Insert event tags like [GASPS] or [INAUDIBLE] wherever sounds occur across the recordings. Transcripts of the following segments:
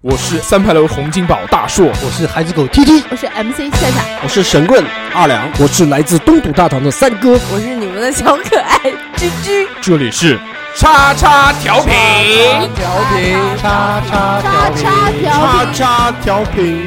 我是三牌楼洪金宝大硕，我是孩子狗 T T，我是 MC 夏夏，我是神棍二两，我是来自东土大唐的三哥。我是你们的小可爱居居。这里是叉叉调频。调频，叉叉叉叉调频，叉调频。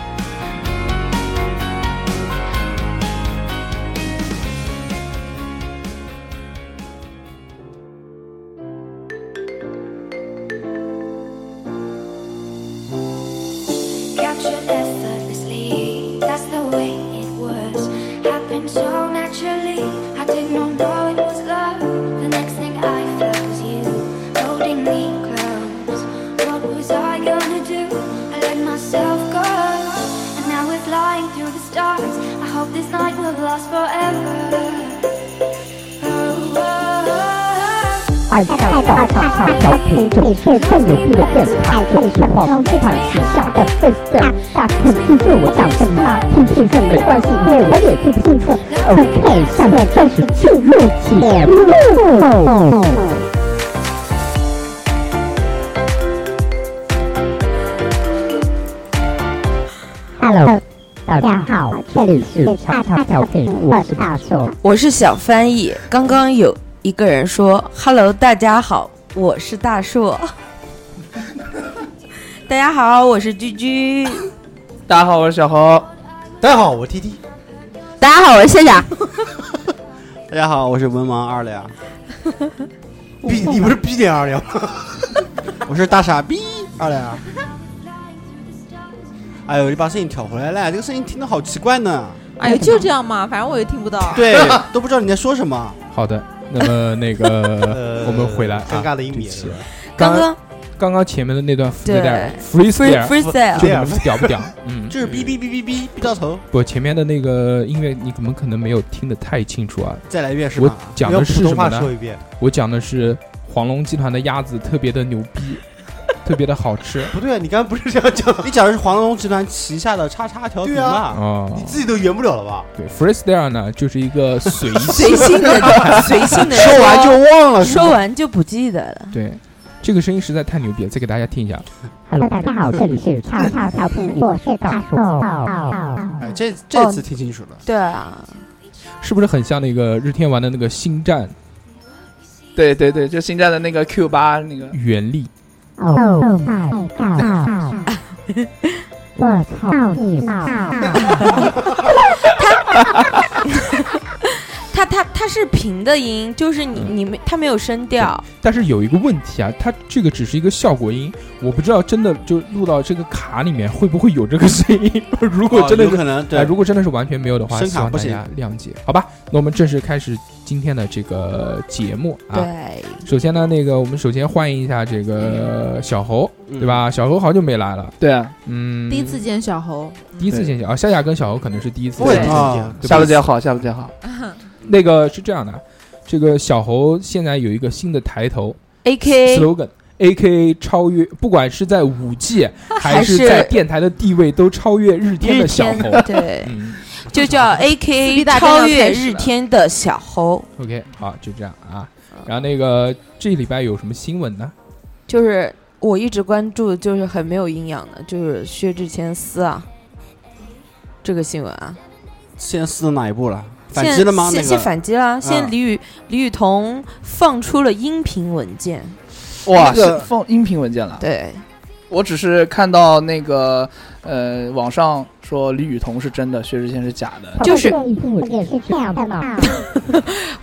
Captured effortlessly. That's the way it was. Happened so naturally. I did not know it was love. The next thing I felt was you holding me close. What was I gonna do? I let myself go. And now we're flying through the stars. I hope this night will last forever. Oh, oh, oh. 欢迎大家来到大叉调频，这里是更有趣的电台，这里是广东出版时尚的笨蛋大叔听自我讲什么？听兴奋没关系，因为我也听兴奋。OK，下面正式进入节目。Hello，大家好，这里是大叉调频，我是大叔。我是小翻译。刚刚有一个人说：“Hello，大家好，我是大硕。”大家好，我是居居。大家好，我是小侯。大家好，我 T T。大家好，我是啊夏 [LAUGHS] 夏。大家好，我是文盲二两， B，你不是 B 点二两吗？ [LAUGHS] 我是大傻逼。二 [LAUGHS] 两，哎呦，你把声音调回来了，这个声音听得好奇怪 [LAUGHS] 呢。哎呀，就这样嘛，反正我也听不到。对，都不知道你在说什么。好的，那么那 [LAUGHS] 个我们回来啊，尴尬的一米这期啊刚刚刚刚前面的那段 f 对 r e e f r e e s t y l e 啊 freestyle，就你们屌不 [LAUGHS] 屌？嗯，就是哔哔哔哔哔哔到头，我前面的那个音乐你们可能没有听得太清楚啊。再来一遍是我吧？讲要的普是通什么话呢说？一遍，我讲的是黄龙集团的鸭子特别的牛 [LAUGHS] 逼，特别的好吃不对啊，你刚刚不是这样讲的，你讲的是黄龙集团旗下的叉叉调频对吧？哦你。自己都圆不了了吧？对，freestyle 呢就是一个随 [LAUGHS] 性，随性 [LAUGHS] 的，随性的。啊说完就忘哦了，是吗说完就不记得了。对，这个声音实在太牛逼了，再给大家听一下。 Hello，大家好，这里是叉叉调频，我是大叔。嗯哎，这这哦次听清楚了。对啊，是不是很像那个日天玩的那个星战对对对，就星战的那个 Q 八那个，原力？ Oh my god！我操你妈！他他他是平的音，就是你嗯你们他没有声调，但是有一个问题啊，它这个只是一个效果音，我不知道真的就录到这个卡里面会不会有这个声音。如果 [LAUGHS] 哦真的有是可能，哎对，如果真的是完全没有的话，声希卡望不大行家谅解，好吧？那我们正式开始今天的这个节目啊。对，首先呢，那个我们首先欢迎一下这个小侯，嗯对？吧？小侯好久没来了，对啊，嗯，第一次见小侯，第一次见小啊，夏夏跟小侯可能是第一次我也见第一面次啊见。对下吧路见好，下路见好。那个是这样的，这个小侯现在有一个新的抬头 A K slogan。A K 超越，不管是在舞 [LAUGHS] 技还还是是在电台的地位，都超越日天的小侯。 [LAUGHS] 对，嗯就叫 [LAUGHS] A K 超越日天的小猴， ，OK，好，就这样啊。然后那个这礼拜有什么新闻呢？就是我一直关注，就是很没有营养的，就是薛之谦撕啊这个新闻啊，现在撕到哪一步了？反现击了吗？那现现个啊反击啦！现在李雨李雨桐放出了音频文件，哇，那个是放音频文件了。对，我只是看到那个呃，网上说李雨桐是真的，薛之谦是假的。就是也是这样的嘛。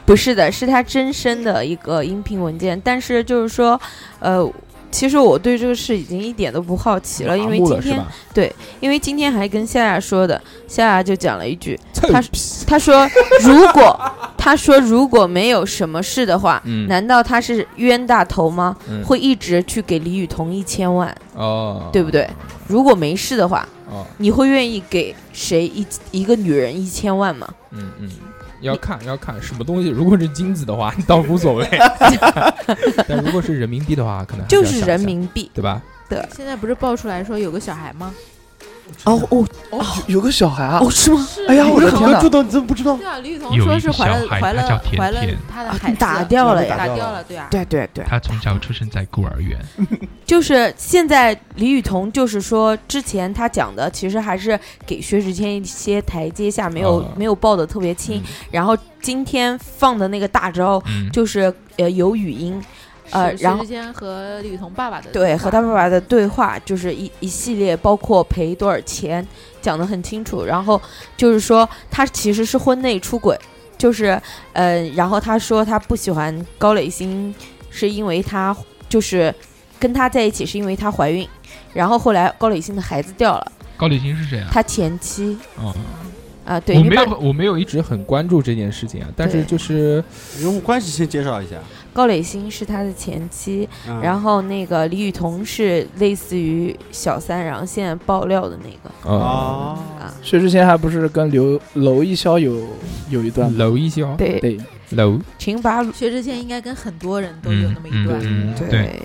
不是的，是他真身的一个音频文件，但是就是说，呃。其实我对这个事已经一点都不好奇了，因为麻木今了是天吧？因为今天还跟夏夏说的，夏夏就讲了一句，臭他屁他说如果他说如果没有什么事的话，嗯难道他是冤大头吗？嗯会一直去给李雨桐一千万，哦，对不对？如果没事的话，哦，你会愿意给谁一一个女人一千万吗？嗯嗯，要看要看什么东西，如果是金子的话，倒无所谓； [LAUGHS] 但如果是人民币的话，可能还就是是要想人一想，民币对吧？现在不是爆出来说有个小孩吗？哦哦哦，有有个小孩啊！哦，是吗？是哎呀，我的天哪！道你真不知道对啊，李雨桐说是怀有一了个小孩怀他叫了甜甜怀了他的孩子，啊打掉了呀！打掉了，对啊，对对对，他从小出生在孤儿院，就是现在李雨桐就是说之前他讲的，其实还是给薛之谦一些台阶下，没有、啊没有报的特别嗯轻。然后今天放的那个大招嗯，就是呃有语音，呃，是然后薛之谦和李雨桐爸爸的对，话和他爸爸的对话就是一一系列，包括赔多少钱，讲得很清楚。然后就是说他其实是婚内出轨，就是呃，然后他说他不喜欢高磊鑫，是因为他就是跟他在一起是因为他怀孕，然后后来高磊鑫的孩子掉了，高丽琴是谁啊？他前妻哦，啊、对，我因没为爸有我没有一直很关注这件事情啊，但是对就是人物关系先介绍一下，高磊鑫是他的前妻，啊嗯然后那个李雨桐是类似于小三，然后现在爆料的那个。呃，啊，啊，薛之谦还不是跟刘娄艺潇有有一段吗？楼一潇，对，对，楼，请把薛之谦应该跟很多人都有嗯那么一段，嗯嗯，对，对，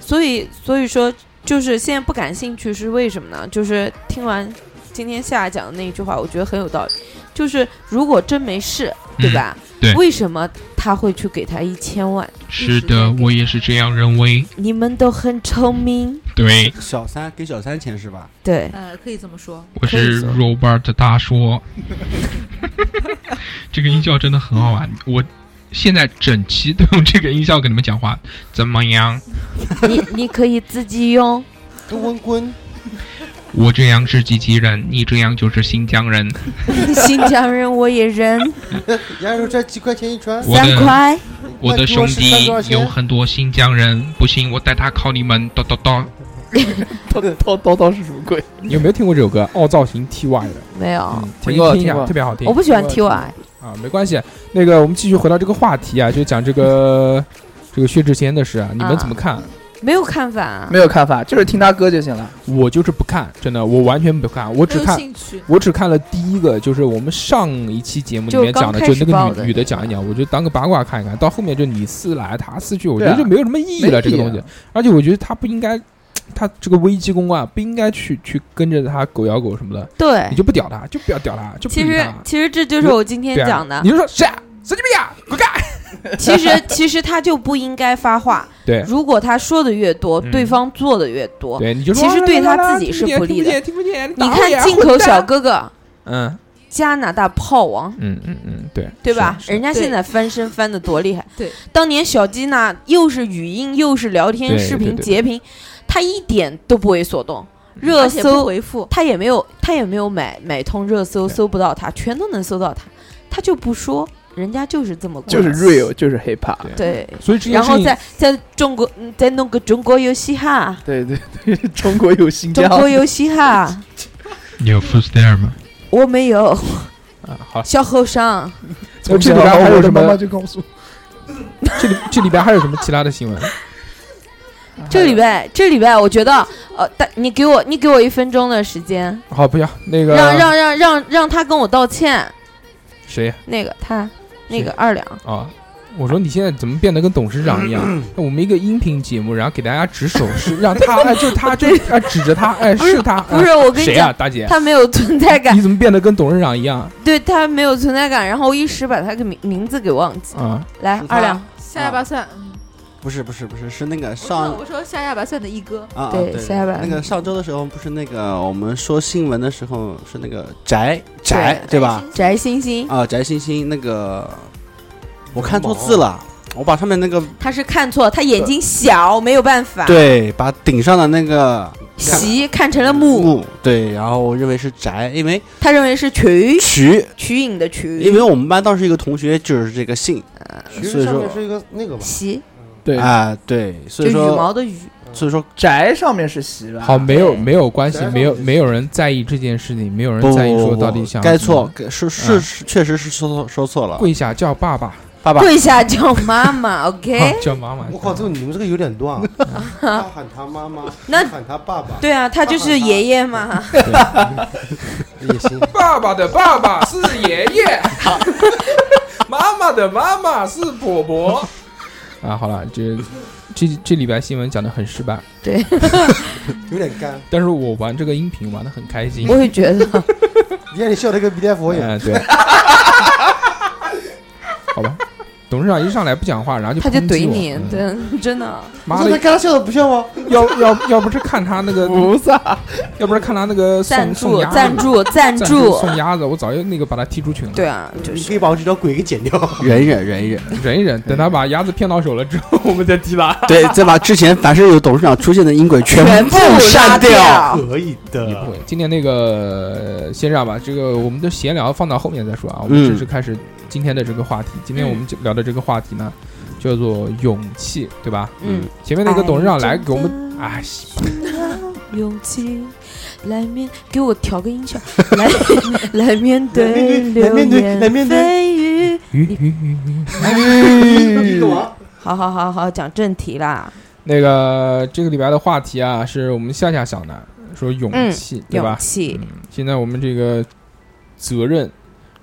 所以所以说，就是现在不感兴趣是为什么呢？就是听完今天夏讲的那一句话，我觉得很有道理。就是如果真没事，对吧？嗯对为什么他会去给他一千万？是的，我也是这样认为。你们都很聪明，对，小三给小三钱是吧？ [LAUGHS] 对，嗯呃，可以这么说，我是 Robert 大说。 [LAUGHS] 这个音效真的很好玩，我现在整期都用这个音效跟你们讲话，怎么样？你你可以自 [LAUGHS] 己用。滚滚，我这样是机器人，你这样就是新疆人。新疆人我也忍人家说这几块钱一穿我三的块，我的兄弟有很多新疆人，不信我带他靠你们，叨叨叨。叨叨叨叨是什么鬼？你有没有听过这首 [LAUGHS] 歌《傲造型 TY》的？没有，嗯，听过听一听下，过特别好听啊我。不喜欢我 TY。啊，没关系。那个，我们继续回到这个话题啊，就讲这 [LAUGHS] 个这个薛之谦的事啊，你们怎么看？没有看法、啊没，有看法，就是听他歌就行了。我就是不看，真的，我完全不看，我没只有看。兴趣。我只看了第一个，就是我们上一期节目里面讲的，就就刚开始那个报女的女的讲一讲，我就当个八卦看一看。到后面就你四来他四去，我觉对啊得就没有什么意义了、没这个意义东西。而且我觉得他不应该，他这个危机公关啊不应该去去跟着他狗咬狗什么的，对你，就不屌他，就不要屌他，就不哎其理实他。其实这就是我今天对啊讲的你。就说谁啊神经病啊，滚开！其实其实他就不应该发话，对如果他说的越多，哎嗯对方做的越多。对，你就说其实啊对啦他啦啦自己是听不见利的听不见，听不见你打我呀看进口小，[LAUGHS] 哥混哥，蛋嗯加拿大炮王，嗯嗯嗯，对对吧？是是人家现在翻身翻的多厉害。对，当年小鸡呢，又是语音，又是聊天、对视对频、对嗯截屏，他一点都不呃为所动。热而且不搜回复，他也没有，他也没有买买通热搜，对搜不到他，全都能搜到他，他就不说，人家就是这么过就是来 real，就是 hip hop。对对，所以这件然事后情再在中国嗯再弄个中国游戏哈，对对对，中国有新中疆。国游戏哈。 [LAUGHS] 你有 f o o t there 吗？我没有啊，好，小后伤，从这里边还有什么？就告诉我，这里这里边还有什么其他的新闻？这礼拜这礼拜我觉得，呃，大你给我你给我一分钟的时间， [LAUGHS] 好，不要那个让让让让让他跟我道歉。谁那个他那谁个二两，啊？我说你现在怎么变得跟董事长一 [CLEARS THROAT] 样？那我们一个音频节目，然后给大家指手势， [LAUGHS] 让他哎，就他就哎指着他哎不是是他不是哎我跟你谁啊讲，大姐？他没有存在感你，怎么变得跟董事长一样对他没有存在感，然后我一时把他的名名字给忘记。啊？来是，他二两，下巴蒜，嗯不是不是不是是那个我说上我说下下巴蒜的一哥，啊啊对下半那个上周的时候不是那个我们说新闻的时候是那个翟翟对对吧？翟星星，啊，翟星星那个我看错字了，我把上面那个他是看错，他眼睛小，没有办法，对把顶上的那个席看成了木，对，然后我认为是翟，因为他认为是瞿瞿，瞿颖的瞿，因为我们班当时有一个同学就是这个姓，所以说是一个那个吧，席对，哎啊对，所就以羽说毛的羽，所以说宅上面是席吧？好，没有没有关系对，没有没有人在意这件事情，没有不人在意不说不到不底，想该怎么啊错该是是是确实是说错说错了，跪下叫爸爸，啊爸爸，跪下叫妈妈哦，OK？叫妈妈。我靠，这个你们这个有点乱，啊他喊他妈妈，那他喊他爸爸对啊，他就是爷爷嘛，也 [LAUGHS] 行。爸爸的爸爸 [LAUGHS] 是爷爷，妈妈的妈妈是婆婆。 [LAUGHS] 啊，好了，这这这礼拜新闻讲的很失败，对，有点干。但是我玩这个音频玩的很开心我。也觉得你看你笑的跟鼻涕佛一样。哎对， [LAUGHS] 好吧。董事长一上来不讲话，然后就他就抨击怼我你 [LAUGHS] 嗯，对，真的。妈你说的他，刚刚笑的不笑吗？要要要不是看他 [LAUGHS] 那个，菩萨，要不是看他那个赞送送助鸭子赞助赞赞助，送鸭子，我早就那个把他踢出群了。对，啊，就你是可以把我这条鬼给剪掉。忍一忍，忍一 [LAUGHS] 忍。忍一忍，等他把鸭子骗到手了之后， [LAUGHS] 我们再踢他。对，再把之前凡是有董事长出现的音轨全部删掉。掉。可以也不的会。，今天那个呃先这样吧，这个我们的闲聊放到后面再说啊。我们嗯正式开始今天的这个话题。今天我嗯们聊的这个话题呢，叫做勇气，对吧？嗯，前面那个董事长来哎给我们，真的哎，西勇气来面，给我调个音腔，来来面对来流面对来言面对蜚语。鱼鱼鱼鱼。你干嘛？好好好好，讲正题啦，那个这个礼拜的话题啊，是我们夏夏想的，说勇气，对嗯勇吧？嗯气，现在我们这个责任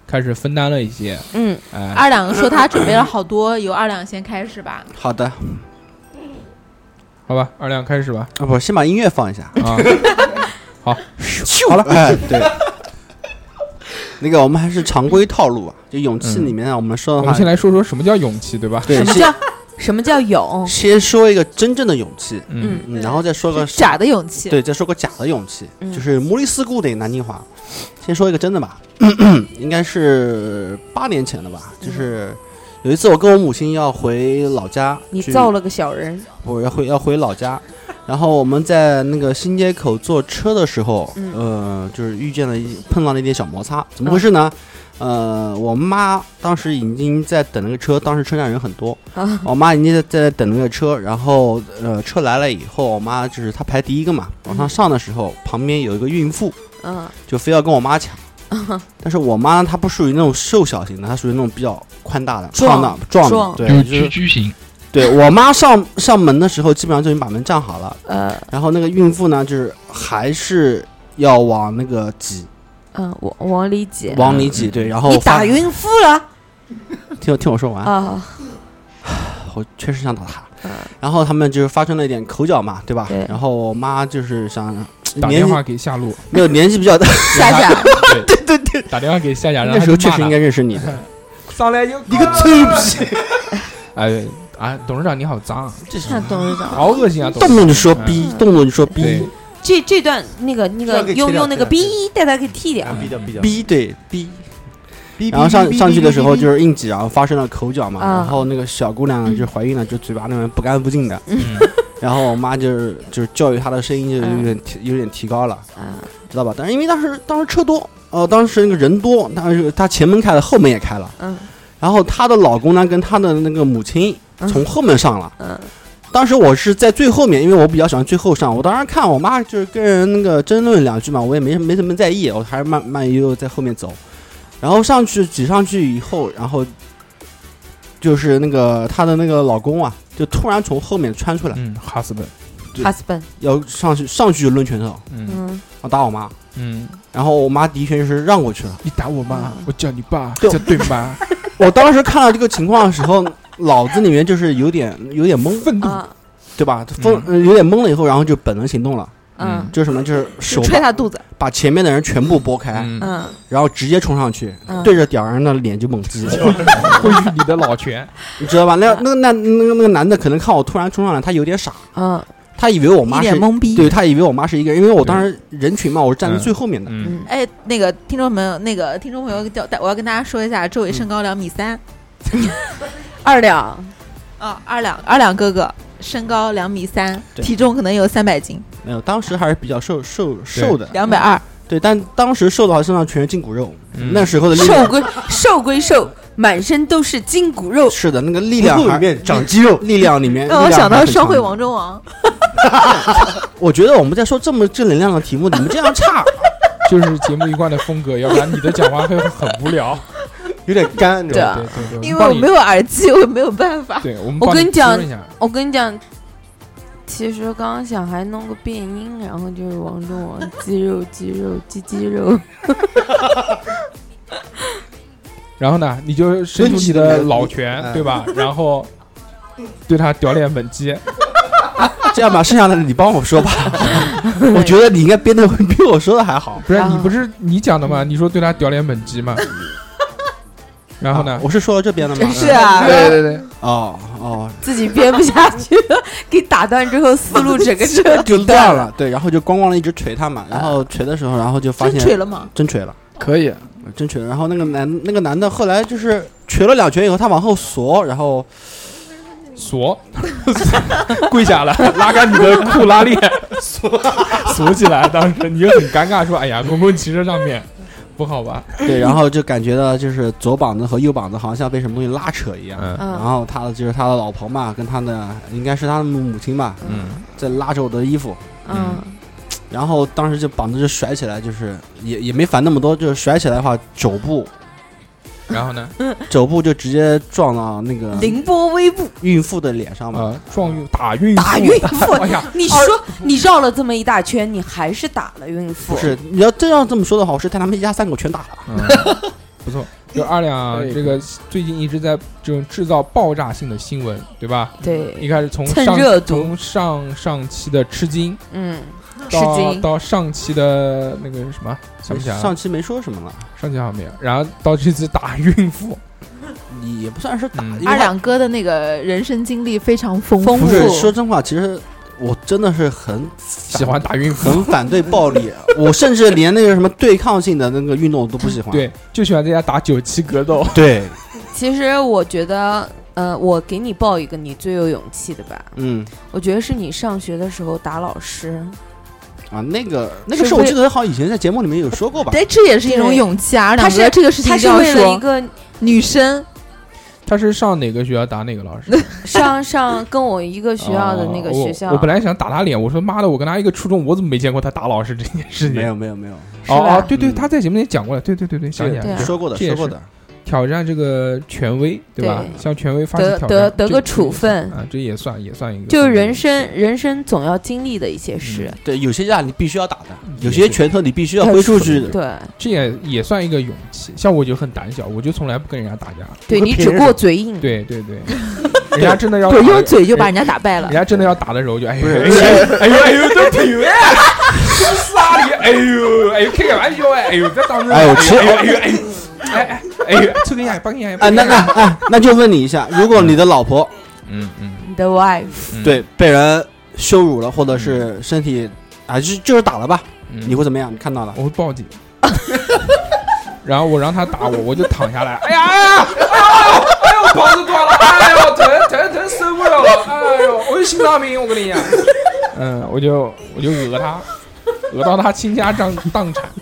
开始分担了一些，嗯，哎，二两说他准备了好多，由二两先开始 [CLEARS THROAT] 吧。好的，啊好吧，二亮开始 [LAUGHS] 吧。不，先把音乐放一下。啊，好了，哎，对。 [LAUGHS] 那个，我们还是常规套路啊，就勇气里面啊，我们嗯说我的们话先，来说说什么叫勇气，对吧？对什，么先叫什么叫勇？先说一个真正的勇气，嗯嗯，然后再说个假的勇气，对，再说个假的勇气，嗯就是摩里斯固定南京话。先说一个真的吧， [COUGHS] 应该是八年前了吧，就是有一次我跟我母亲要回老家，嗯你去造了个小人，我要回要回老家，然后我们在那个新街口坐车的时候，嗯呃，就是遇见了一碰到了一点小摩擦，怎么回事呢？嗯呃，我妈当时已经在等那个车，当时车站人很多， [LAUGHS] 啊我妈已经在在等那个车，然后呃车来了以后，我妈就是她排第一个嘛，往上上的时候，旁边有一个孕妇嗯就非要跟我妈 [LAUGHS] 抢，但是我妈呢她不属于那种瘦小型的，她属于那种比较宽大的、壮胖的、壮壮的，对，就就是居是居型，对我妈上上门的时候，基本上就已经把门站好了。呃然后那个孕妇呢，就是还是要往那个挤，嗯，我往里挤，往里挤，对。然后嗯你哦发打孕妇了 [LAUGHS] 听我听我说完，啊？我确实想打她嗯。然后他们就是发生了一点口角嘛，对吧对？然后我妈就是想打年电纪话给夏露，没有年纪比较大，夏夏， [LAUGHS] 对对对，打电话给夏夏，然后那啊他时候就确骂实应他该认识你。上来就你个臭屁！哎啊，董事长你好脏啊，这是那董事长，好恶心 [LAUGHS] 啊！董事动不长动就说逼，动不动就说逼对，这这段那个这那个段可以用切掉用那个这段可逼带他给剃掉，逼掉逼掉逼对逼。然后上上去的时候就是硬挤，然后发生了口角嘛，啊然后那个小姑娘就怀孕了，就嘴巴那边不干不净嗯的， [LAUGHS] 然后我妈就是就是教育她的声音就有点提、嗯有点提高了，啊知道吧？但是因为当时当时车多，呃，当时那个人多，当时她前门开了，后门也开了，嗯然后她的老公呢跟她的那个母亲嗯从后门上了。嗯当时我是在最后面，因为我比较喜欢最后上。我当时看我妈就是跟人那个争论两句嘛，我也没没怎么在意，我还是慢慢悠悠在后面走。然后上去挤上去以后，然后就是那个她的那个老公啊，就突然从后面穿出来，嗯，husband，对，husband，要上去上去就抡拳头，嗯嗯，要打我妈。嗯，然后我妈的确是让过去了。你打我妈，我叫你爸，对叫对妈， [LAUGHS] 我当时看到这个情况的时候，脑子里面就是有点有点懵，愤怒，啊对吧？疯、呃有点懵了以后，然后就本能行动了，嗯就是什么，就是手捶把他肚子，把前面的人全部拨开。嗯，嗯然后直接冲上去，嗯，对着屌人的脸就猛击，挥去你的老拳， [LAUGHS] 你知道吧？那那那那个那个男的可能看我突然冲上来，他有点傻，嗯他以为我一妈脸是，懵逼。对他以为我妈是一个人，因为我当时人群嘛，我是站在最后面的。嗯，嗯，哎，那个听众朋友，那个听众朋友叫，我要跟大家说一下，周伟身高两米三，二两，啊，二两二两哥哥身高两米三，对体重可能有三百斤，没有，当时还是比较瘦瘦瘦的，两百二，对，但当时瘦的话身上全是筋骨肉，嗯那时候的力瘦量归瘦归瘦，满身都是筋骨肉，是的，那个力然量后里还面长肌肉， [LAUGHS] 力量里面，让哎力我量想还到是双很汇强王中王，的。我觉得我们在说这么正能量的题 [LAUGHS] 目，你们这样差，就是节目一贯的风格，要不然你的讲话会很无聊。有点干，你知对道啊吗？对对，因为帮我你没有耳机，我没有办法。对，我们我帮跟你你讲纠正一下我跟你讲，其实刚刚想还弄个变音，然后就是王中王肌肉肌肉肌肌肉，然后呢，你就伸出你的老拳，嗯对吧？然后对他屌脸吻击，这样吧，剩下的你帮我说 [LAUGHS] 吧，我觉得你应该编的会比我说的还好。不是啊你不是你讲的吗？你说对他屌脸吻击嘛？然后呢啊？我是说到这边的吗？是啊，对对对，哦哦，自己编不下去了， [LAUGHS] 给打断之后思路整个彻就断底断。了，对，然后就咣咣的一直捶他嘛，然后捶的时候，然后就 [LAUGHS] 发真现锤了吗？真捶了，可以，真捶了。然后那个男那个男的后来就是捶了两拳以后，他往后缩，然后锁， [LAUGHS] 跪下了， [LAUGHS] 拉开你的裤拉链，锁锁起来。当时你就很尴尬，说：“哎呀，公共汽车上面不好吧对，然后就感觉到就是左膀子和右膀子好像像被什么东西拉扯一样。？”嗯然嗯，后他的就是他的老婆嘛，跟他的应该是他的母亲吧，嗯，在拉着我的衣服，嗯，然后当时就膀子就甩起来，就是也也没反那么多，就是甩起来的话，肘部然后呢？肘部就直接撞到那嗯个凌波微步，孕妇的脸上嘛。啊，撞孕打孕妇打孕妇 [LAUGHS] 哎呀，你说你绕了这么一大圈，你还是打了孕妇不，是，你要真要这么说的话，我是带他们一家三口全打了。嗯，不错。就二两这个最近一直在这种制造爆炸性的新闻，对吧？一对，开始从蹭上热度从上上期的吃惊，嗯，吃到惊，到上期的那个什么想不起来了，上期没说什么了，上期好像没有，然后到这次打孕妇，也也不算是打，嗯因二为两哥的那个人生经历非常丰丰不富是说真话，其实我真的是很喜欢打孕妇，很反对暴力， [LAUGHS] 我甚至连那个什么对抗性的那个运动我都不喜欢。对，就喜欢在家打九七格斗，对，其实我觉得，呃，我给你报一个你最有勇气的吧。嗯我觉得是你上学的时候打老师，啊，那个那个是事我为记得好像以前在节目里面有说过吧？对，哎这也是一种对勇气啊！二他两是哥这个事情他一是定要为了说，一个女生他是上哪个学校打哪个老师？ [LAUGHS] 上上跟我一个学校的那个哦学校，我，我本来想打他脸，我说妈的，我跟他一个初中，我怎么没见过他打老师这件事没情？有没有没有，哦是吧哦，对对，嗯他在节目里讲过了，对对对对，想起来对了啊对说过的这也说过是的，挑战这个权威，对吧？对向权威发起得挑战，得得这个处分，啊，这也算也算一个，就是人生人生总要经历的一些事。嗯对，有些架你必须要打的，有也些是拳头你必须要挥出去的。对，这也也算一个勇气。像我就很胆小，我就从来不跟人家打 [LAUGHS] 架。对有个你别只人过嘴瘾，对对对，人家真的哦要对打用嘴哎就把人人家打败了人。家真的要打的时候，我就哎呦不是哎呦哎呦都腿哎，啥你哎呦哎呦开个玩笑哎哎呦别当真哎呦其实哎呦哎呦哎哎哎呦抽根烟，帮根烟， [LAUGHS] 啊，帮那根那烟啊，那就问你一下，如果你的老婆嗯嗯你的 wife，嗯对被人羞辱了，或者是身体啊，就就是打了吧，嗯你会怎么样？你看到了，我会报警。然后我让他打我，我就躺下来。哎呀哎呀哎呦哎呦，膀子断了，哎呦疼疼疼，受不了了，哎呦，我有心脏病，我跟你讲。嗯，我就我就讹他，讹到他倾家荡荡产。 [LAUGHS]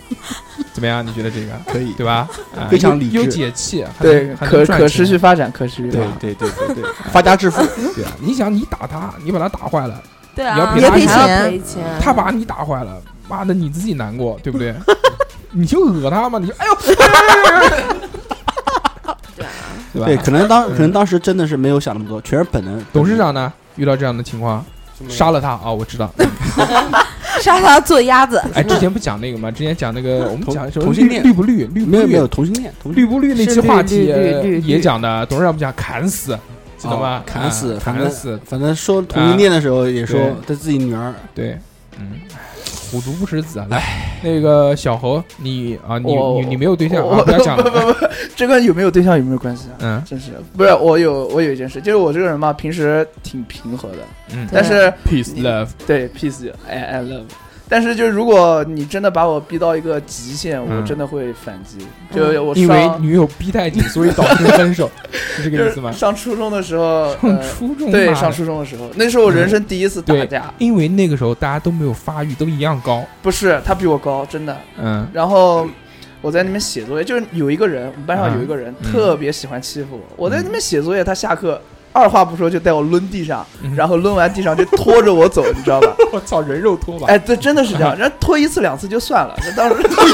怎么样？你觉得这个可以对吧？啊非常理智又又解气，还对，能还能可赚可钱啊持续发展，可持续发对展。对对对对， [LAUGHS] 发家致富，对啊！你想，你打他，你把他打坏了，对要啊，赔还他要钱赔嗯钱，他把你打坏了，妈的，你自己难过，对不 [LAUGHS] 对？你就讹他嘛，你就哎呦，对吧？对，可能当嗯可能当时真的是没有想那么多，全是本能。董事长呢，遇到这样的情况，杀了他啊、我知道。杀他做鸭子，哎，之前不讲那个吗？之前讲那个，我们同讲什么同性绿恋绿不绿，绿不没有没有绿，同性恋，同性绿不绿那期是绿话题绿绿绿也绿讲的，董事长不讲砍死，记得吗哦？砍死啊反砍正死，反正说同性恋的时候也说对他自己女 [LAUGHS] 儿，对，嗯，虎毒不食子。啊来，那个小猴，你啊，你哎我你你没有对象我啊，不要讲不不了。不不，这跟有没有对象有没有关系啊？嗯真是不是我有我有一件事，就是我这个人吧，平时挺平和的，嗯但是，peace 你 love，对 peace I I love，但是就是如果你真的把我逼到一个极限，嗯我真的会反击。就我因为上女友逼太紧，所以导致分 [LAUGHS] 手，是这就个意思吗是？上初中的时候，上呃初中对嘛上初中的时候，那是我人生第一次打对架，因为那个时候大家都没有发育，都一样高。不是他比我高，真的。嗯，然后我在那边写作业，就是有一个人，我们班上有一个人嗯特别喜欢欺负我。我在那边写作业，他下课二话不说就带我抡地上，嗯然后抡完地上就拖着 [LAUGHS] 我走，你知道吧？我操，人肉拖把！哎，对，真的是这 [LAUGHS] 样。人家拖一次两次就算了，那当时拖一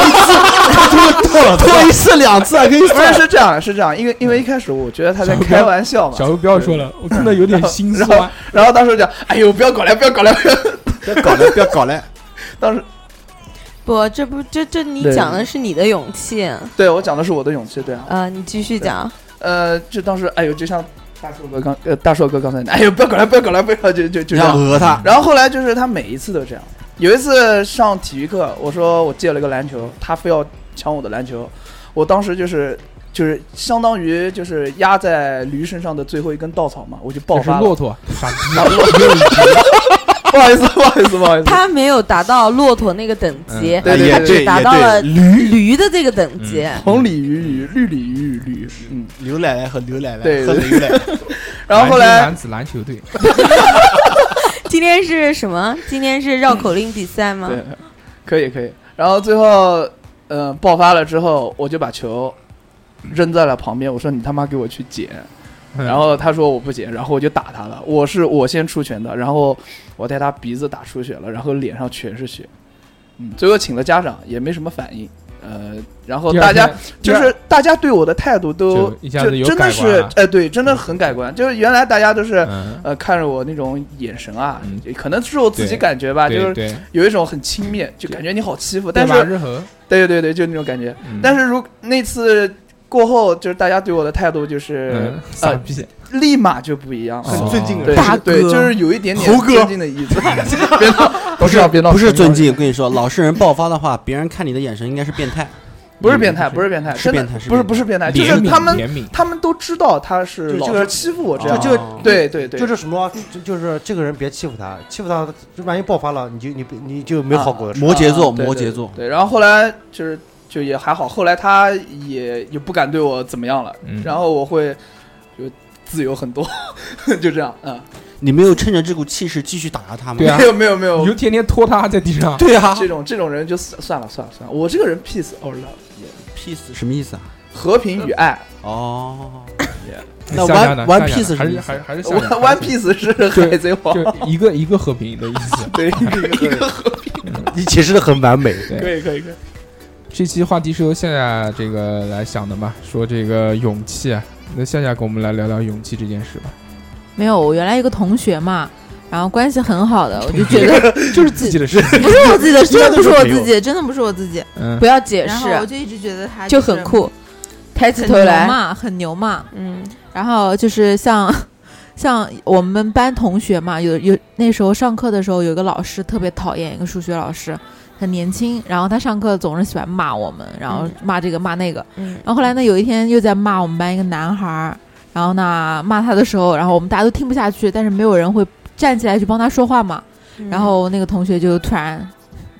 了拖一次两次还可以不是是这样，是这样，因为因为一开始我觉得他在开玩笑嘛。小吴不要说了，我真的有点心 [LAUGHS] 然后酸。然后当时讲，哎呦，不要搞来，不要搞来， [LAUGHS] 不要搞来，不要搞来。 [LAUGHS] 当时不，这不这这你对讲的是你的勇气，对我讲的是我的勇气，对啊。呃，你继续讲，呃，就当时，哎呦，就像大硕哥刚，呃，大硕哥刚才，哎呦，不要搞来，不要搞来，不要，就就就这要样。讹他， [LAUGHS] 然后后来就是他每一次都这样。有一次上体育课，我说我借了个篮球，他非要抢我的篮球，我当时就是就是相当于就是压在驴身上的最后一根稻草嘛，我就爆我是发骆了。驼，傻逼！ [LAUGHS] 不好意思，不好意思，不好意思。他没有达到骆驼那个等级，对对也他对嗯只对达也到了对，驴驴的这个等级。红鲤鱼与绿鲤鱼与驴，嗯。刘奶奶和刘奶奶对和对刘奶奶，然后后来男子篮球队，今天是什么？今天是绕口令比赛吗？对，可以可以。然后最后，呃，爆发了之后，我就把球扔在了旁边，我说你他妈给我去捡。嗯然后他说我不捡，然后我就打他了。我是我先出拳的，然后我带他鼻子打出血了，然后脸上全是血。嗯，最后请了家长，也没什么反应。呃，然后第大二天家第就二是大家对我的态度都就一下就子有真的改观是了哎，对，真的很改观。就是原来大家都是嗯，呃看着我那种眼神啊嗯，可能是我自己对感觉吧，啊就对是对，有一种很轻蔑，就感觉你好欺负。但对吧是，日和，对对对，就那种感觉。嗯但是如那次过后，就是大家对我的态度就是嗯，傻呃，逼，立马就不一样了。哦很尊敬对人，大对，哥就是有一点点猴哥尊敬的 [LAUGHS] 意思。 [LAUGHS] 别闹，不是别闹，不是尊，敬。我跟你说，老实人爆发的话，别人看你的眼神应该是变态，不是变态，不是变态，是真的变态是不是变态不是变态，就哎怜是悯他们怜悯，他们都知道他是就老就是是欺负我这就样。就哦对对对，就是什么，就就是这个人别欺负他，欺负他，就万一爆发了，你就你不你就没有好果子吃。摩羯座，啊对摩羯座。对，然后后来就是就也还好，后来他也也不敢对我怎么样了，嗯然后我会就自由很多， [LAUGHS] 就这样，嗯，你没有趁着这股气势继续打压他吗？对啊没有没有没你有就，天天拖他在地上， [LAUGHS] 对啊这种这种人就算算了算了算了，我这个人 peace or love， ，peace 什么意思啊？和平与爱 [LAUGHS] 哦，那下家 One 呢 One 下家呢 Piece 是还什么是意思还是还是下家，one one piece 是海贼 [LAUGHS] 王，就一个一个和平的意 [LAUGHS] 思。对，一个你解释的很完美，对可以可以可以，这期话题是由夏夏这个来想的嘛，说这个勇气啊，那夏夏跟我们来聊聊勇气这件事吧。没有，我原来一个同学嘛，然后关系很好的，我就觉得就是自己的事，不是我自己的，真的不是我应该都是自己，真的不是我自己。嗯不，要解然后我释，就一直觉得他就是很，酷，抬起很头牛来，嘛，很牛嘛。嗯，然后就是像 [LAUGHS] 像我们班同学嘛，有有那时候上课的时候，有一个老师特别讨厌，一个数学老师，很年轻，然后他上课总是喜欢骂我们，然后嗯骂这个骂那个。嗯然后后来呢，有一天又在骂我们班一个男孩儿，然后呢骂他的时候，然后我们大家都听不下去，但是没有人会站起来去帮他说话嘛。嗯然后那个同学就突然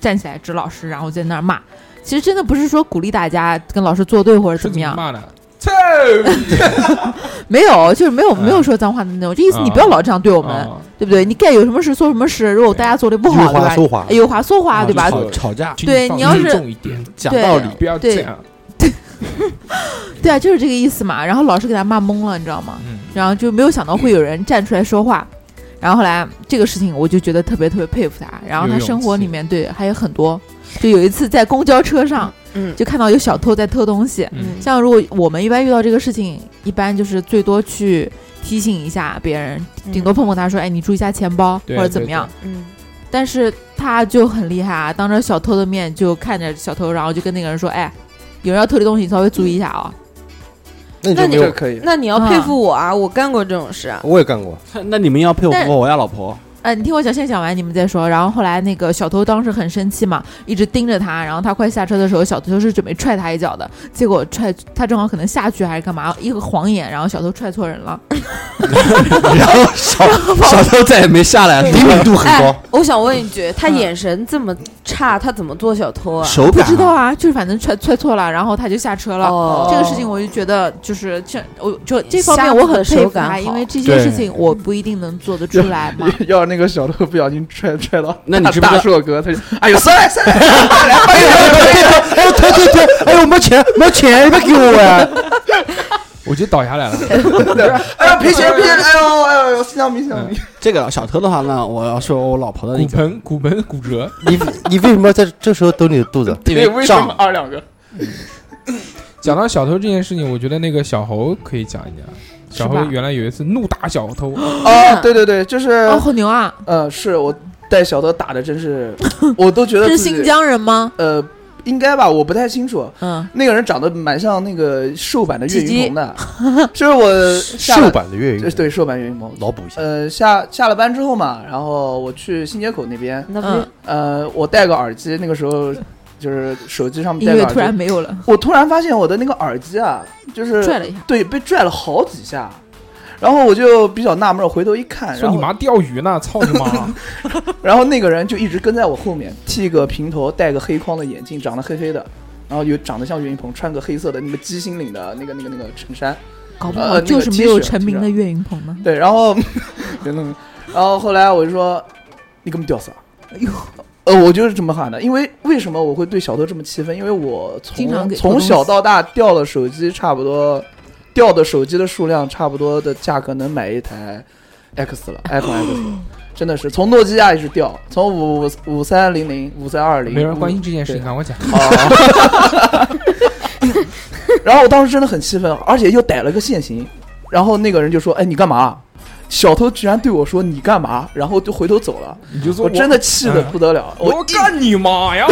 站起来指老师，然后在那儿骂。其实真的不是说鼓励大家跟老师作对或者是怎么样，骂的？没有，就是没有、嗯没有说脏话的那种，就意思啊嗯你不要老这样对我我们，对不对？你该有什么事说什么事，如果大家做的不好，有对话吧？说话，有话说话，啊对吧？就吵吵架，对你要是重一点，讲对道理。不要这样。对啊，就是这个意思嘛。然后老师给他骂懵了，你知道吗？嗯，然后就没有想到会有人站出来说话。然后后来这个事情，我就觉得特别特别佩服他。然后有他勇生活气里面对还有很多，就有一次在公交车上，嗯就看到有小偷在偷东西，嗯像如果我们一般遇到这个事情，一般就是最多去提醒一下别人，顶多碰碰他说：“哎，你注意一下钱包或对者怎么样。嗯但是他就很厉害啊，当着小偷的面就看着小偷，然后就跟那个人说：“哎，有人要偷这东西，你稍微注意一下啊、嗯那你就没那你这有，可以，那你要佩服我啊，我干过这种事啊，我也干过，那你们要配但我我要老婆，呃，你听我讲，先讲完你们再说。然后后来那个小偷当时很生气嘛，一直盯着他。然后他快下车的时候，小偷是准备踹他一脚的，结果踹他正好可能下去还是干嘛，一个晃眼，然后小偷踹错 [LAUGHS] 人了。 [LAUGHS] 然后小小偷再也没下来，灵敏度很高哎，，我想问一句，他嗯眼神这么差，他怎么做小偷啊？手不感知 [LAUGHS] 道啊，就是反正踹踹错了，然后他就下车了。哦这个事情我就觉得就是这，我就这瞎方面子我很的手佩服感他，好因为这些事情我不一定能做得出来 [LAUGHS] 嘛。要是那个小偷不小心踹踹到那你大知不知大道硕哥，他就哎呦，算了算了，啊哎呦，推推推，哎呦，没钱没钱，你别给我呀！我就倒下来了。哎呀，赔钱赔钱！哎呦哎呦，心脏病心脏病！ [LAUGHS] 这个小偷的话呢，我要说我老婆的骨那个，盆骨盆骨折，你 [LAUGHS] 你为什么要在这时候抖你的肚子？因对，为什胀，么啊二两个？讲到小偷这件事情，我觉得那个小猴可以讲一讲。小猴吧原来有一次怒打小偷，啊，对对对，就是哦，好牛啊！呃，是我带小偷打的，真是我都觉得这是自己新疆人吗？呃，应该吧，我不太清楚。嗯，那个人长得蛮像那个瘦版的岳鸡鸡云鹏的，就是 [LAUGHS] 我下瘦了呃版的岳云，对，瘦版岳云鹏。脑补一下。呃，下下了班之后嘛，然后我去新街口那边，那嗯不是呃，我戴个耳机，那个时候就是手机上面音戴乐个突耳然机，没有了，我突然发现我的那个耳机啊，就是拽了一下，对被拽了好几下，然后我就比较纳闷，回头一看，说然你后妈钓鱼呢，操你妈！然后那个人就一直跟在我后面，剃个平头，戴个黑框的眼镜，长得黑黑的，然后又长得像岳云鹏，穿个黑色的那个鸡心领的那个那个那个衬衫，搞不呃好那个就是没 T 有恤成名 T 的岳云鹏呢。对，然后真的吗，然后后来我就说你根本屌丝啊！哎呦，呃，我就是这么喊的，因为为什么我会对小偷这么气愤？因为我经常从给偷从东西小到大掉了手机，差不多掉的手机的数量差不多的价格能买一台 X 了，iPhone X [CLEARS THROAT] 了。真的是从诺基亚一直掉，从五五三零零、五三二零，没人关心这件事情，对赶快讲。啊。然后我当时真的很气愤，而且又逮了个现行。然后那个人就说：“哎，你干嘛？”小偷居然对我说：“你干嘛？”然后就回头走了。你就说我真的气的不 [LAUGHS] 得了，我，我我干你妈呀！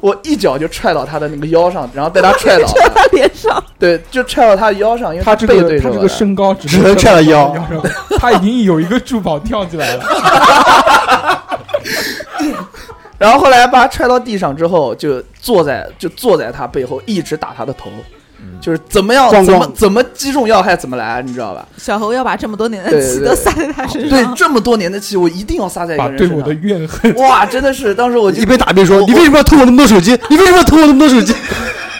我一脚就踹到他的那个腰上，然后带他踹倒， [LAUGHS] 他脸上对，就踹到他的腰上，因为他这背个对他着这我个的身高只只站能站到腰上， [LAUGHS] 他已经有一个珠宝跳起来了。然后后来把他踹到地上之后，就坐在就坐在他背后一直打他的头，嗯就是怎么样咣咣怎么怎么击中要害怎么来，你 [LAUGHS] 知道吧？ [LAUGHS] 小猴要把这么多年的对气对都撒在他身对上，，这么多年的气我一定要撒在一把个人对身我的上。怨恨，哇，真的是，当时我就一边打边说：“你为什么要偷我那么多手机？你为什么要偷我那么多手机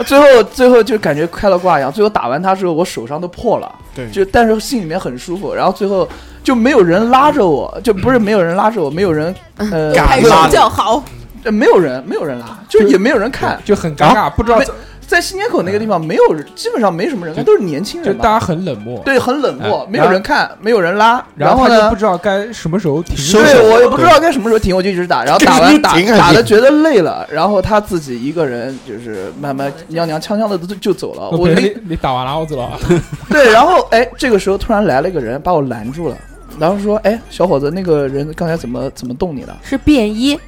最后最后就感觉开了挂一样，最后打完他之后，我手上都破了，对就但是心里面很舒服。然后最后就没有人拉着我，就不是没有人拉着我，没有人呃干拍对手对对叫好，，呃没有人没有人拉，就就是也没有人看，就很尴尬，不知道没在新街口那个地方没有人，基本上没什么人看，都是年轻就人大嘛，家很冷漠，对，很冷漠哎，没有人看，没有人拉，然后后他就呢不？知道该什么时候停手。对，我也不知道该什么时候停，我就一直打，然后打完打这个停啊打的你觉得累了，然后他自己一个人就是慢慢踉踉跄跄的就就走了。我我陪那你你打完了，我走了啊。 [LAUGHS] 对，然后哎，这个时候突然来了一个人，把我拦住了，然后说：“哎，小伙子，那个人刚才怎么怎么动你了是便衣，？”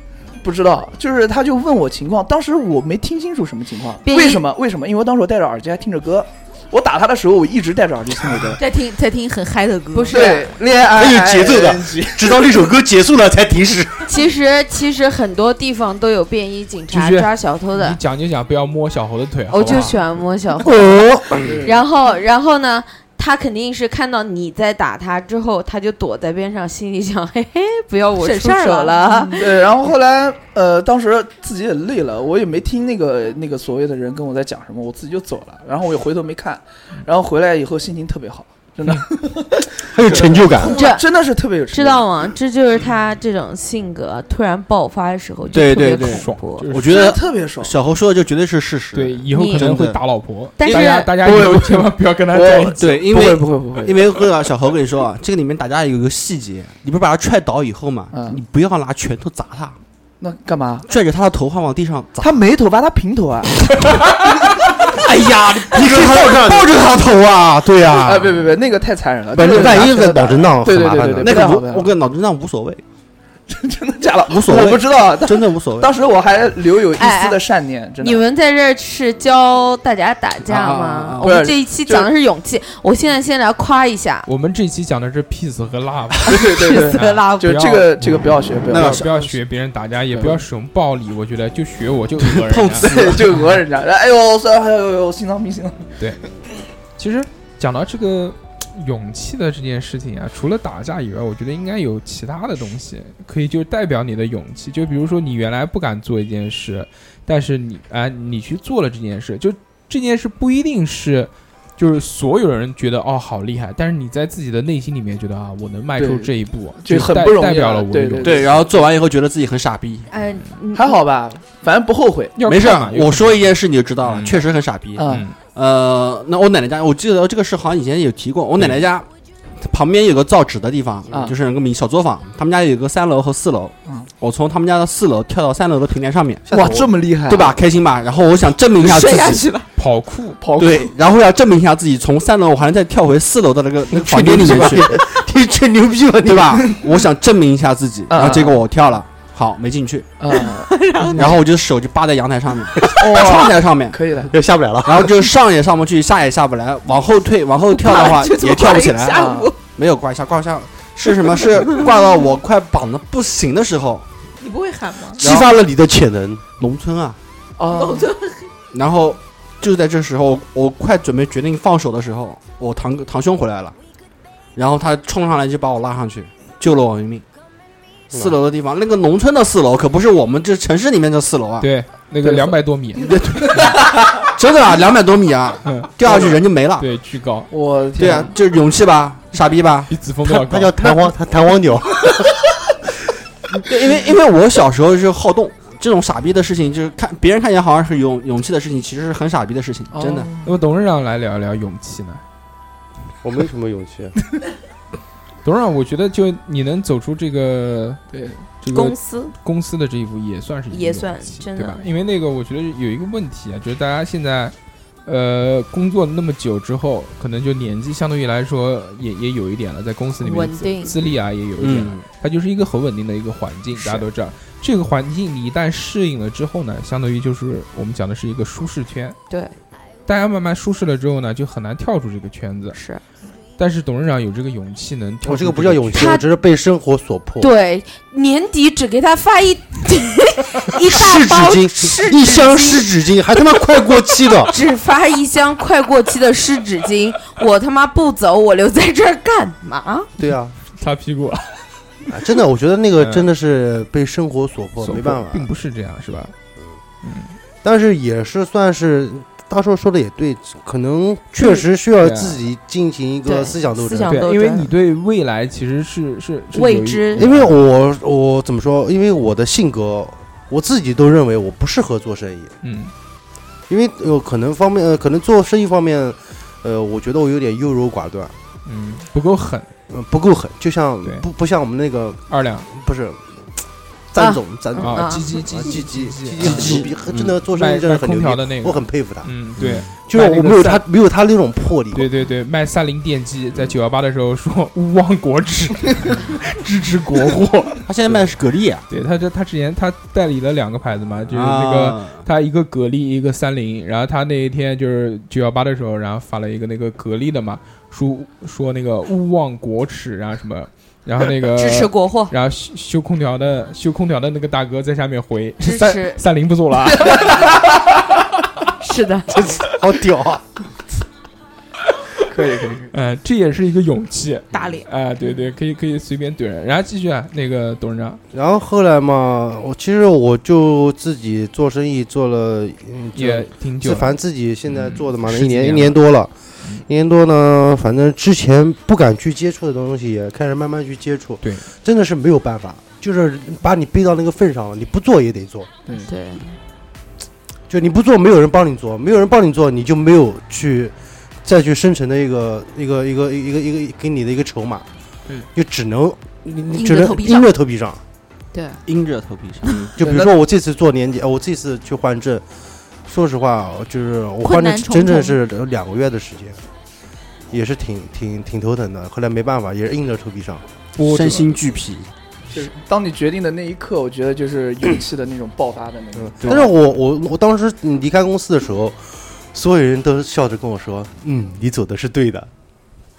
不知道，就是他就问我情况，当时我没听清楚什么情况，便衣为什么？为什么？因为当时我戴着耳机还听着歌，我打他的时候我一直戴着 [LAUGHS] 耳机听着歌在听在听很嗨的歌， [LAUGHS] 不是对，恋爱很有节奏的直到那首歌结束了才停止。其实其实很多地方都有便衣警察就是抓小偷你的，讲就讲，不要摸小猴的腿。好我不好哦就喜欢摸小猴。哦，然后然后呢，他肯定是看到你在打他之后，他就躲在边上，心里想：嘿嘿，不要我省出事儿手了了。。对，然后后来呃，当时自己也累了，我也没听那个那个所谓的人跟我在讲什么，我自己就走了，然后我也回头没看，然后回来以后心情特别好，真的很有成就感。嗯 [LAUGHS] 这真的是特别有成知就感道吗？这就是他这种性格突然爆发的时候，就对特对别对恐怖。我就是觉真的得特别爽。小侯说的就绝对是事实。对，以后可能会打老婆，但是大家大家以后千万不要跟他在一起。对，因不会为不会不会，因为哥啊小侯跟你说啊，这个里面打架有个细节，你不是把他踹倒以后嘛，嗯你不要拿拳头砸他，那干嘛？拽着他的头发往地上砸。他没头发，他平头啊！哎呀， [LAUGHS] 你可以抱着抱着他头啊，对呀啊，别别别，那个太残忍了。万这一个万一个拿出来打脑震荡，对很对麻对烦对的。对，那不太好个不太无好我跟脑震荡无所谓， [LAUGHS] 真的假的？无所谓我不知道。但真的无所谓当。时我还留有一丝的善哎念，真的。你们在这儿是教大家打架啊啊啊吗啊？我不们是这一期就是讲的是勇气，我现在先来夸一 [LAUGHS] 下。我们这期讲的是 peace 和 [LAUGHS] love，对对对死对，了拉就不要这个这个不要学，不不要要学。不要学别人打架，也不要使用暴力。我觉得就学我就 [LAUGHS] 讹人啊家。对， [LAUGHS] 就讹人家。哎呦，算了，哎呦哎呦，心脏病，心脏病。其实讲到这个嘖勇气的这件事情啊，除了打架以外，我觉得应该有其他的东西可以就是代表你的勇气。就比如说你原来不敢做一件事，但是你哎、你去做了这件事，就这件事不一定是。就是所有人觉得哦好厉害，但是你在自己的内心里面觉得啊，我能迈出对这一步，就很代不容易代表了了我的对勇对气对，然后做完以后觉得自己很傻逼，嗯，还好吧，反正不后悔。要没事看儿嘛，我要说一件事你就知道了，嗯确实很傻逼。看啊嗯，呃，那我奶奶家，我记得这个事好像以前有提过，我奶奶家。旁边有个造纸的地方，嗯啊就是那个小作坊。他们家有个三楼和四楼，嗯我从他们家的四楼跳到三楼的平台上面，哇，这么厉害，对吧？？开心吧？然后我想证明一下自己，了，跑酷，跑酷对，然后要证明一下自己，从三楼我还能再跳回四楼的那 [LAUGHS] 个那个房间里面去，你吹牛逼吧你对？吧？我想证明一下自己，嗯然后结果我跳了，好没进去，嗯，然后我就手就扒在阳台上面，窗哇，台上面，可以了，又下不来 [LAUGHS] 了，然后就上也上不去，下也下不来，往后退，往后跳的 [LAUGHS] 话也跳不起来，啊没有挂一下，挂一下是什么？是挂到我快绑的不行的时候，你不会喊吗？ [LAUGHS] 激发了你的潜能。农村啊，哦，然后就在这时候，我快准备决定放手的时候，我堂堂兄回来了，然后他冲上来就把我拉上去，救了我一命。四楼的地方，那个农村的四楼可不是我们这城市里面的四楼啊，对，那个对两百多 [LAUGHS] 米，真的啊，两百多米啊，嗯，掉下去人就没了。对，巨高，我的对天啊，，这勇气吧，傻逼吧？比子峰都他要高。他叫弹簧，他弹簧鸟，对，因为因为我小时候是好动，这种傻逼的事情，就是看别人看起来好像是勇勇气的事情，其实是很傻逼的事情，哦真的。那么董事长来聊一聊勇气呢？我没什么勇气。董事长，我觉得就你能走出这个对这个公司公司的这一步，也算是一个也算勇气真的对吧？因为那个，我觉得有一个问题啊，就是大家现在。呃，工作那么久之后，可能就年纪相对于来说也也有一点了，在公司里面稳资定资历啊也有一点了，嗯，它就是一个很稳定的一个环境，大家都知道。这个环境你一旦适应了之后呢，相当于就是我们讲的是一个舒适圈。对，大家慢慢舒适了之后呢，就很难跳出这个圈子。是但是董事长有这个勇气能跳出我哦这个不叫勇气，他我只是被生活所迫。对，年底只给他发一 [LAUGHS] 一湿大包纸湿巾，一箱纸巾。湿纸巾，还他妈快过期了只发一箱快过期的湿纸巾，我他妈不走，我留在这儿干嘛？对啊， [LAUGHS] 擦屁股，啊真的，我觉得那个嗯真的是被生活所迫，所没迫办法并。不是这样，是吧？但是也是算是大硕说的也对，可能确实需要对啊自己进行一个对思想斗思争。想斗对，因为你争，对未来其实是是是未有一嗯知因为我我怎么说？因为我的性格，我自己都认为我不适合做生意，嗯因为有可能方面，呃，可能做生意方面，呃，我觉得我有点优柔寡断，嗯不够狠，嗯、不够狠，就像对不不像我们那个二两不是詹总，詹总。啊，啊唧唧啊唧唧唧唧唧很牛逼，很真的做生卖意真卖的很空牛调逼，的那我个，很佩服他。嗯对就是卖那个我没有散他没有他那种魄力，对对对，卖三菱电机在九幺八的时候说勿忘国 [LAUGHS] 耻，支持国货。他现在卖的是蛤蜊啊，对他这他之前他代理了两个牌子嘛，就是那个。啊他一个蛤蜊，一个三菱，然后他那一天就是九幺八的时候，然后发了一个那个蛤蜊的嘛，说说那个勿忘国耻，然后什么，然后那个支持国货，然后修修空调的修空调的那个大哥在下面回，支持三三菱不做了啊， [LAUGHS] [LAUGHS] 是的， [LAUGHS] 好屌 [LAUGHS] 啊！可以可以，嗯，这也是一个勇气，[LAUGHS] 打脸。哎、对对，可以可以随便怼人，然后继续啊，那个董事长然后后来嘛，我其实我就自己做生意做了，嗯，就也挺久自了，反正自己现在做的嘛，嗯那十一几年年一了年多了嗯，一年多呢，反正之前不敢去接触的东西，也开始慢慢去接触。对，真的是没有办法，就是把你逼到那个份上了，你不做也得做。对，就你不做，没有人帮你做，没有人帮你做，你就没有去再去生成的一个一个一个一个一个给你的一个筹码，对，就只能你硬你着只能头皮嗯上硬着头皮上。硬着头皮上。就比如说我这次做年底，呃我这次去换证，说实话，就是我换困难证重重整整是两个月的时间，也是挺挺挺头疼的。后来没办法，也是硬着头皮上。波折身心俱疲。就是当你决定的那一刻，我觉得就是勇气的那种爆发的那种，但是我我我当时嗯离开公司的时候，所有人都笑着跟我说：“嗯，你走的是对的。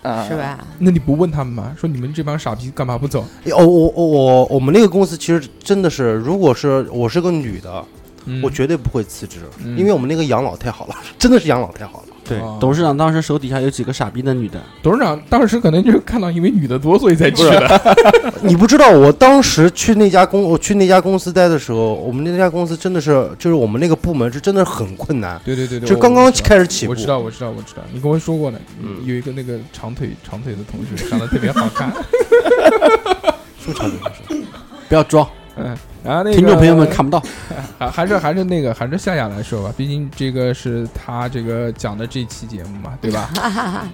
呃啊，是？吧？那你不问他们吗？说你们这帮傻逼干嘛不走？哎”哦，我我我我们那个公司其实真的是，如果是我是个女的，嗯我绝对不会辞职，嗯因为我们那个养老太好了，真的是养老太好了。对哦，董事长当时手底下有几个傻逼的女的，董事长当时可能就是看到因为女的多，所以才去的，你不知道，我当时去那家公，我去那家公司待的时候，我们那家公司真的是，就是我们那个部门是真的很困难，对对对对，就我刚刚我知道开始起步我。知道，我知道，我知道，你跟我说过呢。嗯有一个那个长腿长 [LAUGHS] 腿的同学，长得特别好看，什么场景？不要装，嗯，然后那个听众朋友们看不到，还还是还是那个还是夏夏来说吧，毕竟这个是他这个讲的这期节目 [LAUGHS] 嘛，对吧？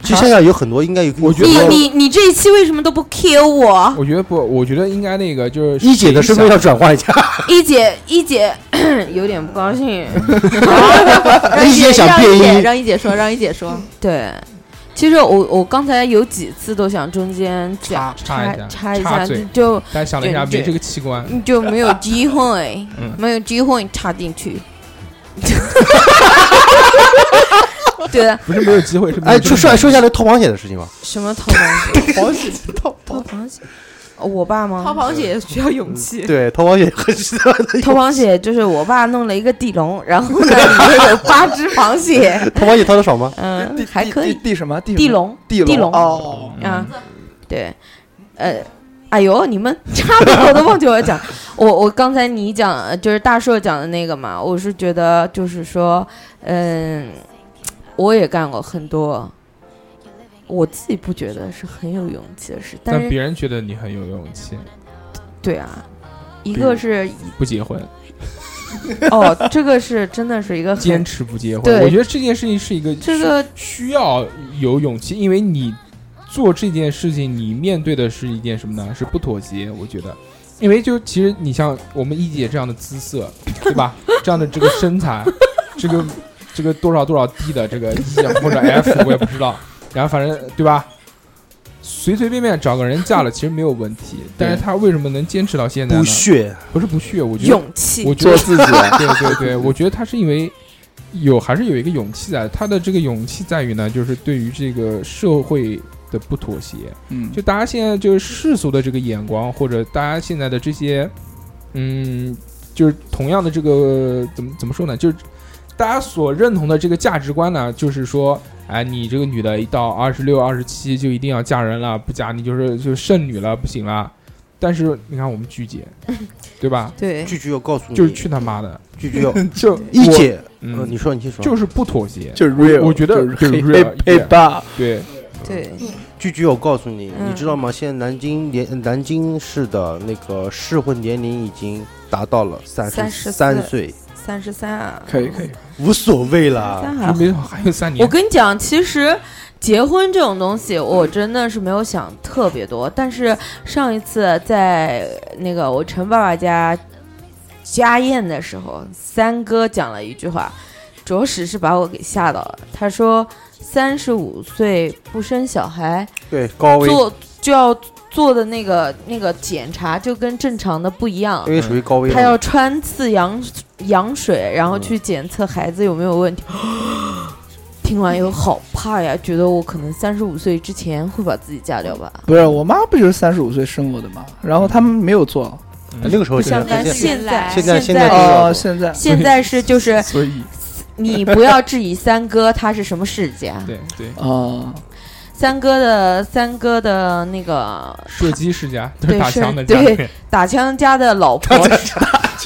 其实现在有很多应该有，我你你你这一期为什么都不 Q 我？我觉得不，我觉得应该那个就是一姐的身份要转换一下，一姐一姐 [COUGHS] 有点不 [LAUGHS] 高兴。让一姐想让变一姐音让一姐说，让一姐说，对，其实我我刚才有几次都想中间讲插插插一一下下，插就嘴就但想了一下，对没这个器官。就没有机会，嗯没有机会插进 [LAUGHS] 去。对的，不是没有机会，是没有哎，这就个说说一下那偷螃蟹的 [LAUGHS] 事情吧。什么掏螃蟹？掏螃蟹，掏螃蟹，我爸吗？掏螃蟹也需要勇气。对，偷螃蟹很需 [LAUGHS] 要的一个掏螃蟹就是我爸弄了一个地笼，然后呢里面有八只螃蟹，偷螃蟹掏的少吗？嗯地，还地可以地。地什么地地笼，地地笼笼哦，啊，对，呃，哎呦，你们 [LAUGHS] 差不多都忘记我讲，我我刚才你讲呃就是大硕讲的那个嘛，我是觉得就是说，嗯，我也干过很多，我自己不觉得是很有勇气的事，但但是别人觉得你很有勇气，对啊。一如 [LAUGHS] 个是不结婚，哦，这个是真的是一个坚很持不结婚。对我觉得这件事情是一个这个需要有勇气，因为你做这件事情，你面对的是一件什么呢？是不妥协。我觉得，因为就其实你像我们一姐这样的姿色，对 [LAUGHS] 吧？这样的这个身材，这个这个多少多少 D 的这个 E 啊或者 F，我也不知道。然后反正对吧？随随便便找个人嫁了，其实没有问题。但是她为什么能坚持到现在呢不？屑，不是不屑，我觉得勇气我，觉得自己。 [LAUGHS] 对对对，我觉得他是因为有还是有一个勇气在，他的这个勇气在于呢，就是对于这个社会的不妥协。嗯，就大家现在就是世俗的这个眼光，或者大家现在的这些，嗯，就是同样的这个怎么怎么说呢？就是大家所认同的这个价值观呢，就是说，哎，你这个女的一到二十六、二十七就一定要嫁人了，不嫁你就是就剩女了，不行了。但是你看我们鞠姐，对吧？对，句句要告诉你，就是去他妈的！[LAUGHS] 句句要就一姐，嗯呃你说你先说，就是不妥协，就是 real，我觉得就是就是黑 real，黑对黑吧，对，对，句句要告诉你，嗯你知道吗？现在南京年南京市的那个适婚年龄已经达到了三34三岁，嗯三十三啊，可以可以，无所谓三啦。还好就没还有三年啊我。跟你讲，其实结婚这种东西，我真的是没有想特别多。但是上一次在那个我陈爸爸家家宴的时候，三哥讲了一句话，着实是把我给吓到了。他说：“三十五岁不生小孩，对，高危，做就要做的那个那个检查就跟正常的不一样。”因为属于高危了。他要穿刺羊羊水，然后去检测孩子有没有问题。听完以后好怕呀，觉得我可能三十五岁之前会把自己嫁掉吧。不是我妈不就是三十五岁生我的嘛，然后他们没有做，嗯哎那个时候不现像在咱现现在，现在现现在这个哦，现在现在是就是所以你不要质疑三哥他是什么世家，对对，啊，三哥的三哥的那个射击世家都是对打是枪的，对家里面打枪家的老婆，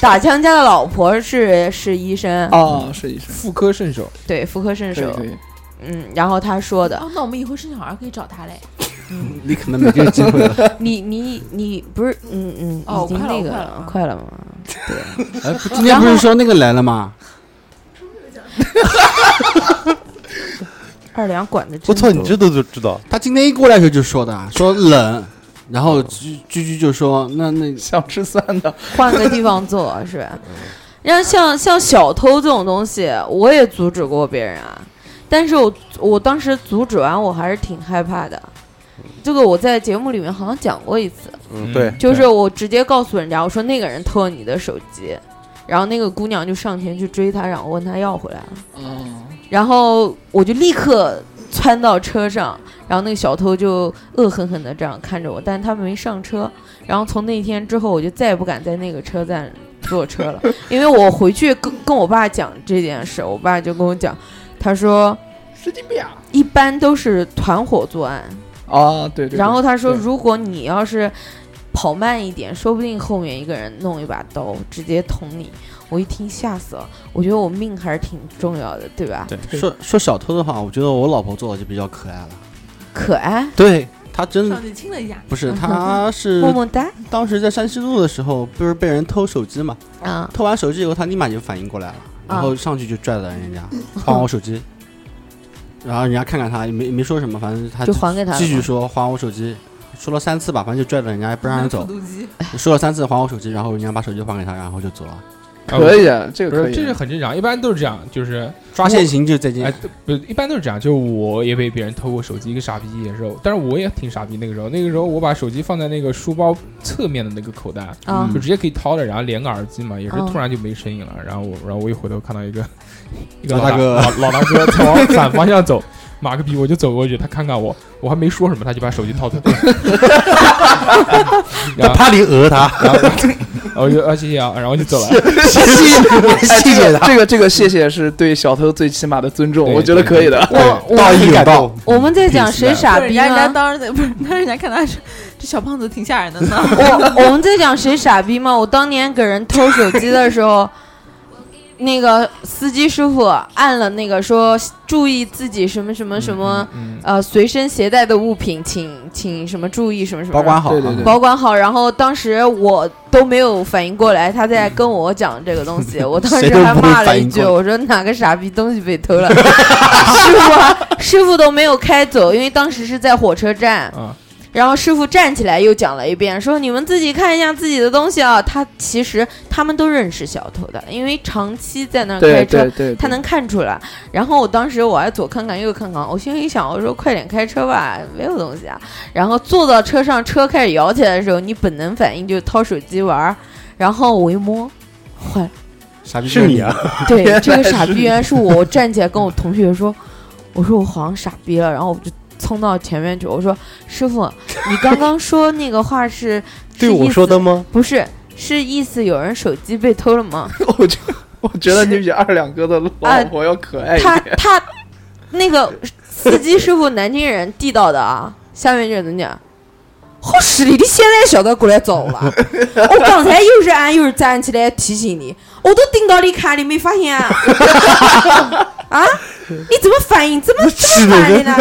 打枪家的老婆是是医生，哦，是一是，妇科圣手，对妇科圣可以手可，以，嗯，然后他说的，哦，那我们以后生小孩可以找他嘞。你可能没这个机会了。你你你不是嗯嗯，哦已经快了那个快了快了吗？哎，不今天不是说那个来了吗？二两管的真我操，你多这都都知道？他今天一过来的时候就说的啊，说冷，然后居居居就说那那想吃酸的，换个地方 [LAUGHS] 做是吧？嗯然后像像小偷这种东西，我也阻止过别人啊，但是我我当时阻止完，我还是挺害怕的。这个我在节目里面好像讲过一次，嗯，对，就是我直接告诉人家，我说那个人偷了你的手机，然后那个姑娘就上前去追他，然后问他要回来了。哦，然后我就立刻窜到车上，然后那个小偷就恶狠狠地这样看着我，但是他没上车。然后从那天之后，我就再也不敢在那个车站坐车了，因为我回去跟跟我爸讲这件事，我爸就跟我讲，他说神经病啊！一般都是团伙作案，啊，对对，然哦后他说对如果你要是跑慢一点，说不定后面一个人弄一把刀直接捅你。我一听吓死了，我觉得我命还是挺重要的，对吧？对说说小偷的话，我觉得我老婆做的就比较可爱了。可爱，对他真上去亲了一下，不是，他是么么哒当时在山西路的时候，不是被人偷手机嘛？啊！偷完手机以后，他立马就反应过来了，然后上去就拽了人家，还我手机。然后人家看看他，也没没说什么，反正他就还给他了啊继续说还我手机，说了三次吧，反正就拽着人家不让人走复，读机说了三次还我手机，然后人家把手机还给他，然后就走了。可以，啊，这不个可是，以，这是很正常，一般都是这样，就是抓现行就再见哎，，不是，一般都是这样。就我也被别人偷过手机，一个傻逼也是，但是我也挺傻逼。那个时候，那个时候我把手机放在那个书包侧面的那个口袋，啊嗯嗯就直接可以掏了，然后连个耳机嘛，也是哦突然就没声音了。然后我，然后我一回头看到一个 [LAUGHS] 一个老老大哥老老大哥在往反方向走，马个逼，我就走过去，他看看我，我还没说什么，他就把手机掏出来， [LAUGHS] 然后怕你讹他，然后然后我就啊谢谢啊，然后就 [LAUGHS] 走了。谢谢谢谢他，哎这个这个谢谢是对小偷最起码的尊重，对我觉得可以的。我道义拥 [LAUGHS] 抱。我们在讲谁傻人逼家人家吗？当时不是， [LAUGHS] 那人家看他是这小胖子挺吓人的呢。我我们在讲谁傻逼吗？我当年给人偷手机的 [LAUGHS] 时候，那个司机师傅按了那个说注意自己什么什么什么嗯？嗯呃随身携带的物品，请请什么注意什么什么保管好啊。对对对保管好。然后当时我都没有反应过来，他在跟我讲这个东 [LAUGHS] 西，我当谁时都还不会骂了反一应句，过来我说哪个傻逼东西被偷了， [LAUGHS] 师傅啊、师傅都没有开走，因为当时是在火车站。啊，然后师傅站起来又讲了一遍，说你们自己看一下自己的东西啊。他其实他们都认识小偷的，因为长期在那儿开对车对对，他能看出来。然后我当时我还左看看右看看，我心里一想，我说快点开车吧，没有东西啊。然后坐到车上，车开始摇起来的时候，你本能反应就是掏手机玩儿，然后我一摸，坏 [LAUGHS] 了，傻逼是你啊！对原来，这个傻是逼你原来 [LAUGHS] 是我。我站起来跟我同学说，我说我好像傻逼了，然后我就。冲到前面去，我说师傅，你刚刚说那个 [LAUGHS] 话是对是我意说思的吗？不是，是意思有人手机被偷了吗？我觉我觉得你比二两哥的老婆要可爱一啊他点。他那个司机师傅南京人地道的啊，下面这人讲。好势力，你现在晓得过来找我了。我刚才又是按又是站起来提醒你，我都盯到你看，你没发现啊？啊？ [LAUGHS] 你怎么反应这么这么慢的呢？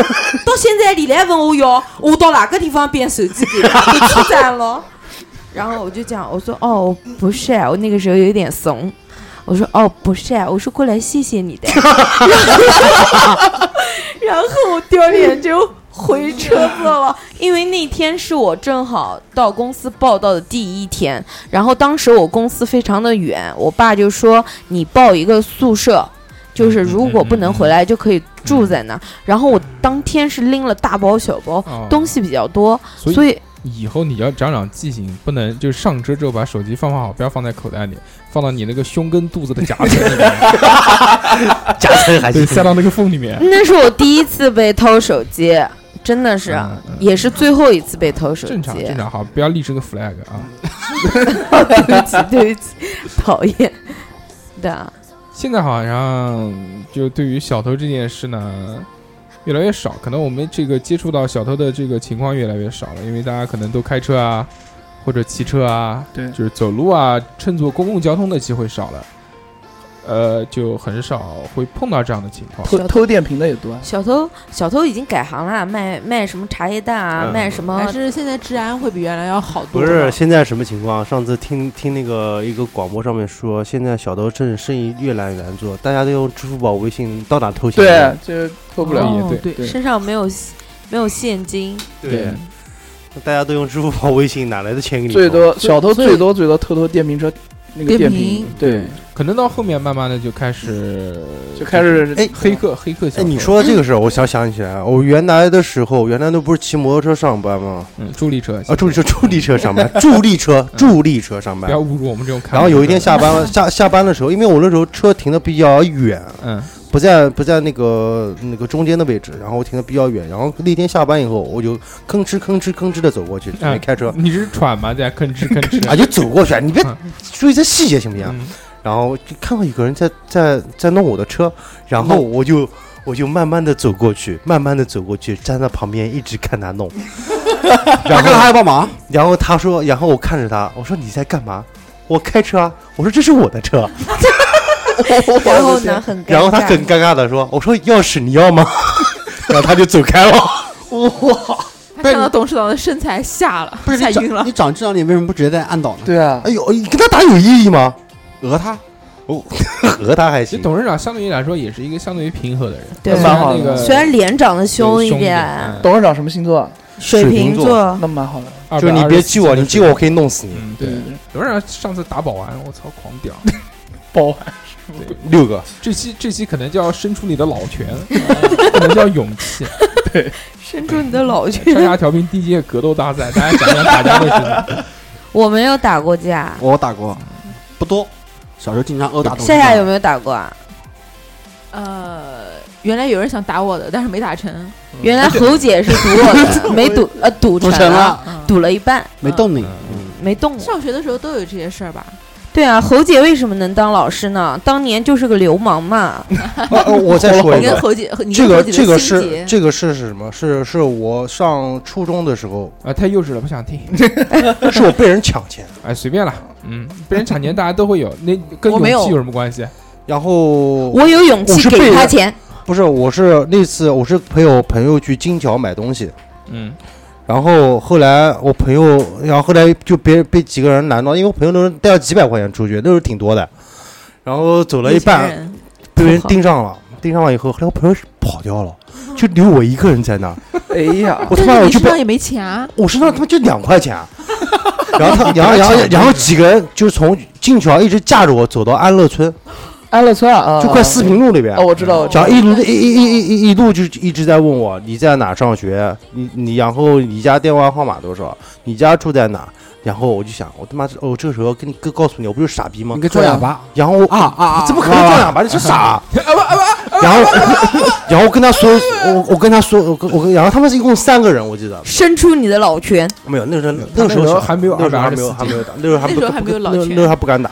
到现在你来问我要，我到哪个地方变手机给你？你出站了？然后我就讲，我说哦，不是，我那个时候有点怂。我说哦，不是，我是过来谢谢你的。 [LAUGHS] 然后第二天就回车座了，因为那天是我正好到公司报道的第一天，然后当时我公司非常的远，我爸就说你报一个宿舍。就是如果不能回来，就可以住在那儿。然后我当天是拎了大包小包，哦东西比较多，所以所以以后你要长长记性，不能就是上车之后把手机放放好，不要放在口袋里，放到你那个胸跟肚子的夹层 [LAUGHS] 里面，夹层还对，塞到那个缝里面。 [LAUGHS] 那是我第一次被偷手机，真的是啊嗯嗯，也是最后一次被偷手机。正常正常，好，不要立这个 flag 啊！ [LAUGHS] 对不起，对不起， [LAUGHS] 讨厌。对啊，现在好像就对于小偷这件事呢，越来越少，可能我们这个接触到小偷的这个情况越来越少了，因为大家可能都开车啊，或者骑车啊，对就是走路啊，乘坐公共交通的机会少了，呃，就很少会碰到这样的情况。偷偷电瓶的也多，小偷小偷已经改行了，卖卖什么茶叶蛋啊，嗯卖什 [LAUGHS] 么还是现在治安会比原来要好多不了。是现在什么情况？上次听听那个一个广播上面说，现在小偷正生意越来越难做，大家都用支付宝、微信到哪偷钱？对，这偷不了。哦哦对对身上没有没有现金，对，大家都用支付宝、微信，哪来的钱给你偷？最多所以小偷所以最多最多偷偷电瓶车那个电瓶瓶，对，可能到后面慢慢的就开始就开始哎黑客黑客小哎，偷你说到这个事儿，我想想起来了，我原来的时候，原来都不是骑摩托车上班吗？嗯助力车啊，助力车，助力车上 [LAUGHS] 班，助力车，助力车上嗯不班要。侮辱我们这种看门的人。然后有一天下班了，下下班的时候，因为我那时候车停的比较远，嗯不在不在那个那个中间的位置，然后我停的比较远。然后那天下班以后，我就吭哧吭哧吭哧的走过去，嗯准备开车，你是喘吗？在吭哧吭哧 [LAUGHS] 啊，就走过去，你别嗯注意这细节行不行？嗯然后就看到有个人在在在弄我的车，然后我就我就慢慢的走过去，慢慢的走过去，站在旁边一直看他 [LAUGHS] 弄。然后还要帮忙，然后他说，然后我看着他，我说你在干嘛？我开车啊，我说这是我的车。 [LAUGHS] 然后呢很尴尬，然后他很 [LAUGHS] 尴尬的说，我说钥匙你要吗？然后他就走开了。他不是看到董事长的身材吓了，不是吓你晕了长你。长这样，你为什么不直接在按倒呢？对啊，哎呦，你跟他打有意义吗？讹他， [LAUGHS] 和哦他还其实行，董事长相对于来说也是一个相对于平和的人，对虽然蛮好的那个虽然脸长得凶凶一点，点，董事长什么星座啊？水水瓶瓶座座那蛮好的。嗯就是你别激我，你激我，我，可以弄死224你。嗯，对对对。对，董事长上次打保安，我操，狂 [LAUGHS] 屌！包含六个，这期这期可能就要伸出你的老拳， [LAUGHS] 啊可能叫勇气。伸出你的老去。上下调频第一届格斗大赛，大家讲讲打架的事情。我没有打过架，我打过，不 [LAUGHS] 多，小时候经常殴打董事夏夏有长。没有打过啊？嗯呃，原来有人想打我的，但是没打成。[LAUGHS] 原来侯姐是赌我的，没赌呃赌赌成成了，了，嗯赌了一半没动你，没动我。上学的时候都有这些事儿吧？对啊，侯姐为什么能当老师呢？当年就是个流氓嘛。呃呃我再说你一跟个，侯姐，你这跟个侯姐这的个心是结，这个是是什么？是是我上初中的时候，啊，太幼稚了，不想听。是我被人抢钱，哎，随便了，嗯，被人抢钱大家都会有，那跟我勇没有气有什么关系？啊 [LAUGHS] 然后我有勇我气是被给他人钱，不是我是那次我是陪我朋友去金桥买东西，嗯，然后后来我朋友，然后后来就别被几个人拦到，因为我朋友都带了几百块钱出去，那时候挺多的，然后走了一有钱半人被人盯上了，盯上了以后，后来我朋友是跑 [LAUGHS] 掉了，就留我一个人在那儿，哎呀，我他但妈是我你就身上被也没钱啊，我身上他妈就两块钱啊， [LAUGHS] 然后他然后然 [LAUGHS] 后然后几个人就从金桥一直架着我走到安乐村，安乐村嗯啊，啊就快四平路那边啊，。哦我知道，我知道然后一路一一一一一路就一直在问我你在哪上学，你你然后你家电话号码多少，你家住在哪？然后我就想，我他妈哦，这个时候跟你哥告诉你，我不是傻逼吗你？个装哑巴然后我啊啊啊！怎么可能装哑巴？你 [LAUGHS] 是傻！然后然后我跟他说，我我跟他说，我跟我跟然后他们是一共三个人，我记得伸出你的老拳。没有那时候他那那时候时候小还没有那时候还没有224还没有打，那时候还那时候还没有不老那时候拳那时候还不敢打。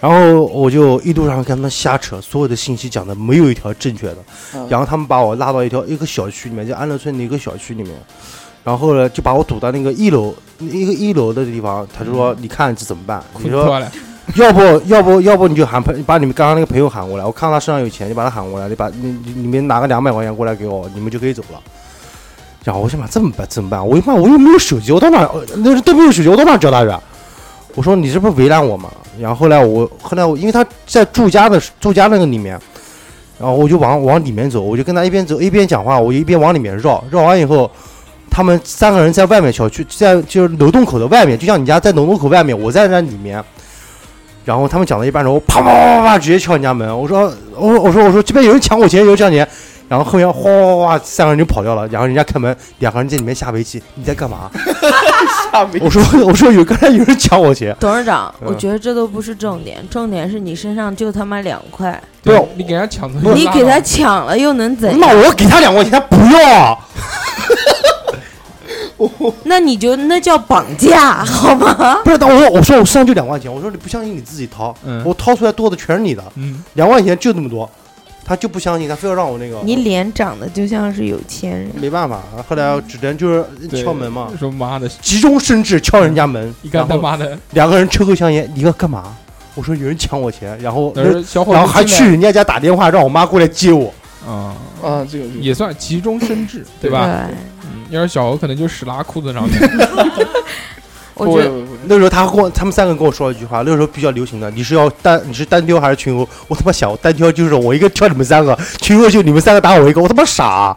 然后我就一路上跟他们瞎扯，所有的信息讲的没有一条正确的。嗯然后他们把我拉到一条一个小区里面，就安乐村的一个小区里面，然后呢就把我堵到那个一楼一个一楼的地方，他就说：“你看这怎么办？”你困说脱了，要不要不要不你就喊朋把你们刚刚那个朋友喊过来，我看到他身上有钱，你把他喊过来，你把你你你们拿个两百块钱过来给我，你们就可以走了。然后我想嘛，这么办怎么办？我一妈我又没有手机，我到哪呃那是都没有手机，我到哪找他去啊？我说你这不是为难我吗？然后后来我后来我因为他在住家的住家那个里面，然后我就往往里面走，我就跟他一边走一边讲话，我一边往里面绕，绕完以后。他们三个人在外面小区，在就是楼洞口的外面，就像你家在楼洞口外面，我在那里面，然后他们讲到一半的时候，啪啪啪啪啪直接敲人家门。我说，我说我说我说这边有人抢我钱，有人抢钱。然后后面哗哗哗哗，三个人就跑掉了。然后人家开门，两个人在里面下围棋，你在 [LAUGHS] 干嘛？下面我说 [LAUGHS] 我说有刚才有人抢我钱，董事长，嗯我觉得这都不是重点，重点是你身上就他妈两块，不对是你给人家抢走，你给他抢了又能怎样？那我给他两块钱，他不要啊。那你就那叫绑 [LAUGHS] 架好吗？不是，但我说我说我身上就两块钱，我说你不相信你自己掏，嗯我掏出来多的全是你的，嗯，两块钱就这么多，他就不相信，他非要让我那个。你脸长得就像是有钱人，没办法，后来只能就是嗯对敲门嘛，说妈的，急中生智敲人家门，你看然他后妈的，两个人抽根香烟，你要干嘛？我说有人抢我钱，然后那是小伙子然后还进去来，人家家打电话让我妈过来接我。嗯，啊，这个这个也算急中生智，对吧？对，嗯要是小猴可能就屎拉裤子上面，我不觉会得不会不会那时候他跟我他们三个跟我说了一句话，那时候比较流行的，你是要单你是单挑还是群殴？我他妈想我单挑就是我一个挑你们三个，群殴就你们三个打我一个，我他妈傻。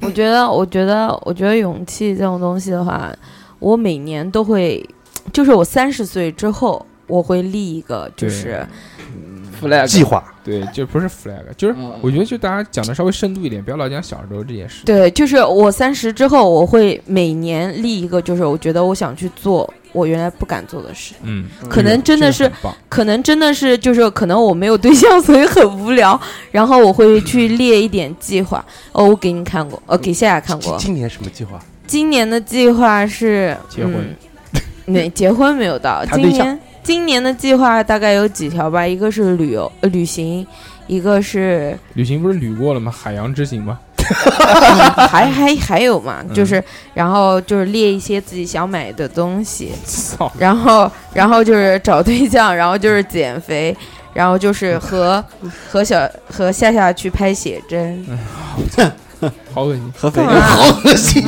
我觉得，我觉得，我觉得勇气这种东西的话，我每年都会，就是我三十岁之后，我会立一个，就对是 flag 计划对，就不是 flag，就是嗯我觉得就大家讲的稍微深度一点，不要老讲小时候这件事。对，就是我三十之后，我会每年立一个，就是我觉得我想去做我原来不敢做的事，嗯，可能真的这是个很棒，可能真的是就是可能我没有对象，所以很无聊，然后我会去列一点计划。哦，我给你看过，呃，给夏夏看今过。嗯今年什么计划？今年的计划是结婚，嗯对，结婚没有到。谈今对象年今年的计划大概有几条吧，一个是旅游、呃、旅行，一 [LAUGHS] 个是旅行不是旅过了吗？海洋之行吗？ [LAUGHS] 还还还有嘛，嗯就是然后就是列一些自己想买的东西，操，然后然后就是找对象，然后就是减肥。然后就是 [LAUGHS] 和和小和夏夏去拍写真，好恶心！合肥干嘛好恶心。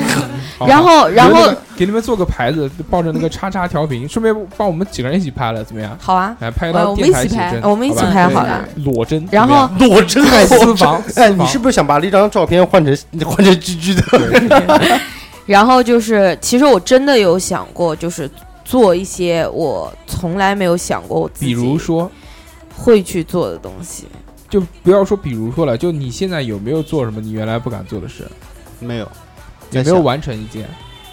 好然后然留那后个给你们做个牌子，抱着那个叉叉调频，顺便帮我们几个人一起拍了，怎么样？好啊，来拍一哎到我们电台一起拍写真，我们一起好吧拍对好了。裸啊真，然后裸真还私房，哎，私你房是不是想把那张照片换成换成居居的？然后就是，其实我真的有想过，就是做一些我从来没有想过我自比己如说，会去做的东西。就不要说比如说了，就你现在有没有做什么你原来不敢做的事？没有，有在没有想，完成一件？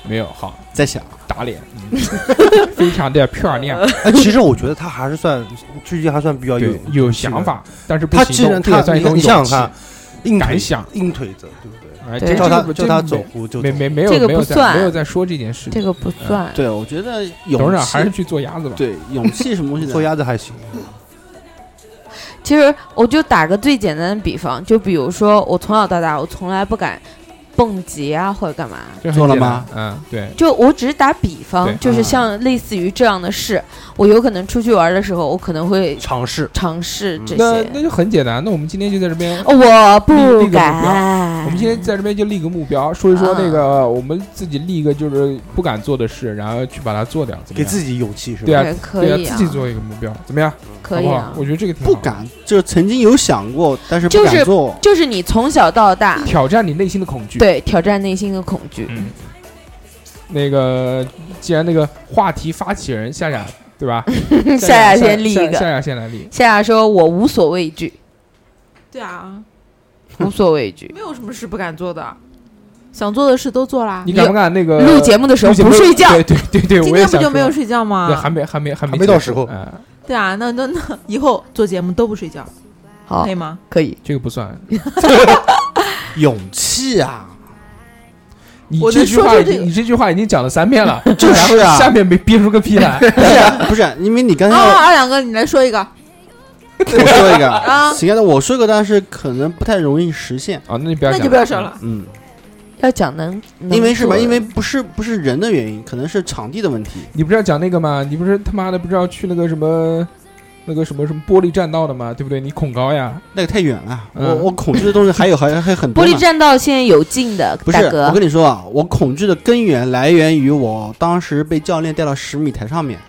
没有，好在想，打脸，嗯 [LAUGHS] 非常的漂亮，呃哎，其实我觉得他还是算居居，还算比较有对，有想，法，但是不他既行然动，这他也算一你种你想勇想气。看，硬敢腿想，硬腿子，对不对？哎，对这叫个他不叫这他没走路就没走没没有这个没有不在算没有在说这件事这情。个不算，对我觉得勇董事长气啊还是去做鸭子吧。对勇气什么东西做呢？鸭子还行，其实我就打个最简单的比方，就比如说我从小到大，我从来不敢蹦极啊或者干嘛，这很做了简单吗？嗯，对，就我只是打比对方，嗯就是像类似于这样的事，我有可能出去玩的时候，我可能会尝试。尝试这那些。哦那就很简单。那我们今天就在这边，我立不立个目标敢。我们今天在这边就立个目标，说一说啊那个我们自己立一个就是不敢做的事，然后去把它做掉，怎么给样？自己勇气是吧？对啊对，可对以啊，啊自己做一个目标，怎么样？可以好不啊好？，我觉得这个挺好不敢，就是曾经有想过，但是不就是敢做。 [LAUGHS] 就是你从小到大挑战你内心的恐惧。对挑战内心的恐 [LAUGHS] 惧。嗯，那个既然那个话题发起人夏夏对吧？夏夏 [LAUGHS] 先立一夏个，夏先来立。夏夏说：“我无所 [LAUGHS] 畏惧，对啊，无所畏惧。没有什么事不敢做的，想做的事都做啦你。敢不敢那”个录节目的时候不睡觉，对对对对，今我也天不想就没有说睡觉对，吗还？没还没还没还没到结束时候哎对啊，那那那以后做节目都不睡觉，好可以，吗？可以。这个不算。勇气啊，你我这能句说话出已这经个你这句话已经讲了三遍了，就是然后啊下面没憋出个屁来。不啊是不是，因为你刚才啊，二两哥，你来说一个我说一个，啊，行的，我说一个，但是可能不太容易实现。啊，那就不要那讲，就不要说了。嗯，要讲能，能因为什做么？的因为不是不是人的原因，可能是场地的问题。你不是要讲那个吗？你不是他妈的不知道去那个什么，那个什么什么玻璃栈道的吗？对不对？你恐高呀？那个太远了，嗯我我恐惧的东西还有还还很多玻呢。璃栈道现在有进的，不是大，我哥跟你说啊，我恐惧的根源来源于我当时被教练带到十米台上面，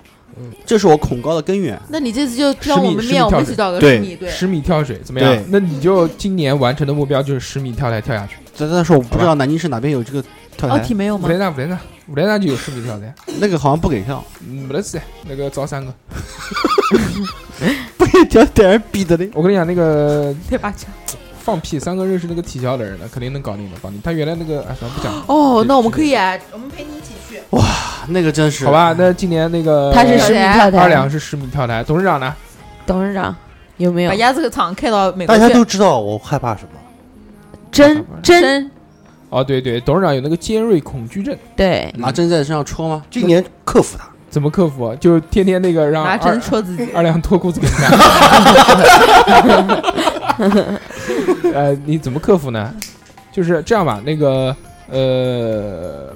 这是我恐高的根源。那你这次就十让米我们十米面，我跳们一水起找个对十米对。十米跳水怎么样对？那你就今年完成的目标就是十米跳台跳下去。但但是我不知道南京市哪边有这个跳奥台哦体，没有五吗？连战，五连战，五连战就有十米跳台，那个好像不给跳，嗯没得事。那个找三个，不给跳在那逼的嘞。我跟你讲，那个对吧？这样放屁，三个认识那个体校的人了，肯定能搞定的，搞定。他原来那个，哎，算了，不讲了。哦对，那我们可以，我们陪你一起去。那个真是好吧，那今年那个他谁是十米跳呃二台两，是十米跳台，董事长呢？董事长有没有把？鸭子厂开到美国大家去都知道我害怕什么，真真真哦，对对，董事长有那个尖锐恐惧症，对，拿针在身上戳吗？今年克服它。怎么克服？啊就是天天那个让拿二针戳自己。二两脱裤子给 [LAUGHS] 你看。呃，你怎么克服呢？就是这样吧，那个呃，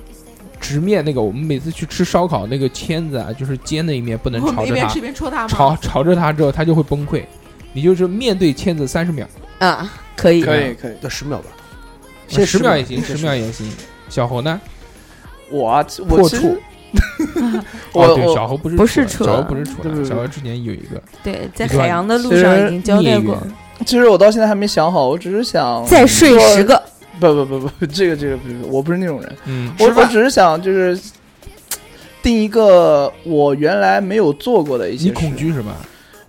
直面那个我们每次去吃烧烤那个签子啊，就是尖的一面不能我朝们一着边它吃，一边戳他朝吗？朝着它之后它就会崩溃。你就是面对签子三十秒，啊，可以。可以可以，要十秒吧，先先十秒也10行，十秒也行。小猴呢？我啊，我破其处实。我哦对，我小猴不是不是处啊男，小猴处不男是处啊对对男，对小猴之前有一个对，在一段海洋的路其上实已经交代孽过，缘其实我到现在还没想好，我只是想再睡说十。个。不不不不，这个这个不是，我不是那种人。嗯，我我只是想就是定一个我原来没有做过的一些你事恐，惧什么？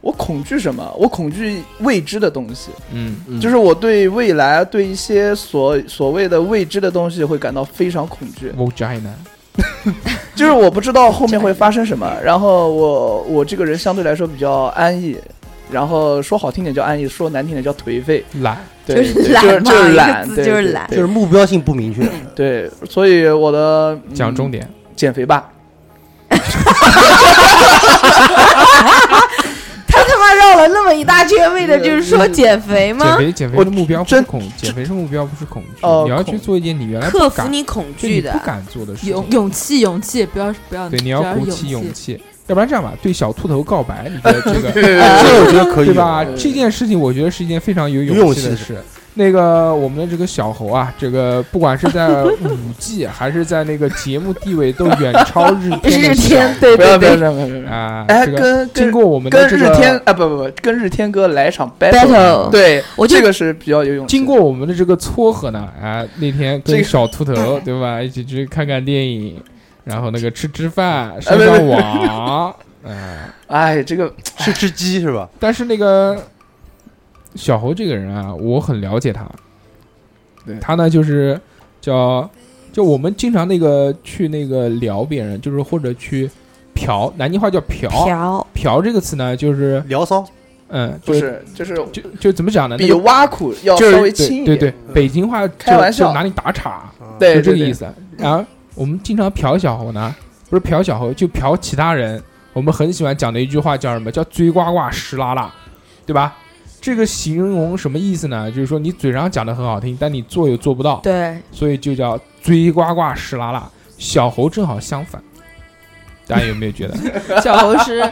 我恐惧什么？我恐惧未知的东西，嗯，嗯就是我对未来、对一些所所谓的未知的东西会感到非常恐惧，我宅男。就是我不知道后面会发生什么。然后我我这个人相对来说比较安逸，然后说好听点叫安逸，说难听点叫颓废，懒，对就是对懒嘛就是一个懒，字对就是对懒就是对目标性不明确，对，所以我的嗯讲重点，减肥吧， [LAUGHS] 他他妈绕了那嗯么一大圈，为的就是说减肥减吗？肥减肥我的目标不是真恐，减真肥是目标不是恐惧，哦你要恐去做一件你原来不克服敢，你恐就你惧不的，敢做的事勇情。勇气，勇气，不要不要，对，你要要鼓起气勇。气，要不然这样吧，对小秃头告白，你觉得这个 [LAUGHS] 这个我觉得可以对吧？对这件事情我觉得是一件非常有有勇气气的的事，那个我们的这个小猴啊，这个不管是在舞技还是在那个节目地位，都远超日天 [LAUGHS] 的日小天，对不要对不要对不要不要不要！啊。哎，这个跟经跟过我们的跟这日个天啊，不不不，跟日天哥来一场 battle， ，battle，对，我就这个是比较有勇 [LAUGHS] 气。经过我们的这个撮合呢，啊，那天这跟个哎小秃头对吧，一起去看看电影，然后那个吃吃饭，上哎没上没网，哎，哎，这个是只鸡是吧？但是那个小侯这个人啊，我很了解他对，他呢就是叫就我们经常那个去那个聊别人，就是或者去嫖，南京话叫嫖，嫖嫖这个啊词呢就是聊骚，嗯，不就是就是就就怎么讲呢？那比个挖苦要就是稍微轻一对点，嗯对对，北京话就开玩笑就拿你打岔。啊对就这对个对意思。然后我们经常嫖小猴呢，不是嫖小猴，就嫖其他人。我们很喜欢讲的一句话叫什么？叫“嘴呱呱，湿拉拉”，对吧？这个形容什么意思呢？就是说你嘴上讲的很好听，但你做又做不到， [LAUGHS] [LAUGHS] 对，所以就叫“嘴呱呱，湿拉拉”。小猴正好相反，大家有没有 [LAUGHS] 觉得？小猴是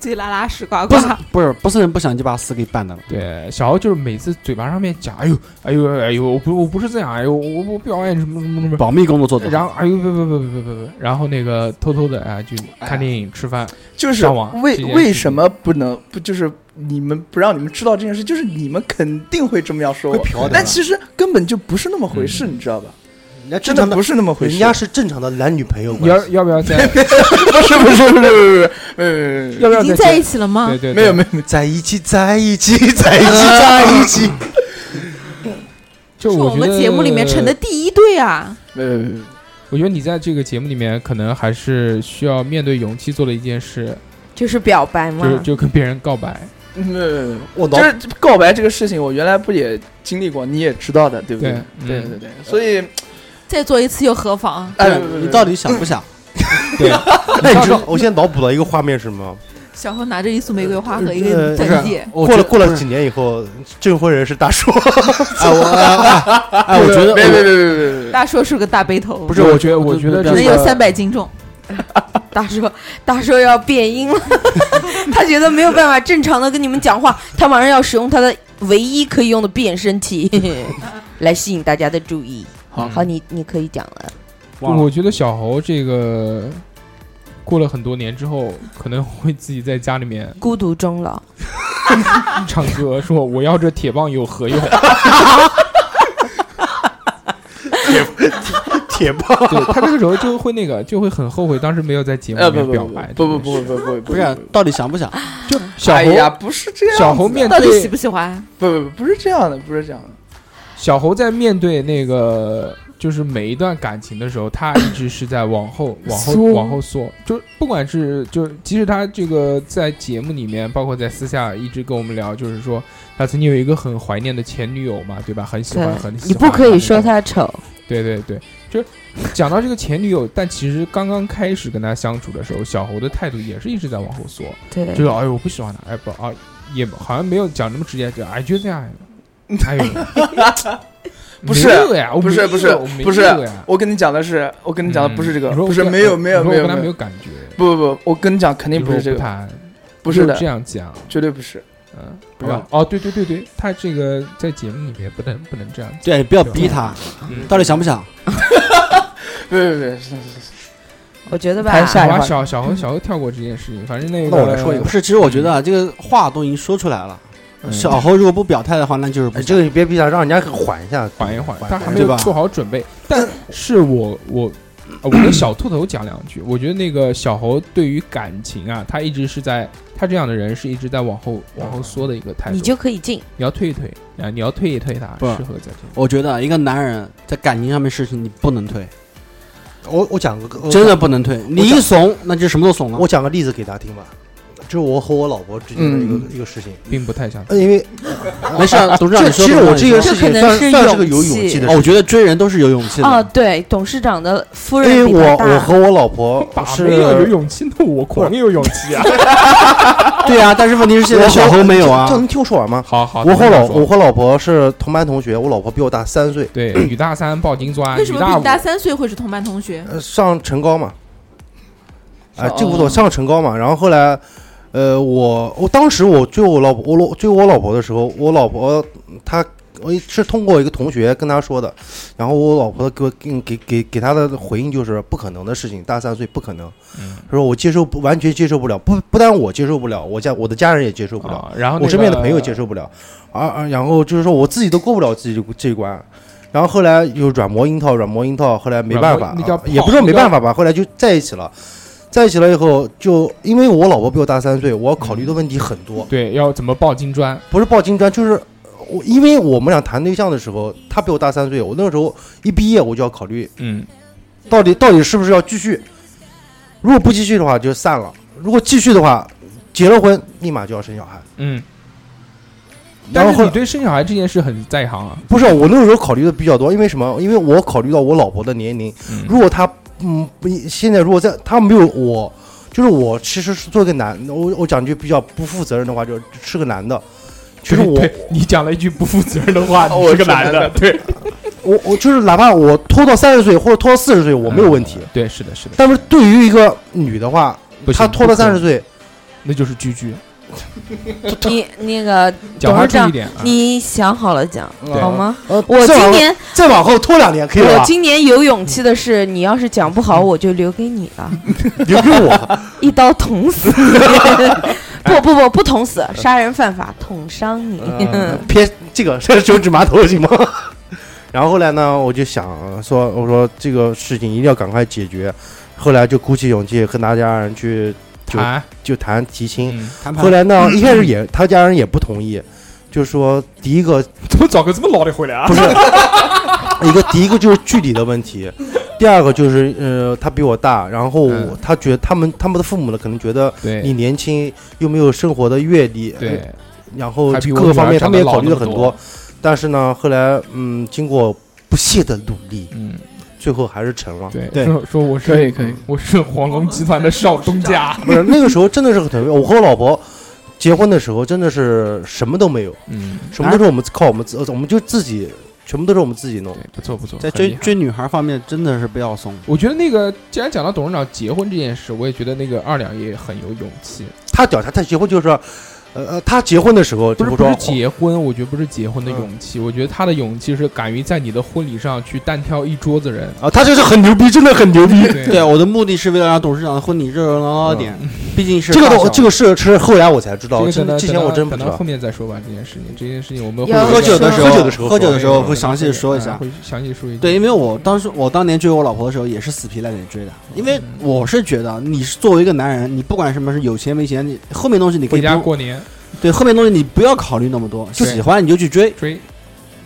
最拉拉屎呱呱 [LAUGHS] 不，是不是不是人不想就把事给办的了。对，小猴就是每次嘴巴上面讲，哎呦，哎呦，哎呦，我不，我不是这样，哎呦，我我表演什么什么什么，保密工作做得好然后哎呦不不不不不不不，然后那个偷偷的啊就看电影吃饭，就是上网为这件事为情什么不能不就是你们不让你们知道这件事，就是你们肯定会这么样说会我，嫖的但。其实根本就不是那么回事，你知道吧？人家真正常的的不，是那么回事，人家是正常的男女朋友 [LAUGHS] 要关系。要不要再不是不是不是不是不是要不要已经再在一见起了吗对？对，没有没有，有没有，在一起，在一起，在一起，在一起。就是我我觉们得节目里面成的，第一对啊！没有没有没有，我觉得你在这个节目里面可能还是需要面对勇气做的一件事，就是表白就嘛。就跟别人告白，没有没有没有，我脑就是告白这个事情，我原来不也经历过，你也知道的，对不对对？对嗯对对，所以再做一次又何妨？哎，对你到底想不想？对，那你知道我现在脑补了一个画面是什么？小猴拿着一束玫瑰花和一呃个不是钻戒，过过了过了几年以后，证婚人是大叔。哎我哎哎哎，我觉得别别别别别别别，大硕是个大背头，不是，我觉得我我觉得不可这能有个三百斤重。大叔，大叔要变音了， [LAUGHS] 他觉得没有办法正常的跟你们讲话，他马上要使用他的唯一可以用的变声器 [LAUGHS] 来吸引大家的注意。嗯好哦好，你你可以讲了。忘了我觉得小猴这个过了很多年之后，可能会自己在家里面孤独终老，啊唱歌，说我要这铁棒有何 [LAUGHS] 用？铁棒，对他这个时候就会那个，就会很后悔当时没有在节目呃里面不不表不白。不不不不不不不是到底想不想？就小哎呀，猴，不是这样子的，小猴面到底喜对不喜欢？不不不不是这样的，不是这样的。小猴在面对那个就是每一段感情的时候，他一直是在往 [CLEARS THROAT] 后往后缩往后缩，就是不管是就是即使他这个在节目里面，包括在私下一直跟我们聊，就是说他曾经有一个很怀念的前女友嘛，对吧？很喜对欢，很喜欢。你不可以说。他丑，对对对，就是讲到这个前女友，但其实刚刚开始跟他相处的时候，小猴的态度也是一直在往后缩。对，就是哎呦我不喜欢他，哎不啊也好像没有讲那么直接，就哎就这样，哎呦，不是没有呀，我不是没有不是我没不是有呀，我跟你讲的是，我跟你讲的不是这个，嗯你说我不是跟没有没你有说没我有跟他没有有，感觉，不不不，我跟你讲肯定你不说是我这个，谈，不是的这，样讲，绝对不是。嗯，不好吧要哦对对对对，他这个在节目里面不能不能这样讲，对，不要逼他嗯，到底想不想？别别别，是是是是我觉得吧，谈下一好吧话题小小何小何跳过这件事情，反正那个那我来说一不是，其实我觉得啊，这个话都已经说出来了，嗯小猴如果不表态的话，那就是不哎，这个你别逼他，让人家缓一下，缓一缓，他还缓没对有吧做好准备。但是我我呃我跟小秃头讲两句，我觉得那个小猴对于感情啊，他一直是在他这样的人是一直在往后往后缩的一个态度。你就可以进。你要退一退啊，你要退一退他，不适合再见。我觉得一个男人在感情上面事情你不能退，我我讲个真的，不能退。你一怂，那就什么都怂了。我讲个例子给大家听吧，就是我和我老婆之间的一嗯个一个事情。并不太想。呃因为没事啊，董事长，这你说其实我董事长你这个说事这情可能算是算是个有勇勇气气的哦，事我觉得追人都是有勇气哦，的。对，董事长的夫情，因为人比哎我他我大，和我老婆把是妹要有勇气，那我狂有勇气啊！ [LAUGHS] 对啊，但是问题是现在小猴没有啊这这。能听我说完吗？ [LAUGHS] 好好，我和听老说我和老婆是同班同学，我老婆比我大三岁， [CLEARS THROAT] 对女大三抱金砖，为什么女啊比大你大五三岁会是同班同学？呃上成高嘛，啊、上这无所谓，上成高嘛。然后后来，呃，我我当时我追我老婆，我老追我老婆的时候，我老婆她我是通过一个同学跟她说的，然后我老婆给我给给给给她的回应就是不可能的事情，大三岁不可能，嗯她说我接受不完全接受不了，不不但我接受不了，我家我的家人也接受不了，啊，然后我身边的朋友接受，受不了，啊啊，然后就是说我自己都过不了自己这一关，然后后来又软磨硬套，软磨硬套，后来没办法，软磨那叫啊也不是说没办法吧，后来就在一起了，在一起了以后就因为我老婆比我大三岁，我要考虑的问题很多，对，要怎么抱金砖？不是抱金砖，就是我因为我们俩谈对象的时候，她比我大三岁，我那个时候一毕业我就要考虑嗯，到底到底是不是要继续，如果不继续的话就散了，如果继续的话结了婚立马就要生小孩，嗯，然但后后是来你对生小孩这件事很在行啊。不是我那个时候考虑的比较多，因为什么？因为我考虑到我老婆的年龄，嗯如果她嗯不现在如果在她没有我，就是我其实是做个男，我我讲句比较不负责任的话，就是是个男的。其实对我对你讲了一句不负责任的话， [LAUGHS] 你是个男的，对，我我就是哪怕我拖到三十岁或者拖到四十岁，我没有问题。嗯对，是的，是的，但是对于一个女的话，不行她拖到不可三能十岁，那就是居居，你那个讲话董事注长意点啊。你想好了讲对好吗？呃，我再今往后年再往后拖两年可以了我吧？今年有勇气的是，你要是讲不好，我就留给你了，留给我，一刀捅死你。不不不，不捅死，杀人犯法，捅伤你。呃偏这个 [LAUGHS] 这个手指麻头行吗？ [LAUGHS] 然后后来呢，我就想说，我说这个事情一定要赶快解决。后来就鼓起勇气和他家人去就谈，就谈提亲。啊嗯，谈后判来呢，一开始也他家人也不同意，就说第一个怎么找个这么老的回来啊不？是 [LAUGHS] 一个第一个就是距离的问题，第二个就是呃他比我大，然后嗯他觉得他们他们的父母呢可能觉得你对年轻又没有生活的阅历，对，然后还比我各个女方儿面他长们得也老考虑那了么很多多，但是呢，后来嗯，经过不懈的努力，嗯，最后还是成了。对，对说说我可以是可以，我是黄龙集团的少东家，不是那个时候真的是很颓废，我和我老婆结婚的时候真的是什么都没有，嗯，什么都是我们靠我们自，我们就自己，全部都是我们自己弄对。，不错不错，在很追厉害追女孩方面真的是不要松，我觉得那个，既然讲到董事长结婚这件事，我也觉得那个二两也很有勇气。他屌，他他结婚就是，呃呃，他结婚的时候不就是会不说是结婚，我觉得不是结婚的嗯勇气，我觉得他的勇气是敢于在你的婚礼上去单挑一桌子人。 [LAUGHS] 啊，他这是很牛逼，真的很牛逼。对，啊嗯我的目的是为了让董事长的婚礼热热闹闹一点，毕竟是这个发东小这个事是后来我才知道，这之个之前我真不等知到道后。面再说吧。这件事情，这件事情我们要会喝酒的时候，喝酒的时候喝酒的时候对会详细说一啊下。会详细说一下。对，因为我当时我当年追我老婆的时候也是死皮赖脸追的，因为我是觉得你是作为一个男人，你不管什么是有钱没钱，你后面东西你可回以家不过年对后面东西你不要考虑那么多，对喜欢你就去追，追，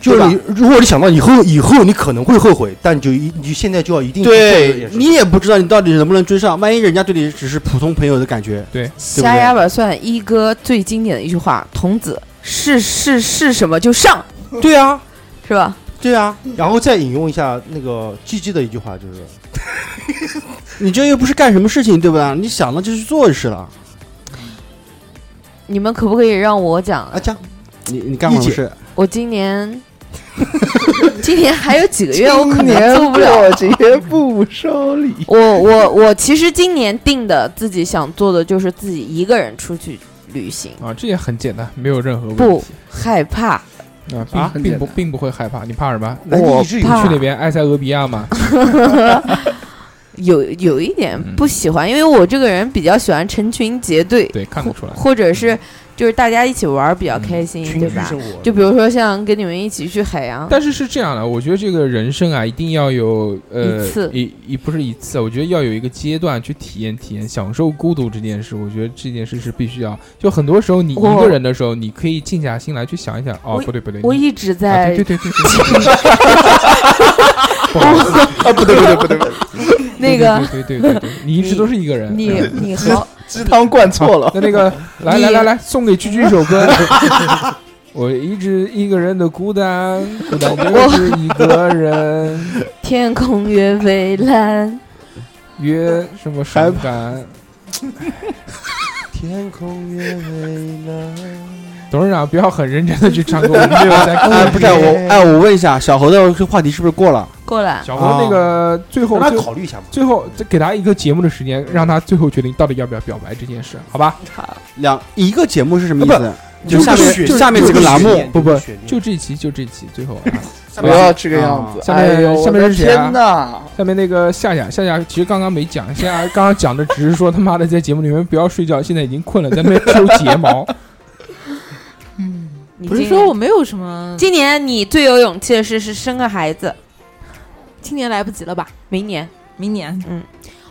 就是对你，如果你想到以后，以后你可能会后悔，但你就一，你现在就要一定去做这件对事情你也不知道你到底能不能追上，万一人家对你只是普通朋友的感觉，瞎压板蒜，一哥最经典的一句话：童子是是是什么就上，对啊，是吧？对啊，然后再引用一下那个 G G 的一句话，就是你这又不是干什么事情，对不对？你想了就去做就是了。你们可不可以让我讲啊？讲你你干过什么事？我今年， [LAUGHS] 今年还有几个月，我可能做不了。过节不收礼。我我我其实今年定的自己想做的就是自己一个人出去旅行，啊，这也很简单，没有任何问不题害怕。 [LAUGHS] 啊啊并很并简不单并不会害怕。你怕什么？南我极一直有怕去那边埃塞俄比亚嘛，有有一点嗯不喜欢，因为我这个人比较喜欢成群结队，对，看得出来。或者是就是大家一起玩儿比较嗯开心，群对居吧？生活，就比如说像跟你们一起去海洋，但是是这样的，我觉得这个人生啊，一定要有呃一次一一不是一次，我觉得要有一个阶段去体验体验，享受孤独这件事。我觉得这件事是必须要。就很多时候你一我个人的时候，你可以静下心来去想一想。哦我，不对不对，我你一直啊在对对对对对对，不好意思啊，不对不对不对，不对那个对对对对对，对你一直你都是一个人。你你和鸡汤灌错了，那那个来你来来来，送给居居一首歌。我一直一个人的孤单，孤单就是一个人，天空越蔚蓝，约什么伤感。天空越蔚蓝，董事长不要很认真的去唱歌，我们没有在跟哎，不在我哎，我问一下，小侯的这话题是不是过了？过来，小侯那个最后让他最考虑一下嘛。最后再给他一个节目的时间，让他最后决定到底要不要表白这件事，好吧？两一个节目是什么意啊思？就下就面是下面几个栏目，不不悬，念就这一期，就这一期，最后啊，不要这个样子。下面哎呦下面我的是谁啊天呐，下面那个夏夏，夏夏其实刚刚没讲，夏夏刚刚讲的只是说他妈的在节目里面不要睡觉，现在已经困了，在那边抽睫毛。你不是今说年我没有什么，今年你最有勇气的事是生个孩子，今年来不及了吧？明年明年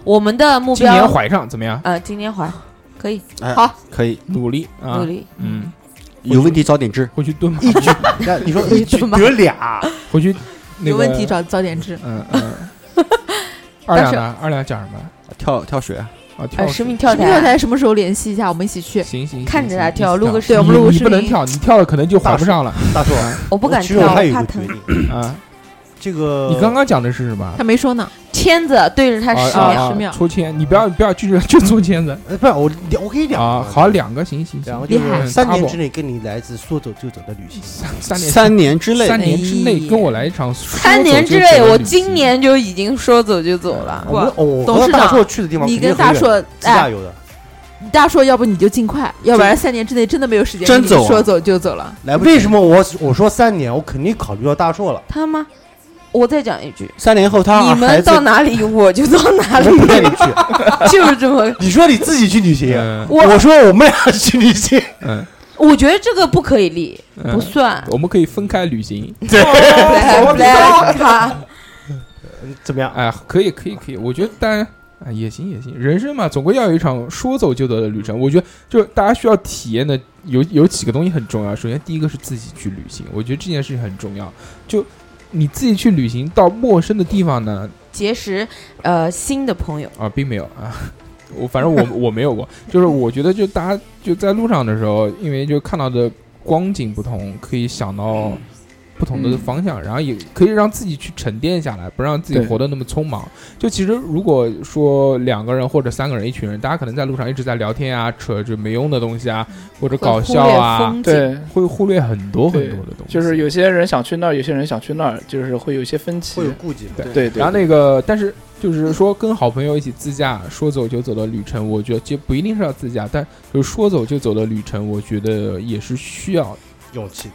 我们的目今年标，怀上怎么样？呃，今年怀可以可以努力啊努，力，嗯，有问题早点治。回去蹲马， [LAUGHS] 那你说一举怎么得俩，回去那有个问题早早点治。嗯嗯。二两呢？二两讲什么？跳跳水，啊，跳呃，水使命跳什么时候台，台什么时候联系一下，我们一起去。行行，看行着他行跳一起录个视对我们你录个你视不能频跳，你跳了可能就还不上了大硕，嗯我不敢其实我跳，还我有一怕个疼决。定，啊。这呃个你刚刚讲的是什么？他没说呢，签子对着他啊十啊秒，啊十秒抽签，你不要不要拒绝，就抽签子呃不是我两我可以两啊。个好，两个行行两行，个就厉害是三年 Double 之内跟你来一次说走就走的旅行。三年三年之内三年之内跟我来一场说走就走的三旅行，年之内，我今年就已经说走就走啊了。我们哦我董和事大长硕去的地方你肯跟定很大远硕，自驾哎，游的，你大硕，要不你就尽快，要不然三年之内真的没有时间。真走啊说走就走了。哎来不及为什么我我说三年，我肯定考虑到大硕了。他妈，我再讲一句，三年后啊他你孩们子哎到哪里我就到哪里我，不带你去，就是这么。你说你自己去旅行，嗯我我说我们俩去旅行，嗯我觉得这个不可以立，不嗯，算。我们可以分开旅行。 [LAUGHS] 来来卡，怎么样？哎，可以可以可以，我觉得当然。啊，也行也行，人生嘛，总归要有一场说走就走的旅程。我觉得，就大家需要体验的有有几个东西很重要。首先，第一个是自己去旅行，我觉得这件事情很重要。就你自己去旅行到陌生的地方呢，结识呃新的朋友， [LAUGHS] 啊，并没有啊。我反正我我没有过，就是我觉得就大家就在路上的时候，因为就看到的光景不同，可以想到不同嗯的方向，然后也可以让自己去沉淀下来，不让自己对活得那么匆忙。就其实如果说两个人或者三个人、一群人，大家可能在路上一直在聊天啊，扯就没用的东西啊，或者搞笑会忽略啊，风景，对，会忽略很多很对多的东西。就是有些人想去那儿，有些人想去那儿，就是会有一些分歧会。有顾忌吧？对对对，然后那个，但是就是说跟好朋友一起自驾说走就走的旅程，我觉得就不一定是要自驾，但就是说走就走的旅程，我觉得也是需要勇气，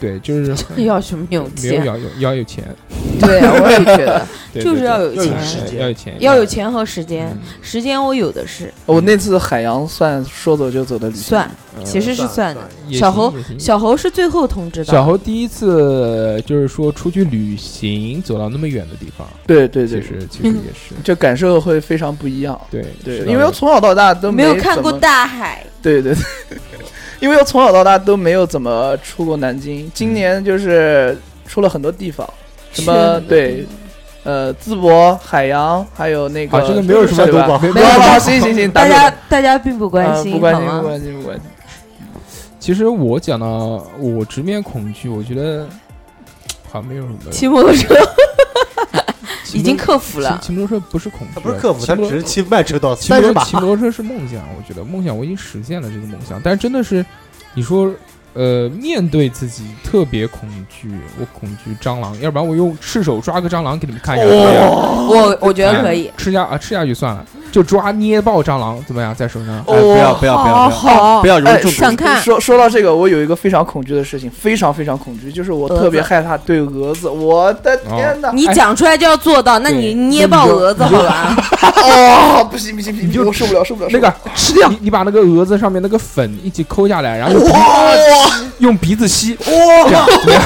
对，就是这 [LAUGHS] 要什么勇没有气？啊要有要有钱， [LAUGHS] 对，啊我也觉得对就是要有要有时钱，间对要有钱，要有钱和时间嗯，时间我有的是，我那次海洋算说走就走的旅行，算，呃其实是算的。也行小猴也行小侯是最后通知小的，猴第一次就是说出去旅行，走到那么远的地方，对对其对，实其实也嗯是就感受会非常不一样。对对是，的因为我从小到大都没有怎看过么大海，对对对， [LAUGHS] 因为我从小到大都没有怎么出过南京，今年就是出了很多地方，什么对，呃，淄博、海洋，还有那个啊，这个没有什么对吧多，没不没有要什不么要好行行行，大打住家大家并不关呃心，不关好心不吗？关心不关心，其实我讲到我直面恐惧，我觉得好像没有什么。骑摩托车已经克服服了，骑摩托车不是恐惧，他不是客服，他骑摩只是骑慢车道骑三摩人马托。骑摩托车是梦想，我觉得梦想我已经实现了这个梦想，但是真的是你说。呃，面对自己特别恐惧，我恐惧蟑螂，要不然我用赤手抓个蟑螂给你们看一下，哦怎么样？我我觉得可以哎，吃下啊，吃下去算了，就抓捏爆蟑螂，怎么样？在手上，哎不要不要不要哦不要好不，要容易中哎毒想看说说到这个，我有一个非常恐惧的事情，非常非常恐惧，就是我蛾特别子害怕对蛾子，我的哦天哪！你讲出来就要做到，那对你捏爆蛾子好吧？哦，不行不行不你就行，我受不了受不了，那个吃掉，你你把那个蛾子上面那个粉一起抠下来，然后用鼻用鼻子吸，哦这样怎么样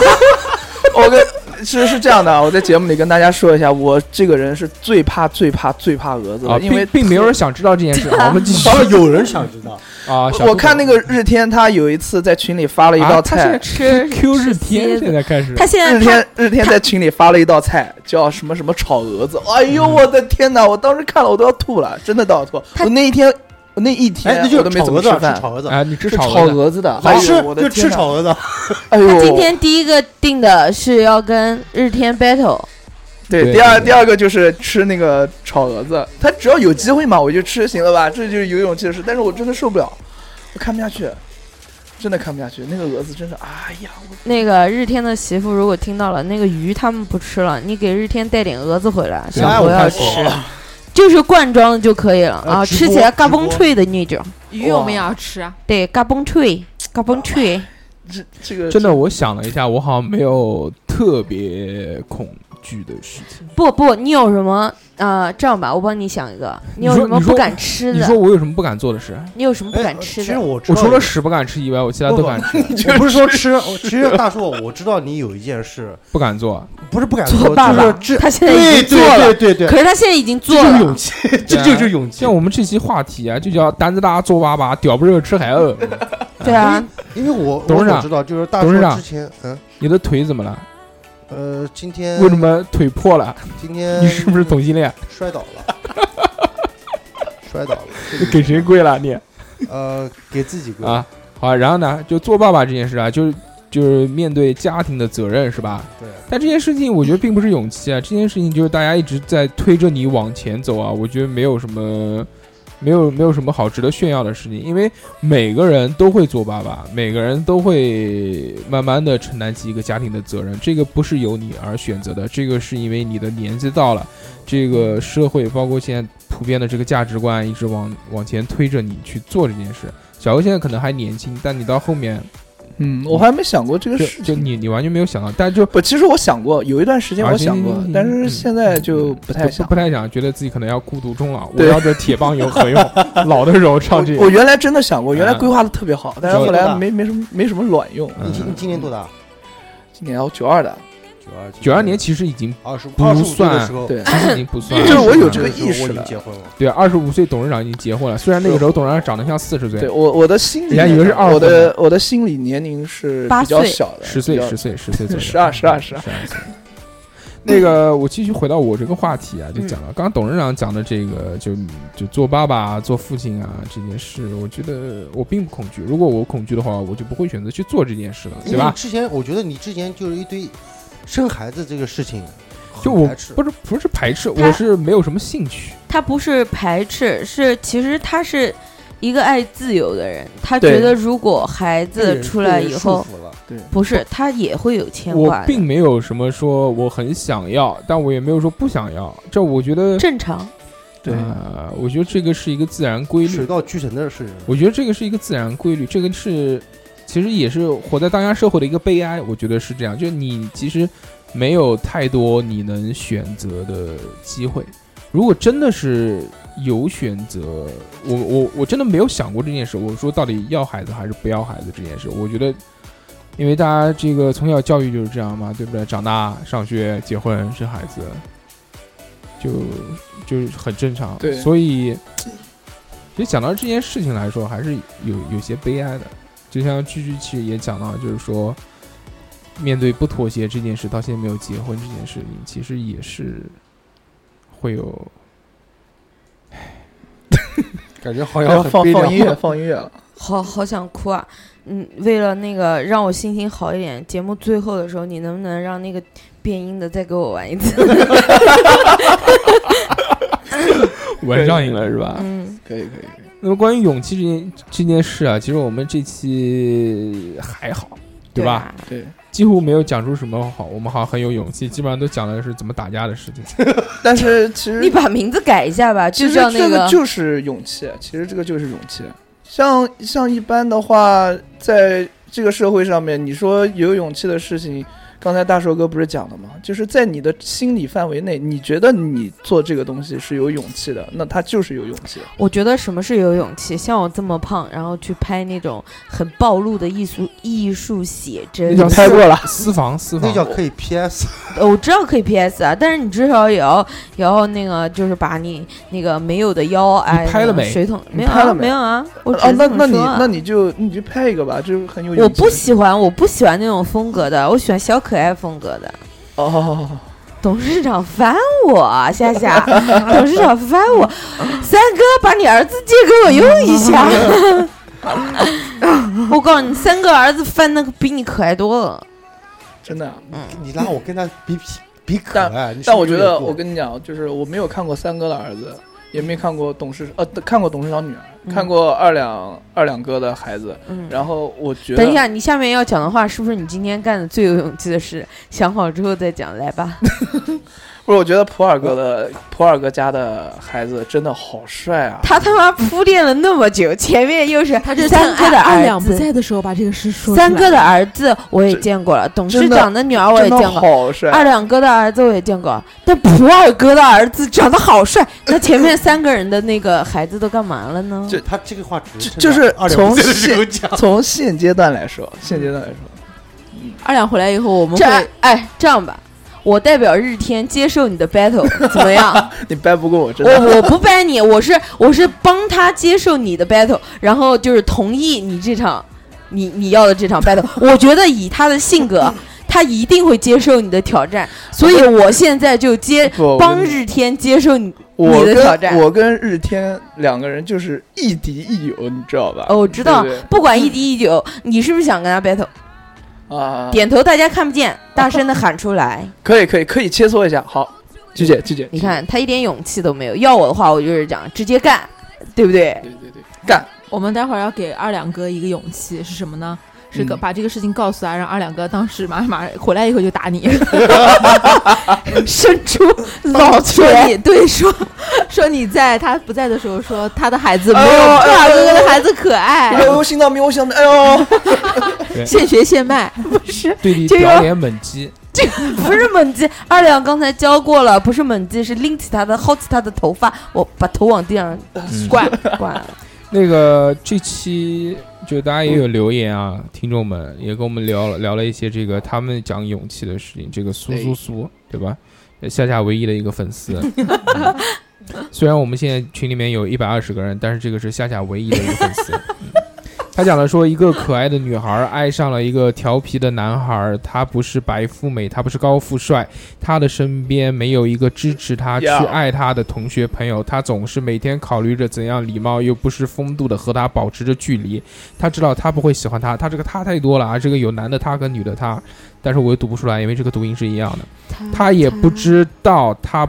哦 [LAUGHS] 我跟其实是这样的，啊我在节目里跟大家说一下，我这个人是最怕、最怕、最怕蛾子的，啊，哦因为并并没有人想知道这件 [LAUGHS] 事，啊好我们继续当然有人想知道，啊。小我我兔看狗那个日天，他有一次在群里发了一道啊他现在菜，吃 Q 日蝎天，子现在开始他现在日他天日天在群里发了一道菜，叫什么什么炒蛾子。哎呦我的天哪！我当时看了我都要吐了，真的都要吐。他我那一天，我那一哎，天那就我都是没炒怎么鹅子，吃吃饭，炒鹅子，啊，你吃是炒炒鹅的蛾子的，好哎吃呦我的就吃天哪炒。鹅子。哎他呦，今天第一个定的是要跟日天 battle，对对第二对第二个就是吃那个炒蛾子，他只要有机会嘛，我就吃，行了吧？这就是有勇气的事，但是我真的受不了，我看不下去。真的看不下去，那个蛾子真是，哎呀，我那个日天的媳妇如果听到了，那个鱼他们不吃了，你给日天带点蛾子回来，哎小我朋友看吃，过了就是罐装的就可以了呃啊，直吃起播来嘎直嘣播脆的那种，鱼我们也要吃啊，对，嘎嘣脆，嘎嘣脆。这这个真的，我想了一下，我好像没有特别恐惧的事情。不不，你有什么？呃，这样吧，我帮你想一个，你有说什么你不说敢吃你的？说我有什么不敢做的事？你有什么 [LAUGHS] 不哎敢呃吃其实的？我知我道除有了屎不敢吃以外，我其他都敢吃，我不是说吃，我其实大叔，啊我知道你有一件事，不敢做。不是不敢做说，爸爸就是这，他现在已对经做了对，对对对，可是他现在已经这做就是了勇。气，这就是勇气像。我们这期话题啊，就叫“胆子大做爸爸，屌不热吃海鸥对啊，因为我董事我长所知道，就是大叔董事长之前，嗯”。你的腿怎么了？呃，今天为什么腿破了？今天你是不是同性恋？摔倒 [LAUGHS] 了？摔倒了，这个给谁跪了你？呃，给自己个啊，好啊，然后呢，就做爸爸这件事啊，就是就是面对家庭的责任是吧？对。但这件事情我觉得并不是勇气啊，这件事情就是大家一直在推着你往前走啊，我觉得没有什么。没有没有什么好值得炫耀的事情，因为每个人都会做爸爸，每个人都会慢慢的承担起一个家庭的责任。这个不是由你而选择的，这个是因为你的年纪到了，这个社会包括现在普遍的这个价值观一直往往前推着你去做这件事。小欧现在可能还年轻，但你到后面嗯，我还没想过这个就事就情。你你完全没有想到，但就不，其实我想过，有一段时间啊我想过行行，但行是嗯现在就不太不想不。太想，觉得自己可能要孤独终老。我对要这铁棒有 [LAUGHS] 何用？老的时候唱这我我原来真的想过，原来嗯规划的特别好，但是你后多来大没没什么没什么卵用。嗯你今你今年多大？今年要九二的，九二九二年其实已经二十五不二十五岁算的时候，对，其实已经不算了，就是我有这这个个意识我已经了结婚了。对二十五岁董事长已经结婚了，虽然那个时候董事长长得像四十对岁，我我的心理人家以为是二我婚的我的心理年龄是八比较岁小的，十岁比较十岁十岁左右，十二十二十十二二岁。那个，我继续回到我这个话题啊，就嗯讲了，刚刚董事长讲的这个，就就做爸爸啊、做父亲啊这件事，我觉得我并不恐惧。如果我恐惧的话，我就不会选择去做这件事了，对因为吧？之前我觉得你之前就是一堆生孩子这个事情很就我排嗯斥，不是不是排斥，他我是没有什么兴趣。他不是排斥，是其实他是一个爱自由的人，他对觉得如果孩子出来被以后，人束缚了不是他也会有牵我挂的，并没有什么说我很想要，但我也没有说不想要。这我觉得，正常。对呃，我觉得这个是一个自然规律水。到渠成的事情。我觉得这个是一个自然规律，这个是其实也是活在当下社会的一个悲哀。我觉得是这样，就是你其实没有太多你能选择的机会。如果真的是有选择，我我我真的没有想过这件事。我说到底要孩子还是不要孩子这件事，我觉得。因为大家这个从小教育就是这样嘛，对不对？长大、上学、结婚、生孩子，就就是很正常。对所以其实讲到这件事情来说，还是有有些悲哀的。就像句句其实也讲到，就是说，面对不妥协这件事，到现在没有结婚这件事情，其实也是会有感觉哦好要像 [LAUGHS] 放很悲放音乐 [LAUGHS] 凉。放音乐了，好好想哭啊！嗯，为了那个让我心情好一点，节目最后的时候，你能不能让那个变音的再给我玩一 [LAUGHS] 次？玩上瘾了，是吧？嗯，可以可以可以，那么关于勇气这件这件事啊，其实我们这期还好，对吧？啊？对。几乎没有讲出什么好，我们好像很有勇气，基本上都讲的是怎么打架的事情。但是其实你把名字改一下吧，其就实叫这那个就是勇气，其实这个就是勇气。像像一般的话，在这个社会上面，你说有勇气的事情，刚才大寿哥不是讲了吗？就是在你的心理范围内，你觉得你做这个东西是有勇气的，那他就是有勇气。我觉得什么是有勇气？像我这么胖，然后去拍那种很暴露的艺术艺术写真， [LAUGHS] 叫拍过了，私房，私那房，叫可以 PS，呃我知道可以 PS 啊，但是你至少也要也要那个，就是把你那个没有的腰哎，拍了没水桶你没有拍啊？了没没有啊？我只啊，是那这么那你说啊那你就你就拍一个吧，就是很有勇气。我不喜欢，我不喜欢那种风格的，我喜欢小可爱风格的。哦，董事长烦我，夏 [LAUGHS] 夏，董事长烦我，三哥把你儿子借给我用 [LAUGHS] 一下。 [LAUGHS] 我告诉你，三哥儿子翻那个比你可爱多了。真的啊。你拉我跟他比比比可爱。你是但我不觉是得，有点过我跟你讲，就是我没有看过三哥的儿子，也没看过董事呃看过董事长女儿，看过二两二两哥的孩子，嗯，然后我觉得等一下，你下面要讲的话，是不是你今天干的最有勇气的事？想好之后再讲，来吧。不是，我觉得普洱哥的普洱哥家的孩子真的好帅啊！他他妈铺垫了那么久， [LAUGHS] 前面又是他这三哥的二儿两不子，在的时候把这个事说出来三哥的儿子我也见过了，董事长的女儿我也真的见过，好帅，二两哥的儿子我也见过，但普洱哥的儿子长得好帅，那前面三个人的那个孩子都干嘛了呢？就他这个话只就就是二两从不在的时候现讲，从现阶段来说，现阶段来说，二两回来以后，我们这会哎，这样吧，我代表日天接受你的 battle，怎么样？你掰不过我，真的。我我不掰你，我是我是帮他接受你的 battle，然后就是同意你这场你你要的这场 battle。我觉得以他的性 [LAUGHS] 格，他一定会接受你的挑战，所以我现在就接不我帮跟日天接受你我你的跟挑战。我跟日天两个人就是亦敌亦友，你知道吧？哦，我知道，对不不管一敌一九，你是不是想跟他 battle？嗯对啊，点头，大家看不见，大声的喊出来。可以可以可以切磋一下。好，鞠姐鞠姐，嗯你看他一点勇气都没有。要我的话，我就是讲直接干，对不对？鞠姐，对对对，干！我们待会儿要给二两哥一个勇气是什么呢？是个嗯把这个事情告诉他，让二两哥当时马上马上回来以后就打你，伸出老老说拳。你对说说你在他不在的时候说他的孩子没有哎呦二两哥哥哎的呦孩子可爱，哎呦，心脏嗯病，我想，哎呦，现学现卖。对你这个表演猛击，不是猛击，二两刚才教过了，不是猛击，是拎起他的，薅起他的头发，我把头往地上嗯灌灌。那个这期就大家也有留言啊，听众们也跟我们聊了聊了一些这个他们讲勇气的事情。这个苏苏苏，对吧？呃夏夏唯一的一个粉丝。嗯虽然我们现在群里面有一百二十个人，但是这个是夏夏唯一的一个粉丝。嗯他讲了说，一个可爱的女孩爱上了一个调皮的男孩，他不是白富美，他不是高富帅，他的身边没有一个支持他去 Yeah 爱他的同学朋友，他总是每天考虑着怎样礼貌又不失风度的和他保持着距离。他知道他不会喜欢他，他这个他太多了啊，这个有男的他跟女的他，但是我又读不出来，因为这个读音是一样的。他也不知道他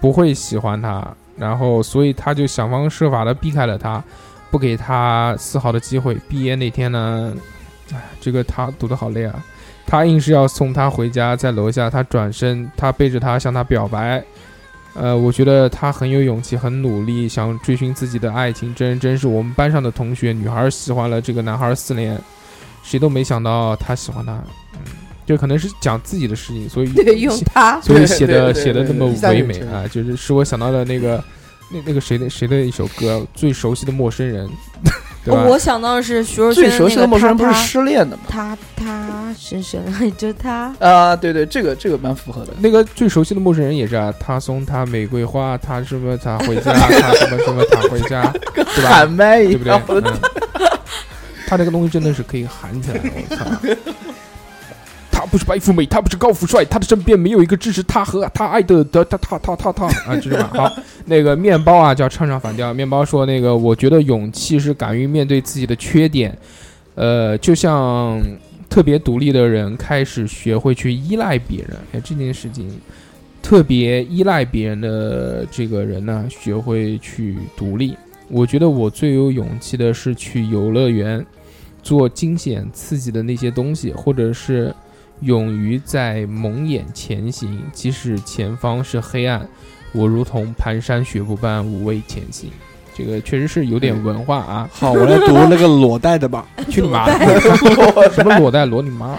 不会喜欢他，然后所以他就想方设法的避开了他，不给他丝毫的机会。毕业那天呢，哎，这个他读的好累啊。他硬是要送他回家，在楼下，他转身，他背着他向他表白。呃，我觉得他很有勇气，很努力，想追寻自己的爱情。真真是我们班上的同学，女孩喜欢了这个男孩四年，谁都没想到他喜欢他。嗯，这可能是讲自己的事情，所以 [LAUGHS] 对，用 [LAUGHS] 它所以写的对对对写的那么对对唯对美啊，就是使我想到了那个那那个谁的谁的一首歌《最熟悉的陌生 [LAUGHS] 人》，对吧？哦我想到的是徐若瑄最熟悉那的个陌生人不他是失恋的吗？他他他深深爱 [LAUGHS] 着他，啊，对对，这个这个蛮符合的。那个最熟悉的陌生人也是啊，他送她玫瑰花，他什么他回家，他什么什么他回 [LAUGHS] 家，对吧喊？麦一对不对样，我？ [LAUGHS] 的嗯他这个东西真的是可以喊起来，我操！他不是白富美，他不是高富帅，他的身边没有一个支持他和他爱的的他他他他他啊，知道吧？好， [LAUGHS] 那个面包啊，叫唱唱反调。面包说，那个我觉得勇气是敢于面对自己的缺点，呃，就像特别独立的人开始学会去依赖别人，哎，这件事情。特别依赖别人的这个人呢，学会去独立。我觉得我最有勇气的是去游乐园，做惊险刺激的那些东西，或者是勇于在蒙眼前行，即使前方是黑暗，我如同蹒跚学步般无畏前行。这个确实是有点文化 [LAUGHS] 啊！好，我来读那个裸贷的 [LAUGHS] 吧。去你妈！什么裸贷裸你妈！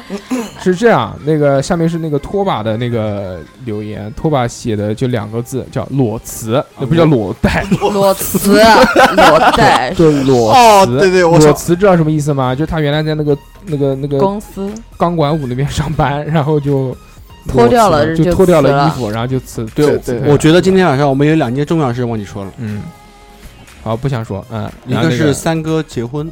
是这样，那个下面是那个拖把的那个留言，拖把写的就两个字，叫裸辞，呃那不叫裸贷，啊 [LAUGHS] 裸辞裸贷就裸哦，辞。对对，我裸想辞知道什么意思吗？就是他原来在那个那个那个公司钢管舞那边上班，然后就脱掉了裸辞就就脱掉辞了了衣服，然后就辞。对辞对退了我觉得今天晚上我们有两件重要事忘记说了，嗯，好，不想说，嗯，一然后个那是三哥结婚，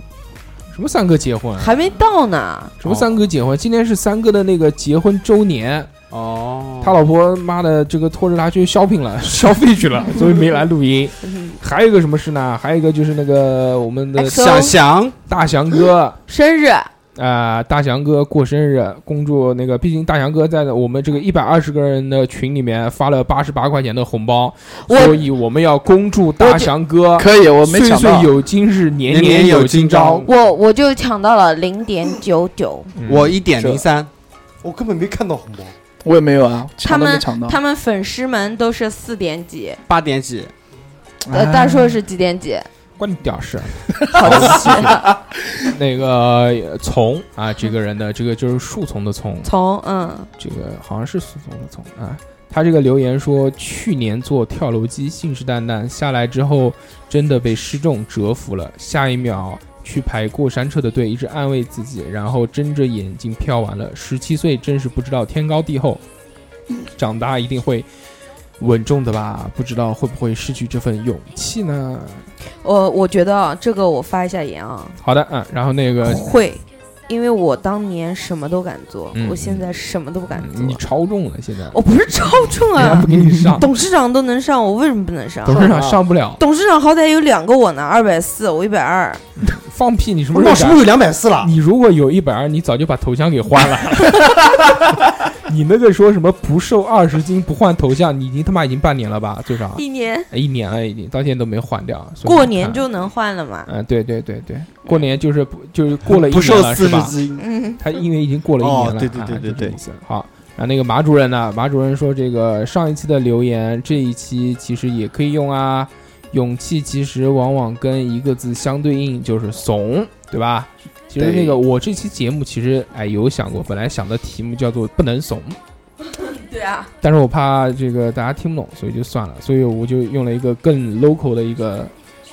什么三哥结婚，还没到呢，什么三哥结婚，今天是三哥的那个结婚周年，哦他老婆妈的这个拖着他去 shopping 了，消费去了，所以没来录音。嗯还有一个什么事呢？还有一个就是那个我们的哎想想大翔哥生日啊、大翔哥过生日，恭祝那个，毕竟大翔哥在我们这个一百二十个人的群里面发了八十八块钱的红包，我所以我们要恭祝大翔哥可以，我没岁抢岁到。有今日，年年年有有今朝朝。我我就抢到了零点九九，嗯我一点零三，我根本没看到红包。我也没有啊，他抢都没们抢到。他们粉丝们都是四点几，八点几，呃，哎大硕是几点几？关你屌事！好奇， [LAUGHS] 那个呃从啊，这个人的这个就是树丛的丛，从嗯，这个好像是苏总的总啊。他这个留言说，去年做跳楼机信誓旦旦，下来之后真的被失重折服了。下一秒去排过山车的队，一直安慰自己，然后睁着眼睛飘完了。十七岁真是不知道天高地厚，长大一定会稳重的吧？不知道会不会失去这份勇气呢？我我觉得啊，这个我发一下言啊，好的啊，然后那个会，因为我当年什么都敢做，嗯我现在什么都不敢嗯做你，超重了，现在我不是超重人家啊不，给你 [LAUGHS] 上，董事长都能上，我为什么不能上？董事长上不了，董事长好歹有两个我呢，二百四，我一百啊二。放屁！你什么时那候是敢不是有两百四啊了？你如果有一百二，你早就把头像给换 [LAUGHS] 了。你那个说什么不瘦二十斤不换头像，你已经他妈已经半年了吧？最少一年哎一年了，已经到现在都没换掉。所以过你年看就能换了嘛？嗯，对对对对，过年就是不就是过了一不年瘦了四是十吧？斤，嗯，他因为已经过了一年了，哦对对啊对对就这个对意思好。然后那个马主任呢？马主任说：“这个上一期的留言，这一期其实也可以用啊。勇气其实往往跟一个字相对应，就是怂，对吧？其实对那个我这期节目其实哎有想过，本来想的题目叫做不能怂， [LAUGHS] 对啊，但是我怕这个大家听不懂，所以就算了。所以我就用了一个更 local 的一个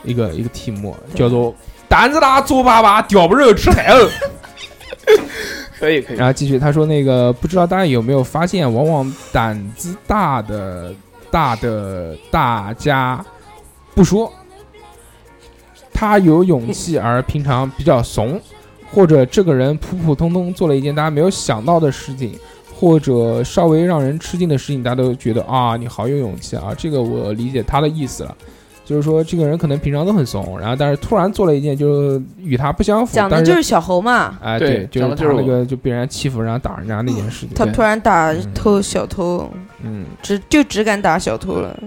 一个一个题目，叫做胆子大，做爸爸，屌不肉吃海鸥。”哎可以可以然，后继续，他说那个不知道大家有没有发现，往往胆子大的大的大家不说，他有勇气而平常比较怂，或者这个人普普通通做了一件大家没有想到的事情，或者稍微让人吃惊的事情，大家都觉得啊你好有勇气啊，这个我理解他的意思了。就是说，这个人可能平常都很怂，然后但是突然做了一件就是与他不相符，讲的但就是小猴嘛，哎，对就讲是的他就是那我个就被人家欺负，然后打人家那件事情。他对突然打嗯偷小偷，嗯，只就只敢打小偷 [LAUGHS] 了，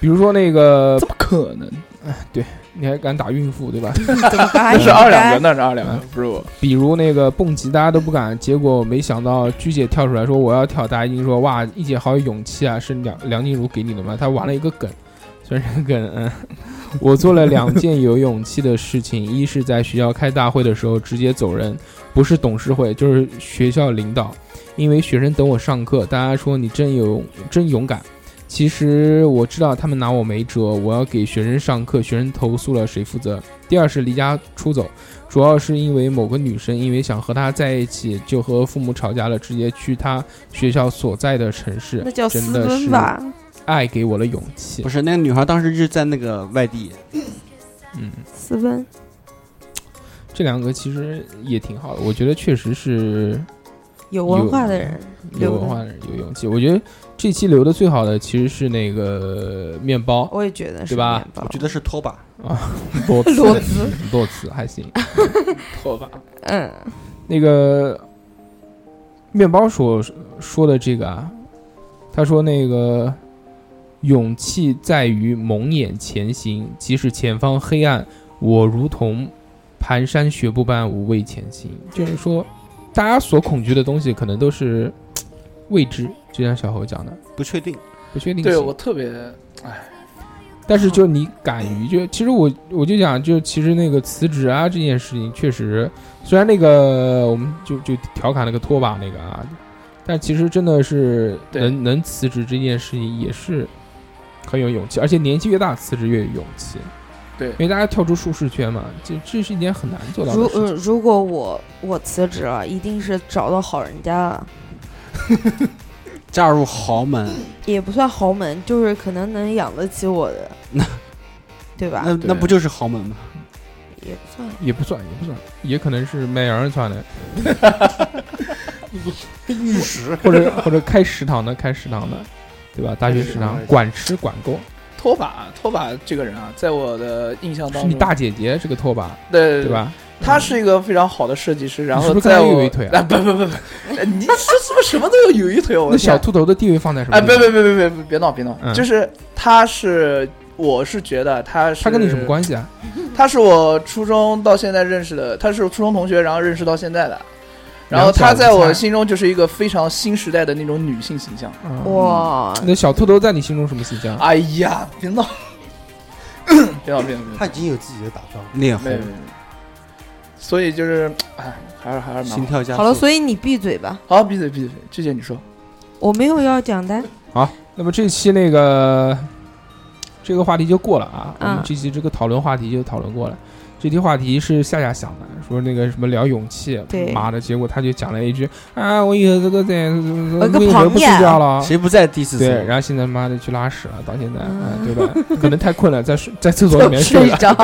比如说那个，哎怎么可能？你还敢打孕妇对吧？ [LAUGHS] 怎么打那也是二两个，该那是二两个，嗯不是我。比如那个蹦极，大家都不敢，结果没想到鞠姐跳出来说我要跳，大家一定说哇，一姐好有勇气啊，是梁梁静茹给你的吗？她玩了一个梗，虽然这个梗，嗯， [LAUGHS] 我做了两件有勇气的事情， [LAUGHS] 一是在学校开大会的时候直接走人，不是董事会就是学校领导，因为学生等我上课，大家说你真有真勇敢。其实我知道他们拿我没辙，我要给学生上课，学生投诉了谁负责？第二是离家出走，主要是因为某个女生因为想和他在一起，就和父母吵架了，直接去他学校所在的城市。那叫真私的是奔吧？爱给我了勇气不。是那个女孩当时是在那个外地，嗯，私奔，这两个其实也挺好的，我觉得确实是有文化的人，有文化的人有勇气。我觉得这期留的最好的其实是那个面包我也觉得是对吧面包？我觉得是拖把，啊，多次裸辞，多次还行。错吧？嗯，那个面包所说的这个啊，他说那个勇气在于蒙眼前行，即使前方黑暗，我如同蹒跚学步般无畏前行。就是说，大家所恐惧的东西可能都是未知，就像小侯讲的，不确定。不确定性。对我特别，但是就你敢于就，其实我我就讲，就其实那个辞职啊这件事情，确实虽然那个我们就就调侃那个拖把那个啊，但其实真的是对能能辞职这件事情也是很有勇气，而且年纪越大辞职越有勇气，对因为大家跳出舒适圈嘛，这这是一件很难做到如的事呃情。如果我我辞职了，一定是找到好人家了，嫁入豪门，也不算豪门，就是可能能养得起我的，对吧？那那不就是豪门吗？也不算也不算，也不算，也可能是卖羊肉串的，玉石或者或者开食堂的，开食堂的，对吧？大学食堂管吃管够，拖把拖把这个人啊，在我的印象当是中，你大姐姐这个拖把，对对？吧？他是一个非常好的设计师，然是后不是跟在他有我一腿啊哎不不不不，哎你说什么什么都有有一腿，我那的小天啊秃头的地位放在什么哎，地别方？别别别别别别闹别闹嗯，就是他是，我是觉得他是他跟你什么关系啊？他是我初中到现在认识的，他是我初中同学，然后认识到现在的。然后两小他在无猜我心中就是一个非常新时代的那种女性形象。嗯，哇，那小秃头在你心中什么形象？哎呀，[LAUGHS] 别闹，别闹，别闹，别闹他已经有自己的打算了，脸红没有，没有，没有所以就是，哎，还是还是蛮心好。跳加速。好了，所以你闭嘴吧，好，闭嘴，闭嘴，这些你说。我没有要讲的。那么这期那个这个话题就过了啊，我嗯们这期这个讨论话题就讨论过了。这题话题是夏夏想的，说那个什么聊勇气，对妈的，结果他就讲了一句啊，我以后这个在有一个为什么旁不睡边觉了？谁不在第四对，层？然后现在妈的去拉屎了，到现在，嗯嗯，对吧？可能太困了，在睡在厕所里 [LAUGHS] 面睡睡了。着，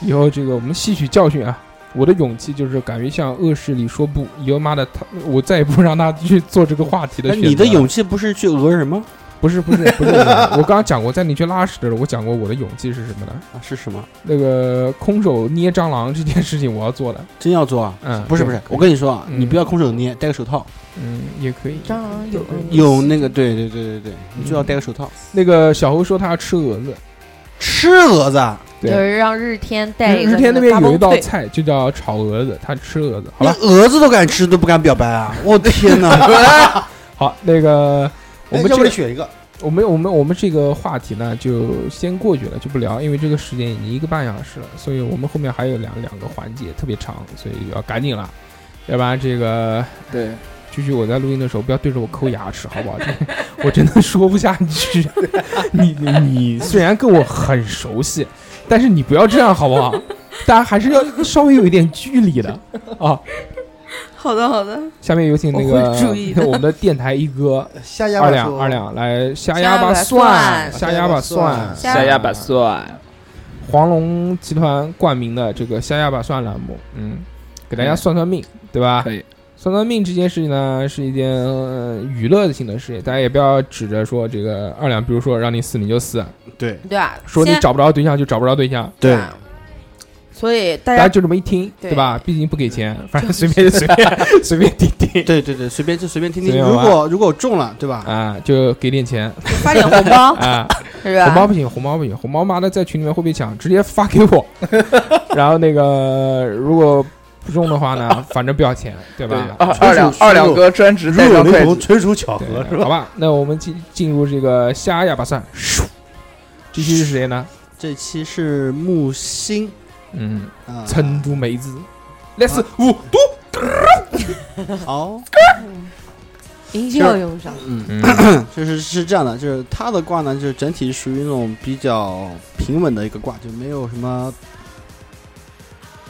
以后这个我们吸取教训啊。我的勇气就是敢于向恶势力说不，以后妈的他，我再也不让他去做这个话题的那选择了。你的勇气不是去讹人吗？不是不是 [LAUGHS] 不是，我刚刚讲过，在你去拉屎的时候，我讲过我的勇气是什么呢？啊，是什么？那个空手捏蟑螂这件事情我要做的，真要做啊？嗯，不是不对是，我跟你说啊，嗯你不要空手捏，戴个手套。嗯也可以。蟑螂有恶意有那个，对对对对对，你就要戴个手套。那个小猴说他要吃蛾子，吃蛾子啊，对有人让日天带一个日天那边有一道嘎嘣脆菜就叫炒蛾子，他吃蛾子。好那了，蛾子都敢吃，都不敢表白啊！我 [LAUGHS] 天哪！好，那个我们要这不个你选一个，我们我们我们这个话题呢，就先过去了，就不聊，因为这个时间已经一个半小时了，所以我们后面还有两两个环节特别长，所以要赶紧了，要不然这个对，蛐蛐，我在录音的时候不要对着我抠牙齿，好不好？我真的说不下去。你你你虽然跟我很熟悉，但是你不要这样，好不好？大家还是要稍微有一点距离的啊。 [LAUGHS] 好的好的，下面有请那我个会注意的我们的电台一哥下压二两二，两来瞎压吧瞎压吧蒜瞎压吧蒜，瞎压吧蒜，蒜，黄龙集团冠名的这个瞎压吧蒜栏目，嗯，给大家算算命，对吧？可以。算算命这件事情呢，是一件、呃娱乐性的事情，大家也不要指着说这个二两，比如说让你死你就死，啊对对吧？说你先找不着对象就找不着对象，对，吧所以大大家家就这么一听，对对吧？毕竟不给钱，反正随便随便随便听 [LAUGHS] 听对对对，随便就随便听听。随便如玩果如果我中了，对吧？啊，就给点钱发点红 [LAUGHS] 包，啊，是红包吧？不行，红包不行，红包妈的在群里面会被抢，直接发给我。然后那个如果不中的话呢，反正不要钱，对对，吧？二二两二两哥专职如带有上雷筷同，子，纯属巧对合，是吧？好吧，那我们进进入这个瞎哑巴算，这期是谁呢？这期是木星嗯，啊，成都妹子，Let's 五度，哦，嗯营销用上，嗯，嗯 [COUGHS] 就是是这样的，就是它的卦呢，就是整体属于那种比较平稳的一个卦，就没有什么，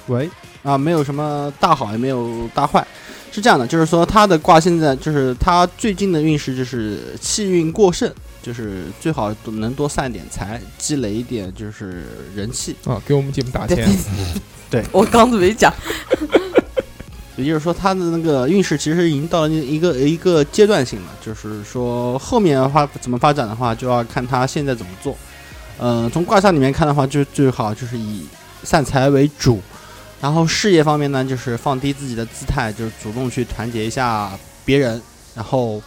喂啊，没有什么大好，也没有大坏。是这样的，就是说它的卦现在就是它最近的运势就是气运过盛，就是最好能多散点财，积累一点就是人气。啊，给我们节目打对钱，我刚准备讲，也就是说，它的那个运势其实已经到了那一个一个阶段性了，就是说后面发怎么发展的话，就要看它现在怎么做。呃，从卦象里面看的话，就最好就是以散财为主，然后事业方面呢，就是放低自己的姿态，就是主动去团结一下别人，然后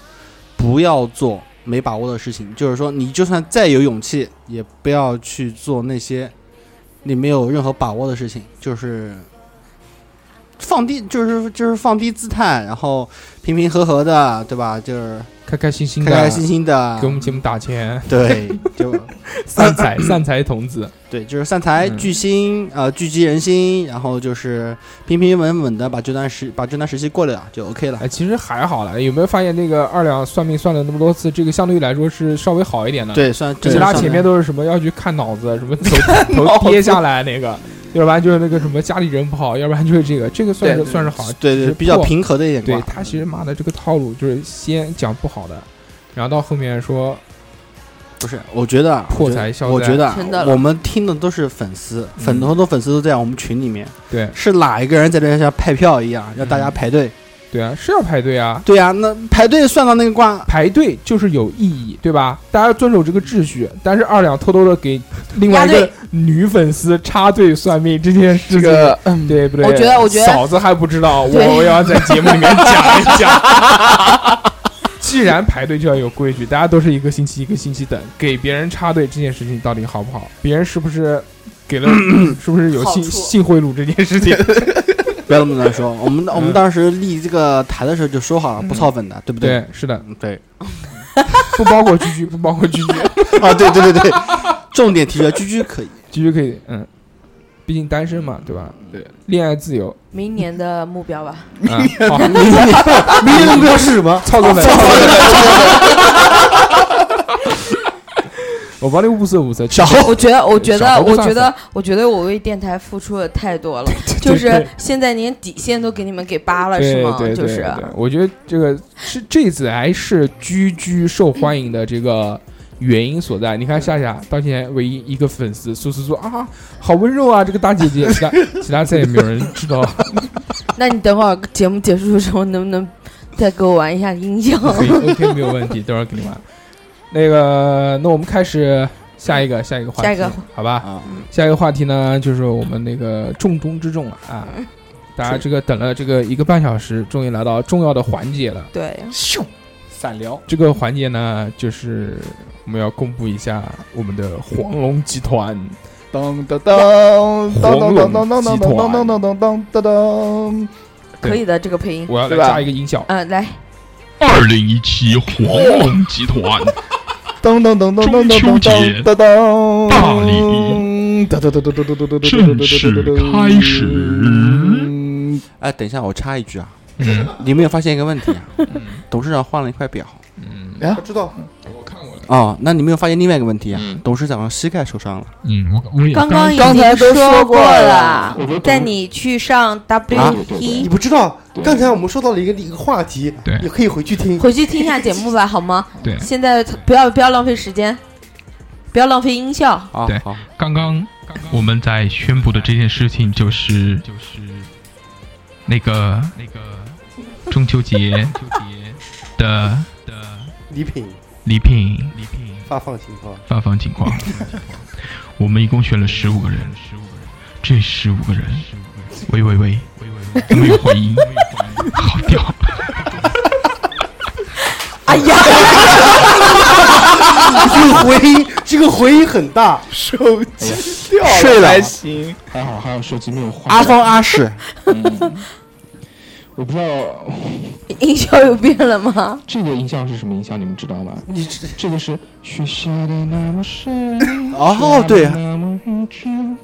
不要做没把握的事情。就是说，你就算再有勇气，也不要去做那些你没有任何把握的事情，就是放低，就是就是放低姿态，然后平平和和的，对吧？就是开开心心开的，开心心的，嗯啊给我们节目打钱，对，就 [LAUGHS] 散财散财童子，对，就是散财嗯聚心，呃，聚集人心，然后就是平平稳稳的把这段时把这段时期过了就 OK 了哎，。其实还好了，有没有发现那个二两算命算了那么多次，这个相对来说是稍微好一点的，，对，算其对他算前面都是什么要去看脑子，什么 [LAUGHS] 头头跌下来那个，要不然就是那个什么家里人不好，要不然就是这个，这个算是对对算是好，对只对是比较破平和的一点对卦，他其实妈的这个套路就是先讲不好的，然后到后面说不是，我觉得啊破财消灾我觉得啊真的了我们听的都是粉丝，嗯很多的粉丝都在我们群里面，对嗯是哪一个人在这像派票一样让大家排队？对啊是要排队啊，对啊，那排队算到那个卦，排队就是有意义，对吧？大家遵守这个秩序，但是二两偷偷的给另外一压个队女粉丝插队算命这件事这情，个嗯对不对？我觉得我觉得嫂子还不知道，对我要在节目里面讲一讲。 [LAUGHS] 既然排队就要有规矩，大家都是一个星期一个星期等，给别人插队这件事情到底好不好？别人是不是给 [COUGHS] 了，是不是有好性处性贿赂这件事情？不要那么乱说。我们我们嗯当时立这个台的时候就说好了，不操粉的，对不对？对，是的，嗯对，不包括居居，不包括居居，啊，对对对对，重点提出来，居居可以。居居可以，嗯，毕竟单身嗯嘛，对吧？对，恋爱自由。明年的目标吧。嗯，好， [LAUGHS] 明年明年的目标是什么？ [LAUGHS] 操作 [LAUGHS] 粉，我帮你物色物色。小 [LAUGHS] 我觉得，我觉小得，猴不我算觉粉得，我觉得我为电台付出的太多了，就是现在连底线都给你们给扒了，对是对吗？对就对是，我觉得这个是这次还是居居受欢迎的这个原因所在。你看夏夏到现在唯一一个粉丝，苏苏苏啊，好温柔啊，这个大姐姐，其他其他再也没有人知道。那你等会儿节目结束的时候，能不能再给我玩一下 [LAUGHS] 音响？可以，OK，没有问题，等会儿给你玩。那个，那我们开始下一个下一个话题，下一个好吧？啊，下一个话题呢，就是我们那个重中之重了啊！嗯大家这个等了这个一个半小时，终于来到重要的环节了。对，散聊这个环节呢，就是我们要公布一下我们的黄龙集团。当当当当当当当当当当当当当当当，对可以的，这个配音，我要来对吧加一个音效，嗯，来，二零一七黄龙集团当当当当当当当当当当，大礼当当当当当当当当，正式开始。哎，等一下，我插一句啊，嗯你没有发现一个问题啊？嗯董事长换了一块表嗯哎，知道我看过了，哦，那你没有发现另外一个问题啊嗯？董事长膝盖受伤了。嗯，我我也刚刚已刚才经都说过过了，在你去上啊 WT 你不知道，刚才我们说到了一个一个话题对，你可以回去听。回去听一下节目吧，好吗？对现在不要不要浪费时间，不要浪费音效。啊对，好，刚刚我们在宣布的这件事情就是就是那个那个中秋节的的礼品礼品礼品发放情况，发放情况。我们一共选了十五个人，十五个人，这十五个人，喂喂喂，怎么有回音？好屌！哎呀，这个回音，这个回音很大。手机掉了睡了还行，还好还好手机没有换阿芳阿史，我不知道 [LAUGHS] 音效有变了吗？这个音效是什么音效，你们知道吗？你这这个是许下的那么深，哦对，那么愚蠢，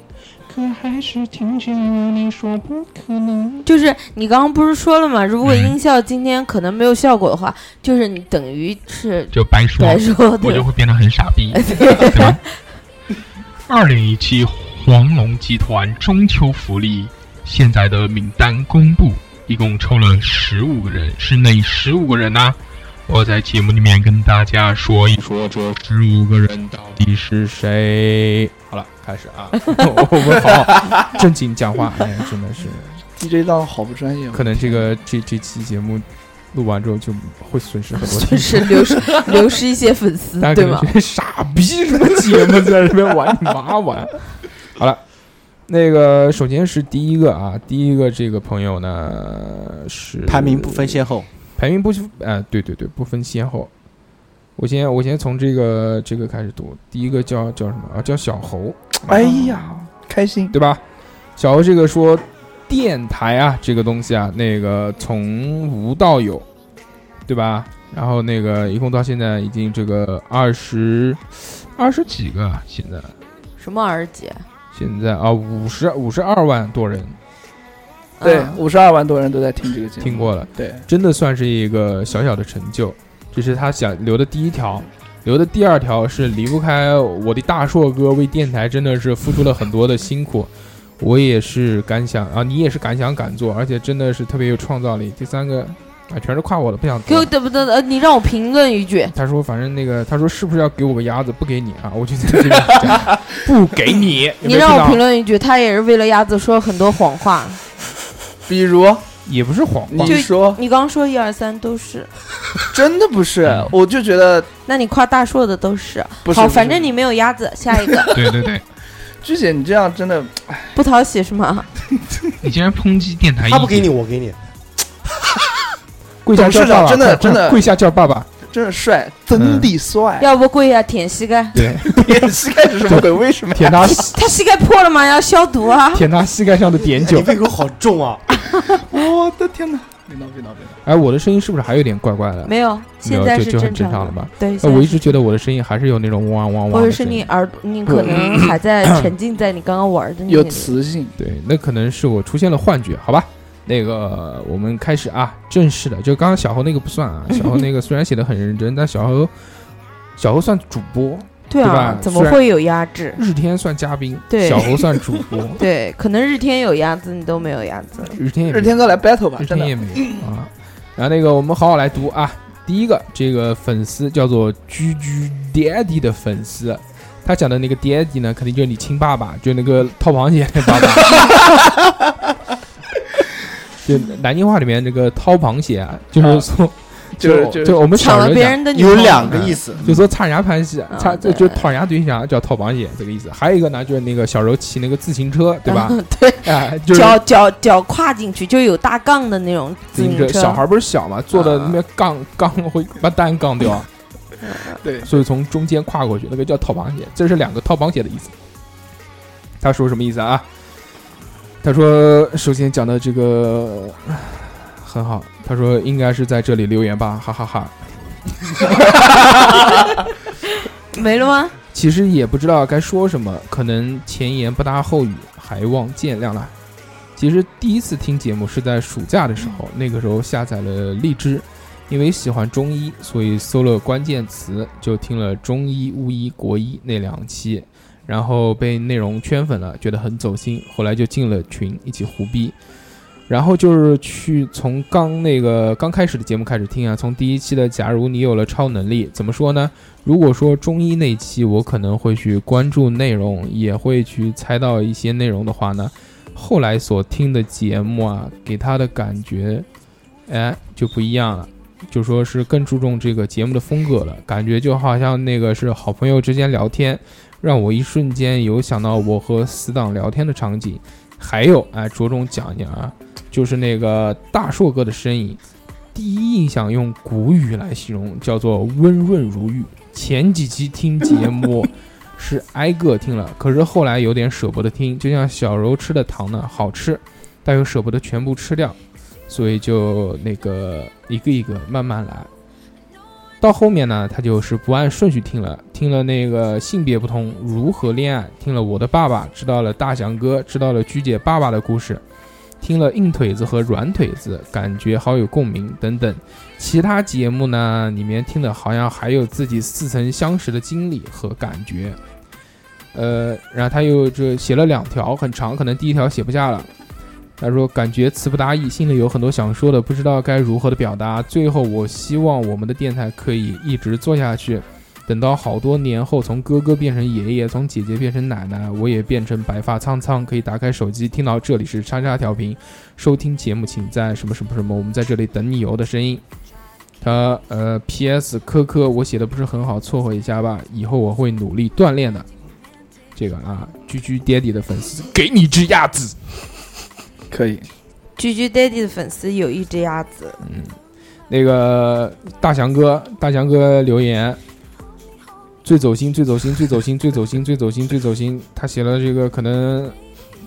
可还是听见了你说不可能。就是你刚刚不是说了嗯吗？如果音效今天可能没有效果的话，就是你等于是就白说白说我对就会变得很傻 [LAUGHS] 逼，对吧？二零一七黄龙集团中秋福利现在的名单公布，一共抽了十五个人，是哪十五个人呢、我在节目里面跟大家说一说这十五个人到底是是谁？好了，开始 [LAUGHS] 啊！我们好好正经讲话，哎，真的是， DJ 当好不专业，可能这个这这期节目录完之后就会损失很多听 [LAUGHS] 损众，失流 [LAUGHS] 失流失一些粉丝大，家对可能吗觉？得 [LAUGHS] 傻逼什么节目在这边玩你妈玩。 [LAUGHS] 好了，那个首先是第一个啊，第一个这个朋友呢是排名不分先后。排名不分，哎、对对对，不分先后。我先我先从这个这个开始读，第一个叫叫什么啊？叫小猴，哎呀，开心，对吧？小欧这个说，电台啊，这个东西啊，那个从无到有，对吧？然后那个一共到现在已经这个二十二十几个啊，现在什么儿姐？现在啊五十五十二万多人对嗯，五十二万多人都在听这个节目，听，过了，对，真的算是一个小小的成就。这是他想留的第一条，留的第二条是离不开我的大硕哥为电台真的是付出了很多的辛苦，我也是敢想啊，你也是敢想敢做，而且真的是特别有创造力。第三个啊，全是夸我的，不想给我做。得不得？呃，你让我评论一句。他说：“反正那个，他说是不是要给我个鸭子？不给你啊，我就在这边 [LAUGHS] 讲，不给你。有没有你让听我到评论一句，他也是为了鸭子说很多谎话。比如也不是谎话你，说你刚刚说一二三都是，真的不是嗯？我就觉得那你夸大硕的都是。不是。好，不是反正你没有鸭子，下一 [LAUGHS] 个对对对，鞠姐，你这样真的不讨喜是吗？你竟然抨击电台，他不给你，，我给你。跪下叫董事爸爸，长真的快快真的跪下叫爸爸，真的帅，真的帅。要不跪下舔膝盖，对，别膝盖是什么鬼？为什么呀？舔 [LAUGHS] 他他膝盖破了吗？要消毒啊 [LAUGHS] ！舔他膝盖上的碘你酒。胃口好重啊！我的天哪！别闹别闹别闹！哎，我的声音是不是还有点怪怪的？没有，现在就是就很常正常的了吧？对，哎，现在我一是直觉得我的声音还是有那种汪汪或汪者的是声你音。 [CLEARS THROAT] 耳，你可能还在沉浸在你刚刚玩的那有个里磁性，对，那可能是我出现了幻觉，好吧？那个，我们开始啊，正式的，就刚刚小侯那个不算啊，小侯那个虽然写的很认真，但小侯，小侯算主播，对对啊吧，怎么虽然会有压制？日天算嘉宾，对小侯算主播，对，可能日天有鸭子，你都没有鸭子。日天也没日天哥来 battle 吧，日真天的也没有啊。然后那个，我们好好来读啊。第一个，这个粉丝叫做居居爹地的粉丝，他讲的那个爹地呢，肯定就是你亲爸爸，就那个套螃蟹那爸爸。 [LAUGHS] 就南京话里面那个掏螃蟹啊，就是说，就是就是就我们抢小了人别讲，人的女有朋友两个意思，就说擦人家盘戏，啊擦就对就讨人家对象叫掏螃蟹这个意思。还有一个呢，就是那个小时候骑那个自行车，对 [LAUGHS] 吧？嗯 [LAUGHS] 对，哎，就是脚脚脚跨进去就有大杠的那种自自行行车，车，啊小孩不是小嘛，坐的那边杠杠会把蛋杠 [LAUGHS] 掉，对所以从中间跨过去，那个叫套螃蟹，这是两个套螃蟹的意思。他说什么意思啊？他说，首先讲的这个 [SIGHS] 唉很好，他说应该是在这里留言吧，哈哈哈 [LAUGHS] [LAUGHS] 没了吗？其实也不知道该说什么，可能前言不搭后语，还望见谅啦。其实第一次听节目是在暑假的时候，那个时候下载了荔枝，因为喜欢中医，所以搜了关键词，就听了中医、巫医、国医那两期，然后被内容圈粉了，觉得很走心，后来就进了群一起胡逼。然后就是去从刚那个刚开始的节目开始听啊，从第一期的“假如你有了超能力”，怎么说呢？如果说中医那期我可能会去关注内容，也会去猜到一些内容的话呢，后来所听的节目啊，给他的感觉，哎，就不一样了。就说是更注重这个节目的风格了，感觉就好像那个是好朋友之间聊天，让我一瞬间有想到我和死党聊天的场景。还有，哎，着重讲一讲啊，就是那个大硕哥的身影，第一印象用古语来形容，叫做温润如玉。前几期听节目是挨个听了，可是后来有点舍不得听，就像小柔吃的糖呢，好吃，但又舍不得全部吃掉，所以就那个一个一个慢慢来。到后面呢，他就是不按顺序听了，听了那个性别不同如何恋爱，听了我的爸爸，知道了大翔哥，知道了鞠姐爸爸的故事，听了硬腿子和软腿子，感觉好有共鸣等等。其他节目呢，里面听的好像还有自己似曾相识的经历和感觉。呃，然后他又这写了两条，很长，可能第一条写不下了。他说感觉词不达意，心里有很多想说的，不知道该如何的表达。最后，我希望我们的电台可以一直做下去，等到好多年后，从哥哥变成爷爷，从姐姐变成奶奶，我也变成白发苍苍，可以打开手机听到这里是叉叉调频，收听节目请在什么什么什么，我们在这里等你哦的声音。他呃，P.S. 科科，我写的不是很好，凑合一下吧，以后我会努力锻炼的。这个啊，居居爹地的粉丝，给你只鸭子。可以。居居 daddy 的粉丝有一只鸭子，那个大翔哥，大翔哥留言，最走心，最走心，最走心，最走心，最走心，最走心。他写了这个可能，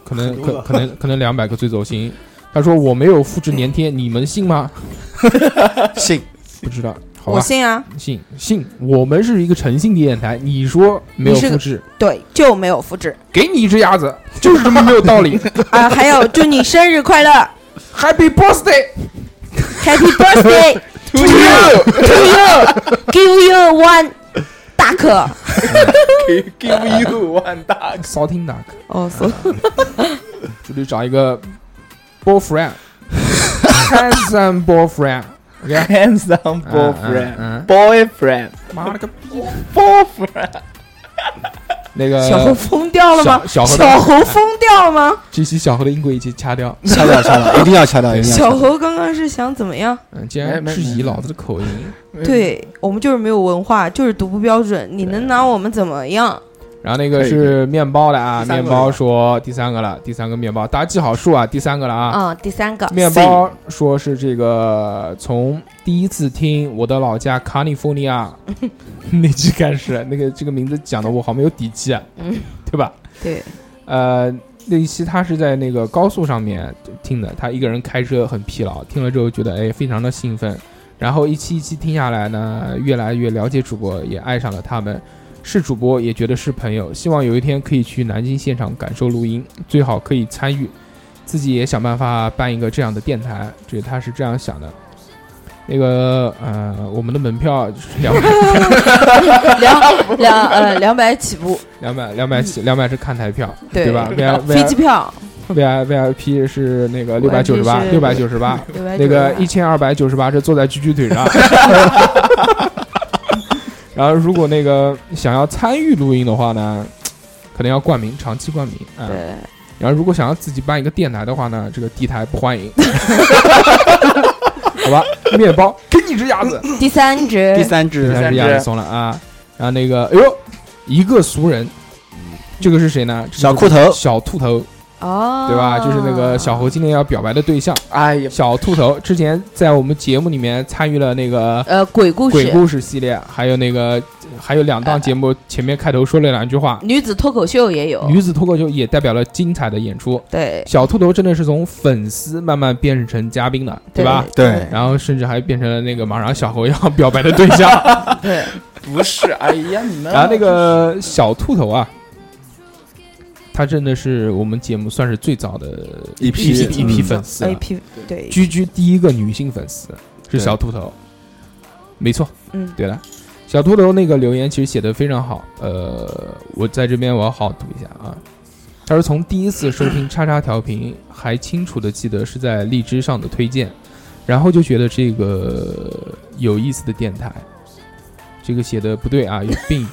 可能很多可了可能可能两百个最走心。他说我没有复制粘贴，你们信吗？信不知道，好我吧，信啊，信信，我们是一个诚信的电台。你说没有你是个复制，对，就没有复制给你一只鸭子，就是这么没有道理。啊。还有，祝你生日快乐 Happy birthday！ ，Happy birthday to you，to you，give you one 大可。 Give give you one 大骚听达克，哦，所就得找一个 boyfriend，handsome boyfriend，OK， [LAUGHS] handsome 嗯嗯啊 boyfriend 嗯 boyfriend 妈了个逼！ boyfriend。那个小猴疯掉了吗？呃小小猴的小猴疯掉了吗？这期小何的音轨已经掐掉。掐掉掐掉，一定要掐掉，一哎定要掐小掉。猴刚刚是想怎么样？嗯，竟没然没质疑没老子的口音。对我们就是没有文化，就是读不标准，你能拿我们怎么样？然后那个可以是面包的啊，第三面个包了说第三个了，第三个面包，大家记好数啊，第三个了啊。啊，第三个，面包说是这个从第一次听我的老家卡利福尼 [LAUGHS] 亚那期开始，那个这个名字讲的我好没有底气啊，嗯对吧？对，呃，那一期他是在那个高速上面听的，他一个人开车很疲劳，听了之后觉得哎非常的兴奋，然后一期一期听下来呢，越来越了解主播，也爱上了他们。是主播也觉得是朋友，希望有一天可以去南京现场感受录音，最好可以参与，自己也想办法办一个这样的电台，这他是这样想的。那个呃，我们的门票是两两两呃 [LAUGHS] 两百起步，两百两百起，两百是看台票，对吧？V I 飞机票 V I V I P 是那个六百九十八，六百九十八，哎对吧？那个就是一千二百九十八是坐在居居腿上。 [LAUGHS] 然后，如果那个想要参与录音的话呢，可能要冠名，长期冠名啊。对，然后，如果想要自己办一个电台的话呢，这个地台不欢迎。 [LAUGHS] 好吧，面包给你只鸭子，第三只，第三这只才三是只鸭子松了啊。然后那个，哎呦，一个俗人，这个是谁呢？小裤头，小秃头，哦，对吧？就是那个小猴今天要表白的对象。哎呀，小秃头之前在我们节目里面参与了那个呃鬼故鬼事、故事系列，还有那个还有两档节目，前面开头说了两句话，女子脱口秀也有，女子脱口秀也代表了精彩的演出。对小秃头真的是从粉丝慢慢变成嘉宾的，对吧？？对然后甚至还变成了那个马上小猴要表白的对象。对，不 [LAUGHS] 是，哎呀，你们然后那个小秃头啊，他真的是我们节目算是最早的一一批批一批嗯粉丝了啊 A。P 对，居居第一个女性粉丝是对小秃头，没错，嗯，对了，小秃头那个留言其实写的非常好，呃，我在这边我要好好读一下啊。他说从第一次收听叉叉调频，还清楚的记得是在荔枝上的推荐，然后就觉得这个有意思的电台，这个写的不对啊，有病，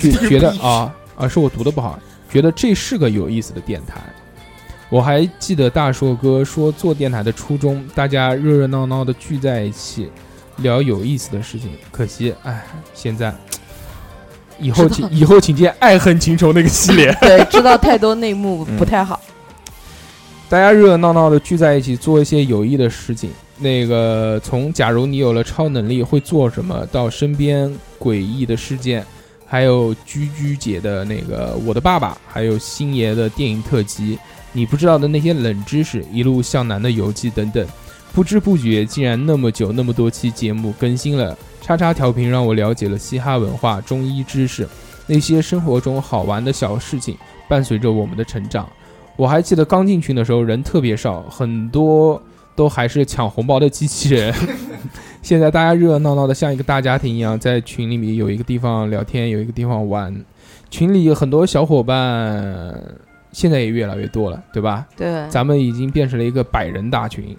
就觉得啊啊是我读的不好，觉得这是个有意思的电台。我还记得大硕哥说做电台的初衷，大家热热闹闹的聚在一起，聊有意思的事情。可惜，哎，现在，以后知请道以后请见爱恨情仇那个系列。对，知道太多内幕嗯不太好。大家热热闹闹的聚在一起做一些有益的事情。那个从假如你有了超能力会做什么，到身边诡异的事件，还有居居姐的那个我的爸爸，还有星爷的电影特辑，你不知道的那些冷知识，一路向南的游记等等，不知不觉竟然那么久那么多期节目更新了。叉叉调频让我了解了嘻哈文化、中医知识，那些生活中好玩的小事情，伴随着我们的成长。我还记得刚进群的时候人特别少，很多都还是抢红包的机器人。现在大家热热闹闹的，像一个大家庭一样，在群里面有一个地方聊天，有一个地方玩。群里有很多小伙伴，现在也越来越多了，对吧？ [LAUGHS] 对，咱们已经变成了一个百人大群，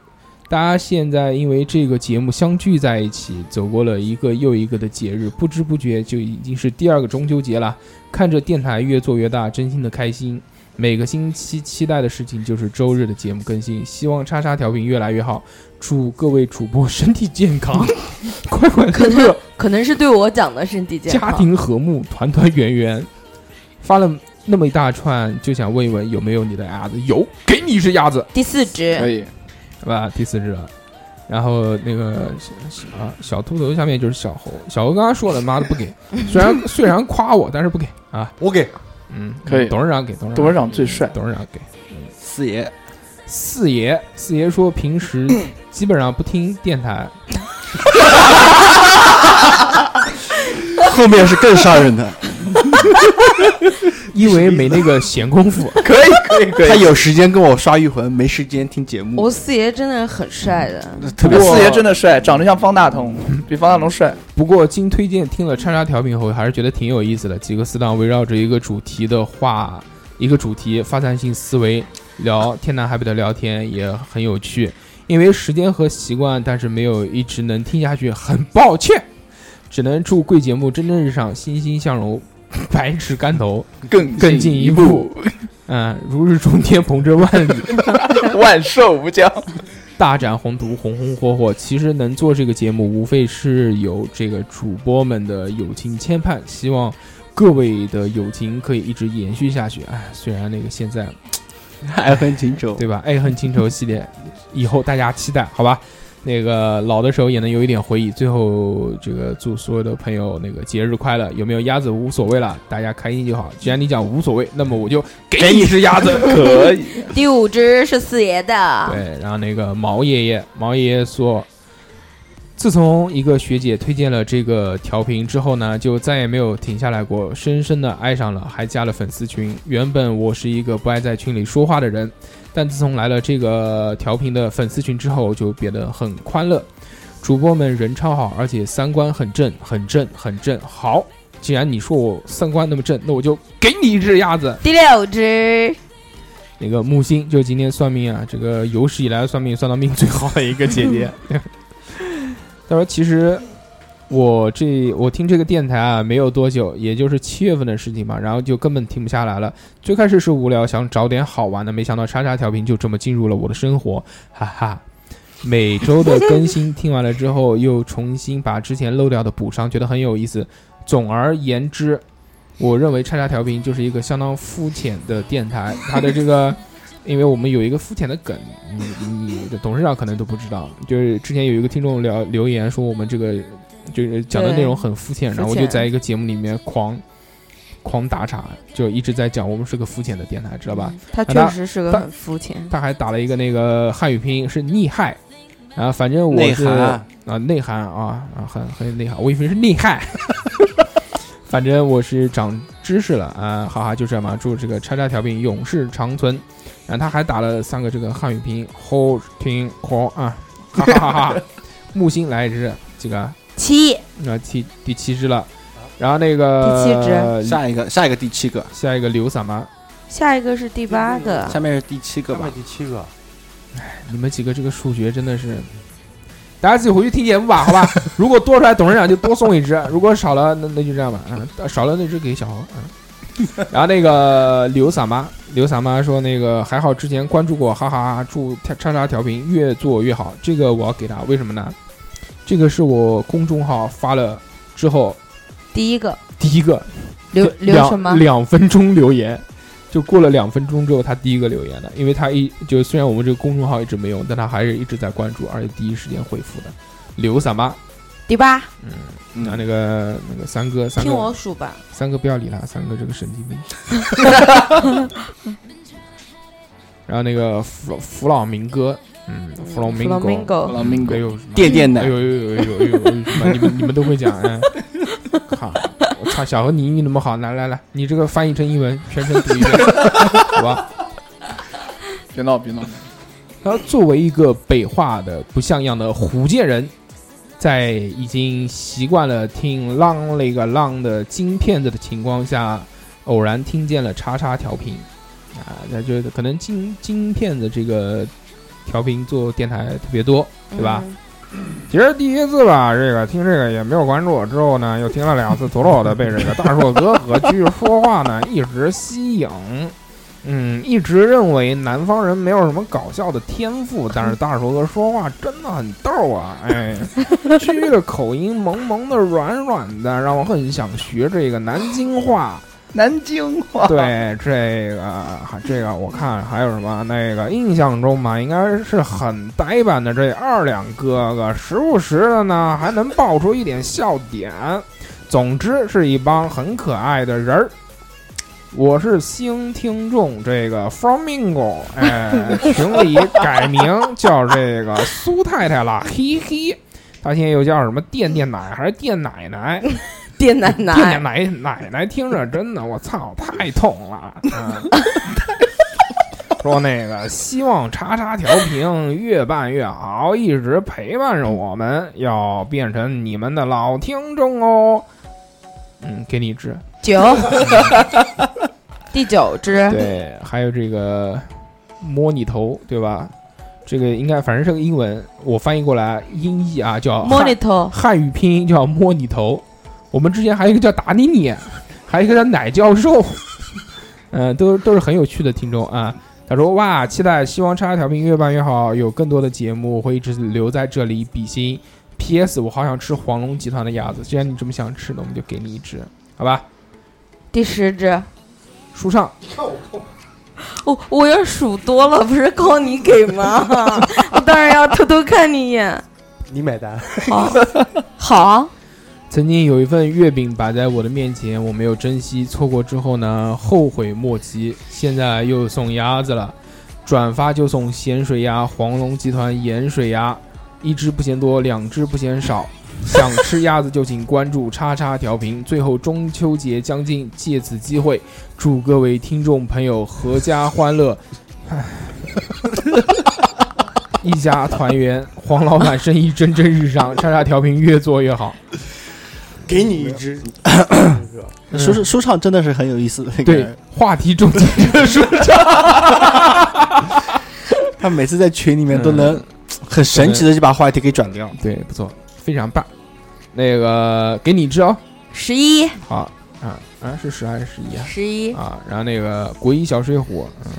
大家现在因为这个节目相聚在一起，走过了一个又一个的节日，不知不觉就已经是第二个中秋节了。看着电台越做越大，真心的开心。每个星期期待的事情就是周日的节目更新，希望叉叉调频越来越好，祝各位主播身体健康，快快乐乐。可能是对我讲的身体健家康，庭和睦，团团圆圆。发了那么一大串，就想问一问有没有你的鸭子？有，给你一只鸭子，第四可只，以，好吧？第四只了。然后那个小小啊小秃头下面就是小猴，小猴刚刚说了，妈的不给，虽然虽然夸我，但是不给啊。我给嗯，可以董事长给董事长，董事长最帅，董事长给。四爷，四爷，四爷说平时基本上不听电台，后面是更伤人的， [LAUGHS] 因为没那个闲工夫。可以可以可以。他有时间跟我刷御魂，没时间听节目我，四爷真的很帅的，嗯特别四爷真的帅，长得像方大 [LAUGHS] 同，比方大同帅。不过经推荐听了叉叉调频后，还是觉得挺有意思的。几个死党围绕着一个主题的话，一个主题发散性思维，聊天南海北的聊天也很有趣。因为时间和习惯，但是没有一直能听下去，很抱歉。只能祝贵节目蒸蒸日上，欣欣向荣，百尺竿头，更更进一步， [LAUGHS] 嗯，如日中天，鹏程万里， [LAUGHS] 万寿无疆。大展宏图，红红火火。其实能做这个节目，无非是有这个主播们的友情牵绊，希望各位的友情可以一直延续下去。哎，虽然那个现在 [LAUGHS] 爱恨情仇。 [LAUGHS] 对吧？爱恨情仇系列，以后大家期待，好吧？那个老的时候也能有一点回忆。最后，这个祝所有的朋友那个节日快乐。有没有鸭子无所谓了，大家开心就好。既然你讲无所谓，那么我就给你一只 [LAUGHS] 鸭子。可以， [LAUGHS] 第五只是四爷的，对，然后那个毛爷爷，毛爷爷说，自从一个学姐推荐了这个调频之后呢，就再也没有停下来过，深深的爱上了，还加了粉丝群。原本我是一个不爱在群里说话的人，但自从来了这个调频的粉丝群之后，就变得很欢乐。主播们人超好，而且三观很正，很正，很正。好，既然你说我三观那么正，那我就给你一只鸭子。第六只那个木星，就今天算命啊，这个有史以来算命算到命最好的一个姐姐。他说：“其实我这我听这个电台啊，没有多久，也就是七月份的事情嘛，然后就根本停不下来了。最开始是无聊，想找点好玩的，没想到叉叉调频就这么进入了我的生活，哈哈。”每周的更新听完了之后，又重新把之前漏掉的补上，觉得很有意思。总而言之，我认为叉叉调频就是一个相当肤浅的电台，它的这个。因为我们有一个肤浅的梗，你你的董事长可能都不知道，就是之前有一个听众聊留言说我们这个就是讲的内容很肤浅，对然后我肤就浅在一个节目里面狂狂打岔，就一直在讲我们是个肤浅的电台，知道吧？？嗯啊他那确实是个他很肤浅。他还打了一个那个汉语拼音是逆害，啊，反正我内是涵啊内涵啊啊很很有内涵，我以为是厉害， [LAUGHS] 反正我是长知识了啊，哈哈，就这样嘛，祝这个叉叉调频永世长存。然后他还打了三个这个汉语拼音，好听好啊，哈哈哈哈。木星来一只，这个七那第第七只了，然后那第个七下一个，下一个第七个，下一个刘三妈，下一个是第八个，啊嗯下面是第七个吧？第七个，你们几个这个数学真的是，大家自己回去听节目吧，好吧？如果多出来，董事长就多送一只；如果少了，那那就这样吧，嗯，少了那只给小猴。嗯，然后那个刘傻妈，刘傻妈说那个还好之前关注过，哈哈哈，祝叉叉调频越做越好，这个我要给他，为什么呢？这个是我公众号发了之后第一个第一个留就留两什么？两分钟留言， [LAUGHS] 就过了两分钟之后，他第一个留言的，因为他一就虽然我们这个公众号一直没用，但他还是一直在关注，而且第一时间回复的。刘三妈，第八，然后那个那个三哥，三听我哥，数吧。三哥不要理他，三哥这个神经 [LAUGHS] 病。然后那个弗弗朗明哥，嗯，弗朗明哥， Flamingo，哎呦，什么垫垫哎的，呦呦呦呦呦呦！什么你们你们都会讲，嗯，好，我操，小何你英语那么好，来来来，你这个翻译成英文，全程读一遍，好吧？别闹别闹，然后作为一个北化的不像样的福建人，在已经习惯了听浪那个浪的金片子的情况下，偶然听见了叉叉调频，啊，那就可能金金片子这个调频做电台特别多，对吧？嗯？其实第一次吧，这个听这个也没有关注，之后呢又听了两次，左右的被这个大硕哥和居说话呢一直吸引。嗯，一直认为南方人没有什么搞笑的天赋，但是大硕哥说话真的很逗啊！哎， [LAUGHS] 居的口音萌萌的、软软的，让我很想学这个南京话。南京 [LAUGHS] 话，对这个，还这个我看还有什么那个印象中嘛，应该是很呆板的这二两哥哥，时不时的呢还能爆出一点笑点。总之是一帮很可爱的人儿。我是新听众，这个 Flamingo，哎，群里改名叫这个苏太太了，嘿嘿。他现在又叫什么电电奶还是电奶奶？电奶听见奶，奶奶奶听着，真的，我操，太痛了！嗯、 [LAUGHS] 说那个，希望叉叉调频越办越好，一直陪伴着我们，要变成你们的老听众哦。嗯，给你一支。 [LAUGHS] 九，第九只，对，还有这个摸你头，对吧？这个应该反正是个英文，我翻译过来音译啊，叫摸汉你头，汉语拼音叫摸你头。我们之前还有一个叫打你你， [LAUGHS] 还有一个叫奶教授， [LAUGHS] 嗯，都都是很有趣的听众啊。他说：“哇，期待希望叉叉调频越办越好，有更多的节目，我会一直留在这里。”比心。P.S. 我好想吃黄龙集团的鸭子，既然你这么想吃，那我们就给你一只，好吧？第十只，书上我我要数多了，不是靠你给 [LAUGHS] 吗？我当然要偷偷看你一眼。你买单，好，好，曾经有一份月饼摆在我的面前，我没有珍惜，错过之后呢，后悔莫及。现在又送鸭子了，转发就送咸水鸭，黄龙集团盐水鸭，一只不嫌多，两只不嫌少。想吃鸭子就请关注叉叉调频。最后中秋节将近，借此机会祝各位听众朋友阖家欢乐，唉一家团圆。黄老板生意蒸蒸日上，叉叉调频越做越好。给你一只。说是说唱真的是很有意思的一个对人，，话题重点就是他每次在群里面都 [LAUGHS] 嗯能很神奇的就把话题给转掉。对，不错，非常棒。那个给你一支哦，十一，好啊啊是十还是十一啊？十一，啊，然后那个国一小水浒，嗯，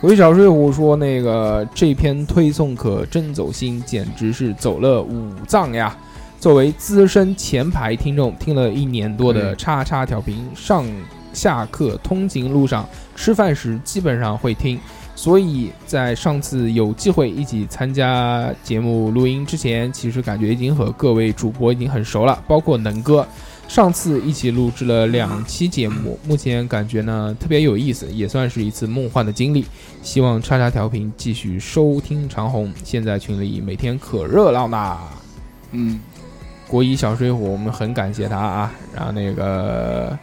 国一小水浒说那个这篇推送可真走心，简直是走了五藏呀。作为资深前排听众，听了一年多的叉叉调频，上下课、通勤路上、吃饭时基本上会听，所以在上次有机会一起参加节目录音之前，其实感觉已经和各位主播已经很熟了，包括能哥，上次一起录制了两期节目，目前感觉呢特别有意思，也算是一次梦幻的经历。希望叉叉调频继续收听长虹，现在群里每天可热闹啦！嗯，国一小水浒，我们很感谢他啊。然后那个，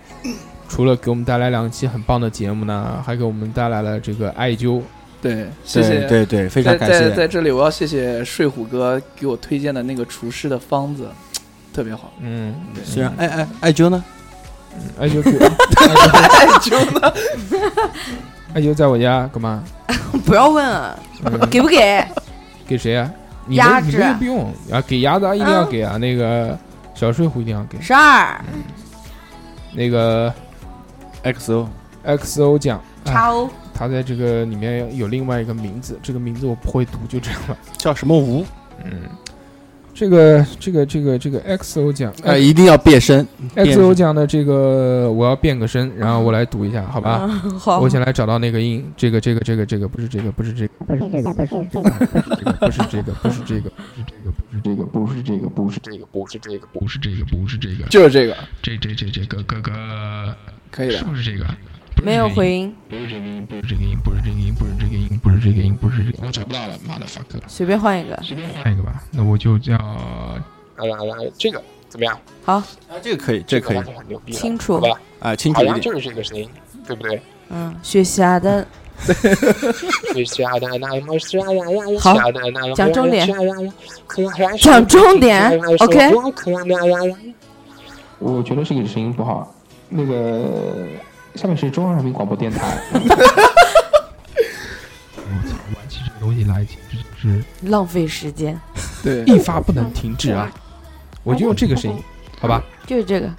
除了给我们带来两期很棒的节目呢，还给我们带来了这个艾灸。对，谢对谢。对对，非在常感在谢。在这里，我要谢谢睡虎哥给我推荐的那个厨师的方子，特别好。 [LAUGHS] 嗯，虽然艾艾艾灸呢，艾灸住，艾灸 [LAUGHS] 呢？ [LAUGHS] 艾灸在我家干嘛？不要问了，嗯给不给？给谁啊？你鸭们子你们就不用啊，给鸭子啊一定要给啊，那个小睡虎一定要给，十二，那个 XO XO 酱，啊叉欧，他在这个里面有另外一个名字，这个名字我不会读，就这样吧。叫什么吴？嗯， [LAUGHS] 这个这个这个这个 XO 酱，呃，一定要变身。哎变 XO 身酱的这个我要变个身，然后我来读一下，好啊吧？嗯好我，先来找到那个音，这个这个这个这个不是这个不是这个不是这个，不是这个。不是这个不是这个，不是这个，不是这个， [LAUGHS] 就是这个，这这这这个哥哥，可以是的。不是这个？没有回音，不是这个音，不是这个音，不是这个音，不是这个音，不是这个音，我找不到了，妈的 fuck！随便换一个。换一个吧，那我就叫好，啊，这个可以，这个可以清楚，啊，清楚一点。嗯，雪霞的。好，讲重点，讲重点，OK。我觉得这个声音不好。那个下面是中央人民广播电 [LAUGHS] 台，我操，玩起这个东西来简直就是浪费时间，对，一发不能停止啊！我就用这个声音，好吧？就是这个。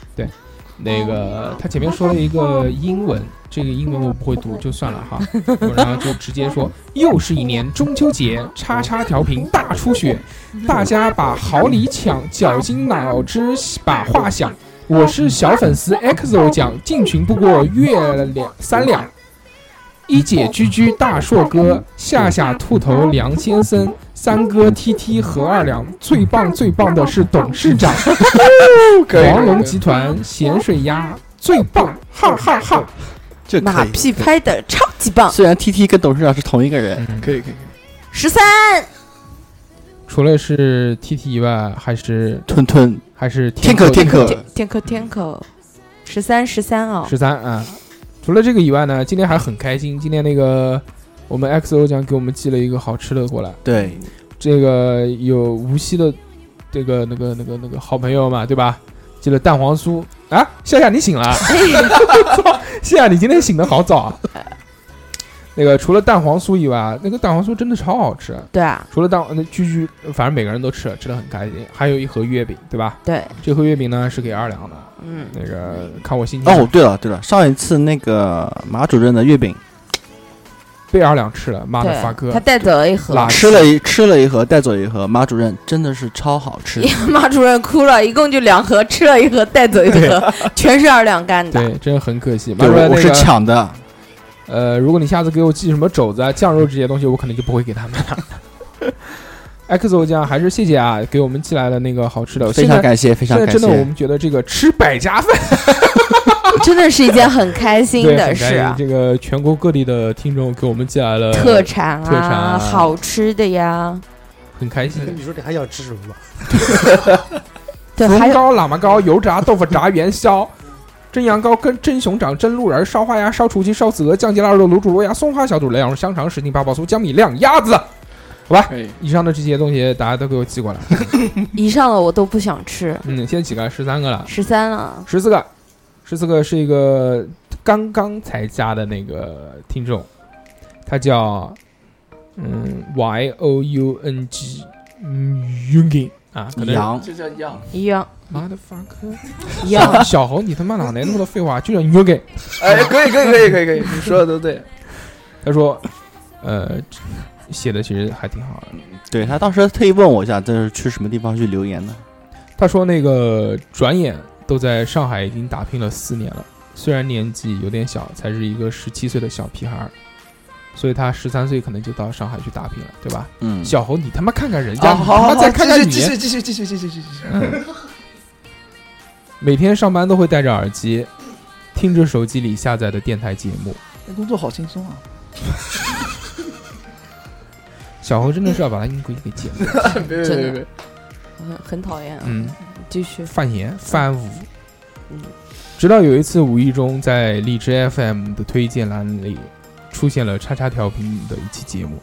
那个他前面说了一个英文，这个英文我不会读，就算了哈。我然后就直接说，又是一年中秋节，叉叉调频大出血，大家把好礼抢，绞尽脑汁把话想。我是小粉丝 XO 奖，进群不过月两三两。一姐居居大硕哥，夏夏兔头梁先生，三哥 TT 何二两，最棒最棒的是董事长。黄哎龙集团咸水鸭最棒，哈哈哈！这个马可以。屁拍的超级棒，虽然 TT 跟董事长是同一个人，嗯可以可以。十三除了是 TT 以外，还是吞吞还是天可天可天天口天口，十三十三哦，十三啊。除了这个以外呢，今天还很开心。今天那个我们 XO 奖给我们寄了一个好吃的过来，对，这个有无锡的这个那个那个那个好朋友嘛，对吧？寄了蛋黄酥 [LAUGHS] 啊，夏夏你醒了，操夏夏你今天醒的好早啊。那个除了蛋黄酥以外，啊那个蛋黄酥真的超好吃。对啊，除了蛋那居居，反正每个人都吃了，吃的很开心。还有一盒月饼，对吧？对，这盒月饼呢是给二两的，嗯，那个看我心情哦，，对了对了，上一次那个马主任的月饼被二两吃了，妈的对发哥他，带走了一盒， [LAUGHS] 垃圾吃了一吃了一盒，带走一盒，马主任真的是超好吃。马主任哭了，一共就两盒，吃了一盒，带走一盒， [LAUGHS] 全是二两干的。对，真的很可惜。妈 [LAUGHS] 对，主任我我那是个，抢的，呃，如果你下次给我寄什么肘子啊、酱肉这些东西，我可能就不会给他们了。XO 酱还是谢谢啊，给我们寄来的那个好吃的。非现在常感谢，非常现在感真的，我谢。们觉得这个吃百家饭 [LAUGHS] 真的是一件很开心对的很开事心啊，这个全国各地的听众给我们寄来了特产特产啊啊，好吃的呀，很开心。你说你还想吃什么？对，还龙有糕、喇嘛糕、油炸、豆腐炸、元宵、蒸羊羔、跟蒸熊掌、蒸鹿人、烧花鸭、烧雏鸡、烧子鹅、酱鸡腊肉、卤煮肉鸭、松花小肚、两肉香肠、什锦八宝酥、江米酿鸭子。可以，以上的这些东西大家都给我寄过来。以上的我都不想吃，嗯，现在几个？十三个了，十三啊了，十四个，十四个是一个刚刚才加的那个听众，他叫嗯 Y O U N G 嗯 Yungin 啊，可能是羊这叫样。一 [LAUGHS] 样妈的 fuck。。一样啊小猴，你他妈哪来那么多废话？就让你约给哎，可以，可以，可以，可以，可以，你说的 [LAUGHS] 都对。啊他说，呃，写的其实还挺好的。对他当时特意问我一下，这是去什么地方去留言的？他说那个转眼都在上海已经打拼了四年了，虽然年纪有点小，才是一个十七岁的小屁孩儿，所以他十三岁可能就到上海去打拼了，对吧？嗯，小猴，你他妈看看人家，啊，你好他好妈好，再看看你嗯继，续，继续，继续，继续，继续，继续。每天上班都会戴着耳机，听着手机里下载的电台节目。那哎工作好轻松啊！小猴真的是要把他音轨给剪了，别别别别，很很讨厌啊，嗯。继续范爷范五嗯。直到有一次无意中在荔枝 FM 的推荐栏里出现了“叉叉调频”的一期节目，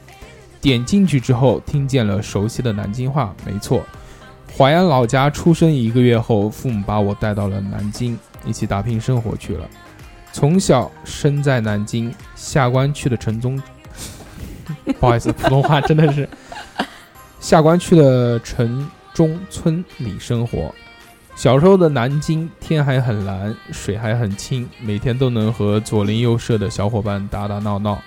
点进去之后听见了熟悉的南京话，没错，淮安老家出生一个月后，父母把我带到了南京，一起打拼生活去了。从小生在南京下关区的城中， [LAUGHS] 不好意思，普通话真的是下关区的城中村里生活，小时候的南京，天还很蓝，水还很清，每天都能和左邻右舍的小伙伴打打闹闹。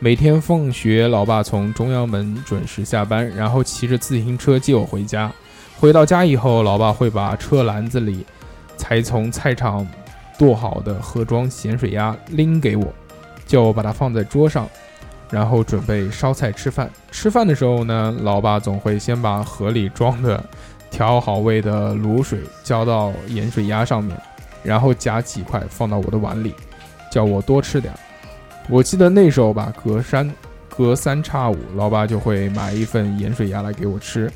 每天放学，老爸从中央门准时下班，然后骑着自行车接我回家。回到家以后，老爸会把车篮子里才从菜场剁好的盒装咸水鸭拎给我，叫我把它放在桌上，然后准备烧菜吃饭。吃饭的时候呢，老爸总会先把盒里装的调好味的卤水浇到盐水鸭上面，然后夹几块放到我的碗里，叫我多吃点儿。我记得那时候吧，隔三隔三差五，老爸就会买一份盐水鸭来给我吃，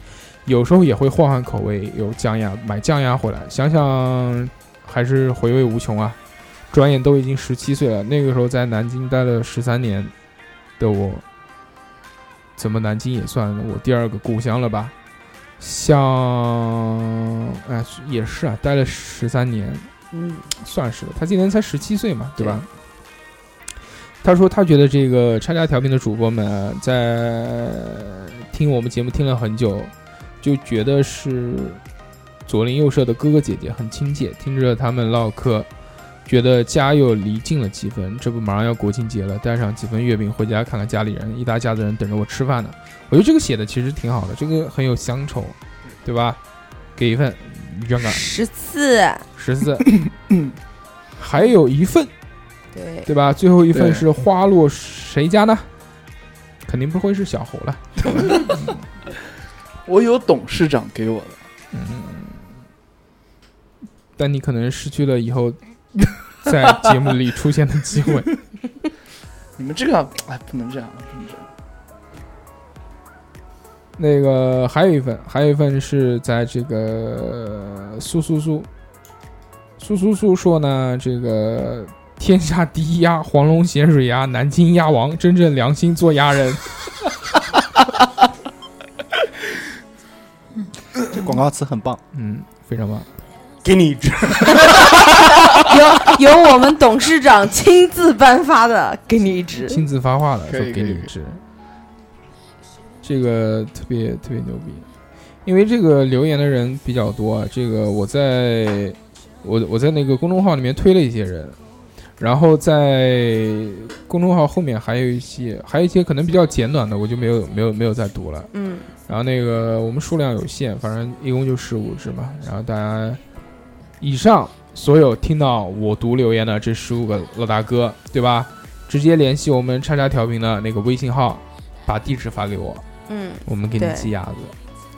有时候也会换换口味，有酱鸭买酱鸭回来。想想还是回味无穷啊！转眼都已经十七岁了，那个时候在南京待了十三年的我，怎么南京也算我第二个故乡了吧？像，哎，也是啊，待了十三年，嗯，算是他今年才十七岁嘛，对吧？他说他觉得这个叉叉调频的主播们啊，在听我们节目听了很久，就觉得是左邻右舍的哥哥姐姐很亲切，听着他们唠嗑，觉得家又离近了几分。这不马上要国庆节了，带上几份月饼回家看看家里人，一大家子人等着我吃饭呢。我觉得这个写的其实挺好的，这个很有乡愁，对吧？给一份，冤感十四，十四，还有一份，对，对吧？最后一份对是花落谁家呢？肯定不会是小猴了。我有董事长给我的，但你可能失去了以后在节目里出现的机会。你们这个哎，不能这样，不能这样。那个还有一份，还有一份是在这个苏苏苏苏苏苏说呢，这个天下第一鸭黄龙咸水鸭，南京鸭王，真正良心做鸭人。这广告词很棒。嗯，非常棒。给你一只。有有我们董事长亲自颁发的，给你一嗯支。亲自发话了，可说以给可以你一支。这个特别特别牛逼，因为这个留言的人比较多啊。这个我在我我在那个公众号里面推了一些人，然后在公众号后面还有一些，还有一些可能比较简短的，我就没有没有没有再读了。嗯，然后那个我们数量有限，反正一共就十五只嘛。然后大家以上所有听到我读留言的这十五个老大哥，对吧？直接联系我们叉叉调频的那个微信号，把地址发给我，嗯，我们给你对寄鸭子。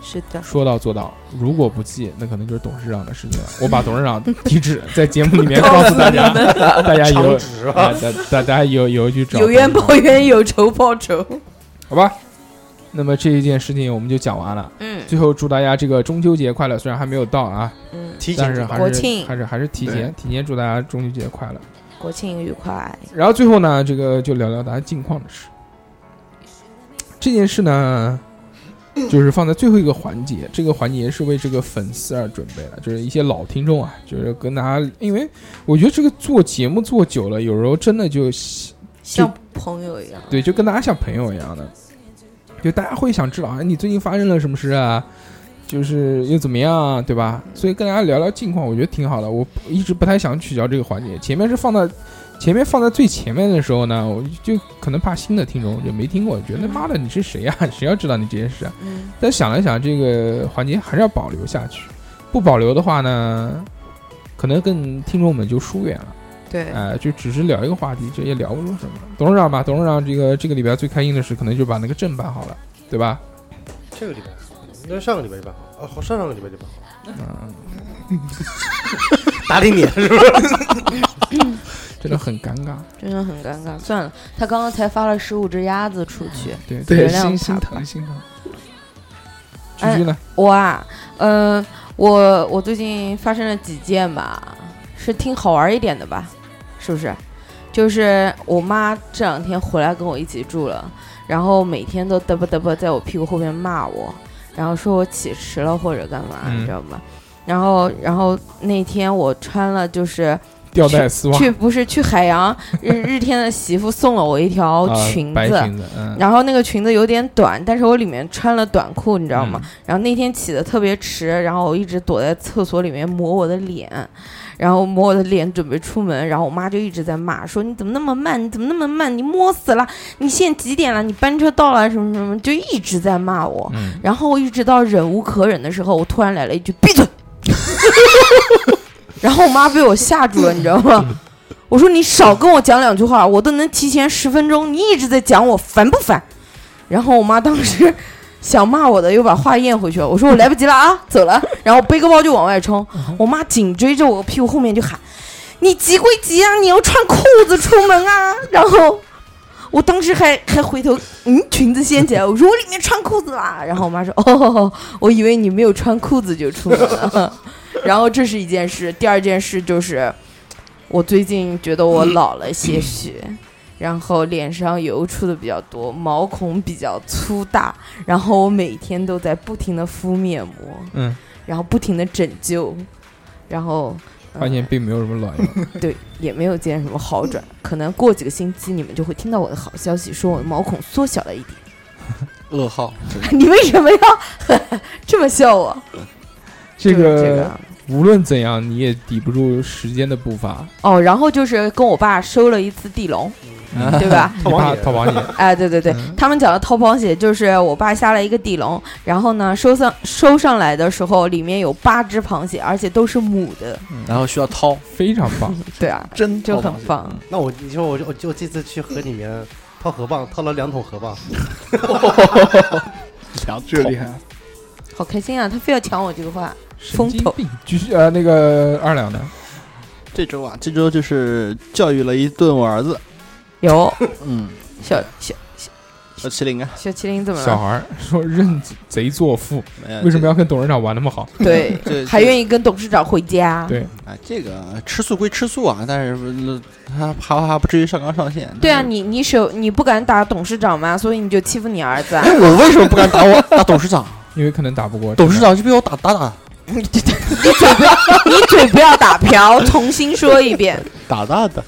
是的，说到做到，如果不寄，那可能就是董事长的事情了。我把董事长地址在节目里面告诉大家，大家有大大大家有有去找，有冤报冤，有仇报仇。好吧？那么这一件事情我们就讲完了。嗯最后祝大家这个中秋节快乐，虽然还没有到啊，嗯，提但前是就好还是国庆还是还是提前提前祝大家中秋节快乐。国庆愉快。然后最后呢，这个就聊聊大家近况的事。这件事呢，就是放在最后一个环节，这个环节是为这个粉丝而准备的，就是一些老听众啊，就是跟大家，因为我觉得这个做节目做久了，有时候真的就像朋友一样。对，就跟大家像朋友一样的，就大家会想知道，哎，你最近发生了什么事啊？就是又怎么样啊，对吧？所以跟大家聊聊近况，我觉得挺好的。我一直不太想取消这个环节，前面是放到前面放在最前面的时候呢，我就可能怕新的听众就没听过，觉得妈的你是谁呀、谁要知道你这些事啊？嗯，但想了想，这个环节还是要保留下去，不保留的话呢，可能跟听众们就疏远了。对，哎，就只是聊一个话题，这也聊不出什么。董事长吧，董事长这个这个礼拜最开心的事，可能就把那个证办好了，对吧？这个礼拜，应该上个礼拜就办好，哦，好上上个礼拜就办好。嗯， [LAUGHS] 打理你 [LAUGHS] 是吧？真的很尴尬。真的很尴尬。算了，他刚刚才发了十五只鸭子出去。对对心量心差吧疼心疼。居哎居呢？我啊，嗯、我我最近发生了几件吧，是听好玩一点的吧，是不是？就是我妈这两天回来跟我一起住了，然后每天都嘚啵嘚啵在我屁股后面骂我，然后说我起迟了或者干嘛，嗯你知道吗？然后，然后那天我穿了就是吊带丝袜啊去不是去海洋日日天的媳妇送了我一条啊裙白子，裙子，嗯，然后那个裙子有点短，但是我里面穿了短裤，你知道吗？然后那天起的特别迟，然后我一直躲在厕所里面抹我的脸，然后抹我的脸准备出门，然后我妈就一直在骂说你怎么那么慢，你怎么那么慢，你摸死了，你现在几点了？你班车到了什么什么，就一直在骂我。嗯？然后我一直到忍无可忍的时候，我突然来了一句“闭嘴”， [LAUGHS] 然后我妈被我吓住了，你知道吗？我说你少跟我讲两句话，我都能提前十分钟，你一直在讲我，烦不烦？然后我妈当时想骂我的，又把话咽回去了。我说我来不及了啊，走了。然后背个包就往外冲，我妈紧追着我屁股后面就喊：“你急归急啊，你要穿裤子出门啊！”然后我当时还还回头，嗯，裙子掀起来，我说我里面穿裤子啦。然后我妈说：“ [LAUGHS] 哦，我以为你没有穿裤子就出门了。” [LAUGHS] 然后这是一件事，第二件事就是我最近觉得我老了些许。然后脸上油出的比较多，毛孔比较粗大，然后我每天都在不停的敷面膜，嗯，然后不停的拯救，然后、嗯呃发现并没有什么卵用。对也没有见什么好转，可能过几个星期你们就会听到我的好消息，说我的毛孔缩小了一点。噩耗。 [LAUGHS] 你为什么要 [LAUGHS] 这么笑我？这就是这个个无论怎样，你也抵不住时间的步伐。哦，然后就是跟我爸收了一次地笼，嗯对吧？嗯 [LAUGHS] 你怕你淘宝你，哎，对对对，嗯他们讲的掏螃蟹就是我爸下了一个地笼，然后呢收上收上来的时候，里面有八只螃蟹，而且都是母的，然后需要掏，非常棒。 [LAUGHS] 对啊，真就淘很宝蟹嗯棒。那我你说我就我就这次去河里面掏河蚌，掏了两桶河蚌，这个厉害，啊好开心啊！他非要抢我这个话，神风经头病，继续呃，那个二两呢？这周啊，这周就是教育了一顿我儿子，有嗯，小小小麒麟啊，小麒麟怎么小了？孩儿说认贼作父，为什么要？要跟董事长玩那么好？对，呃这还意愿意跟董事长回家。对啊？这个吃素归吃素啊，但是他爬爬不至于上纲上线。对啊，嗯就是你你手你不敢打董事长嘛，所以你就 [LAUGHS] 欺负你儿子 [LAUGHS] 啊。哎，我为什么不敢打我打董事长？因为可能打不过董事，长就被我打打打你嘴不要，你嘴不要打瓢，重新说一遍。打大 [LAUGHS] 的，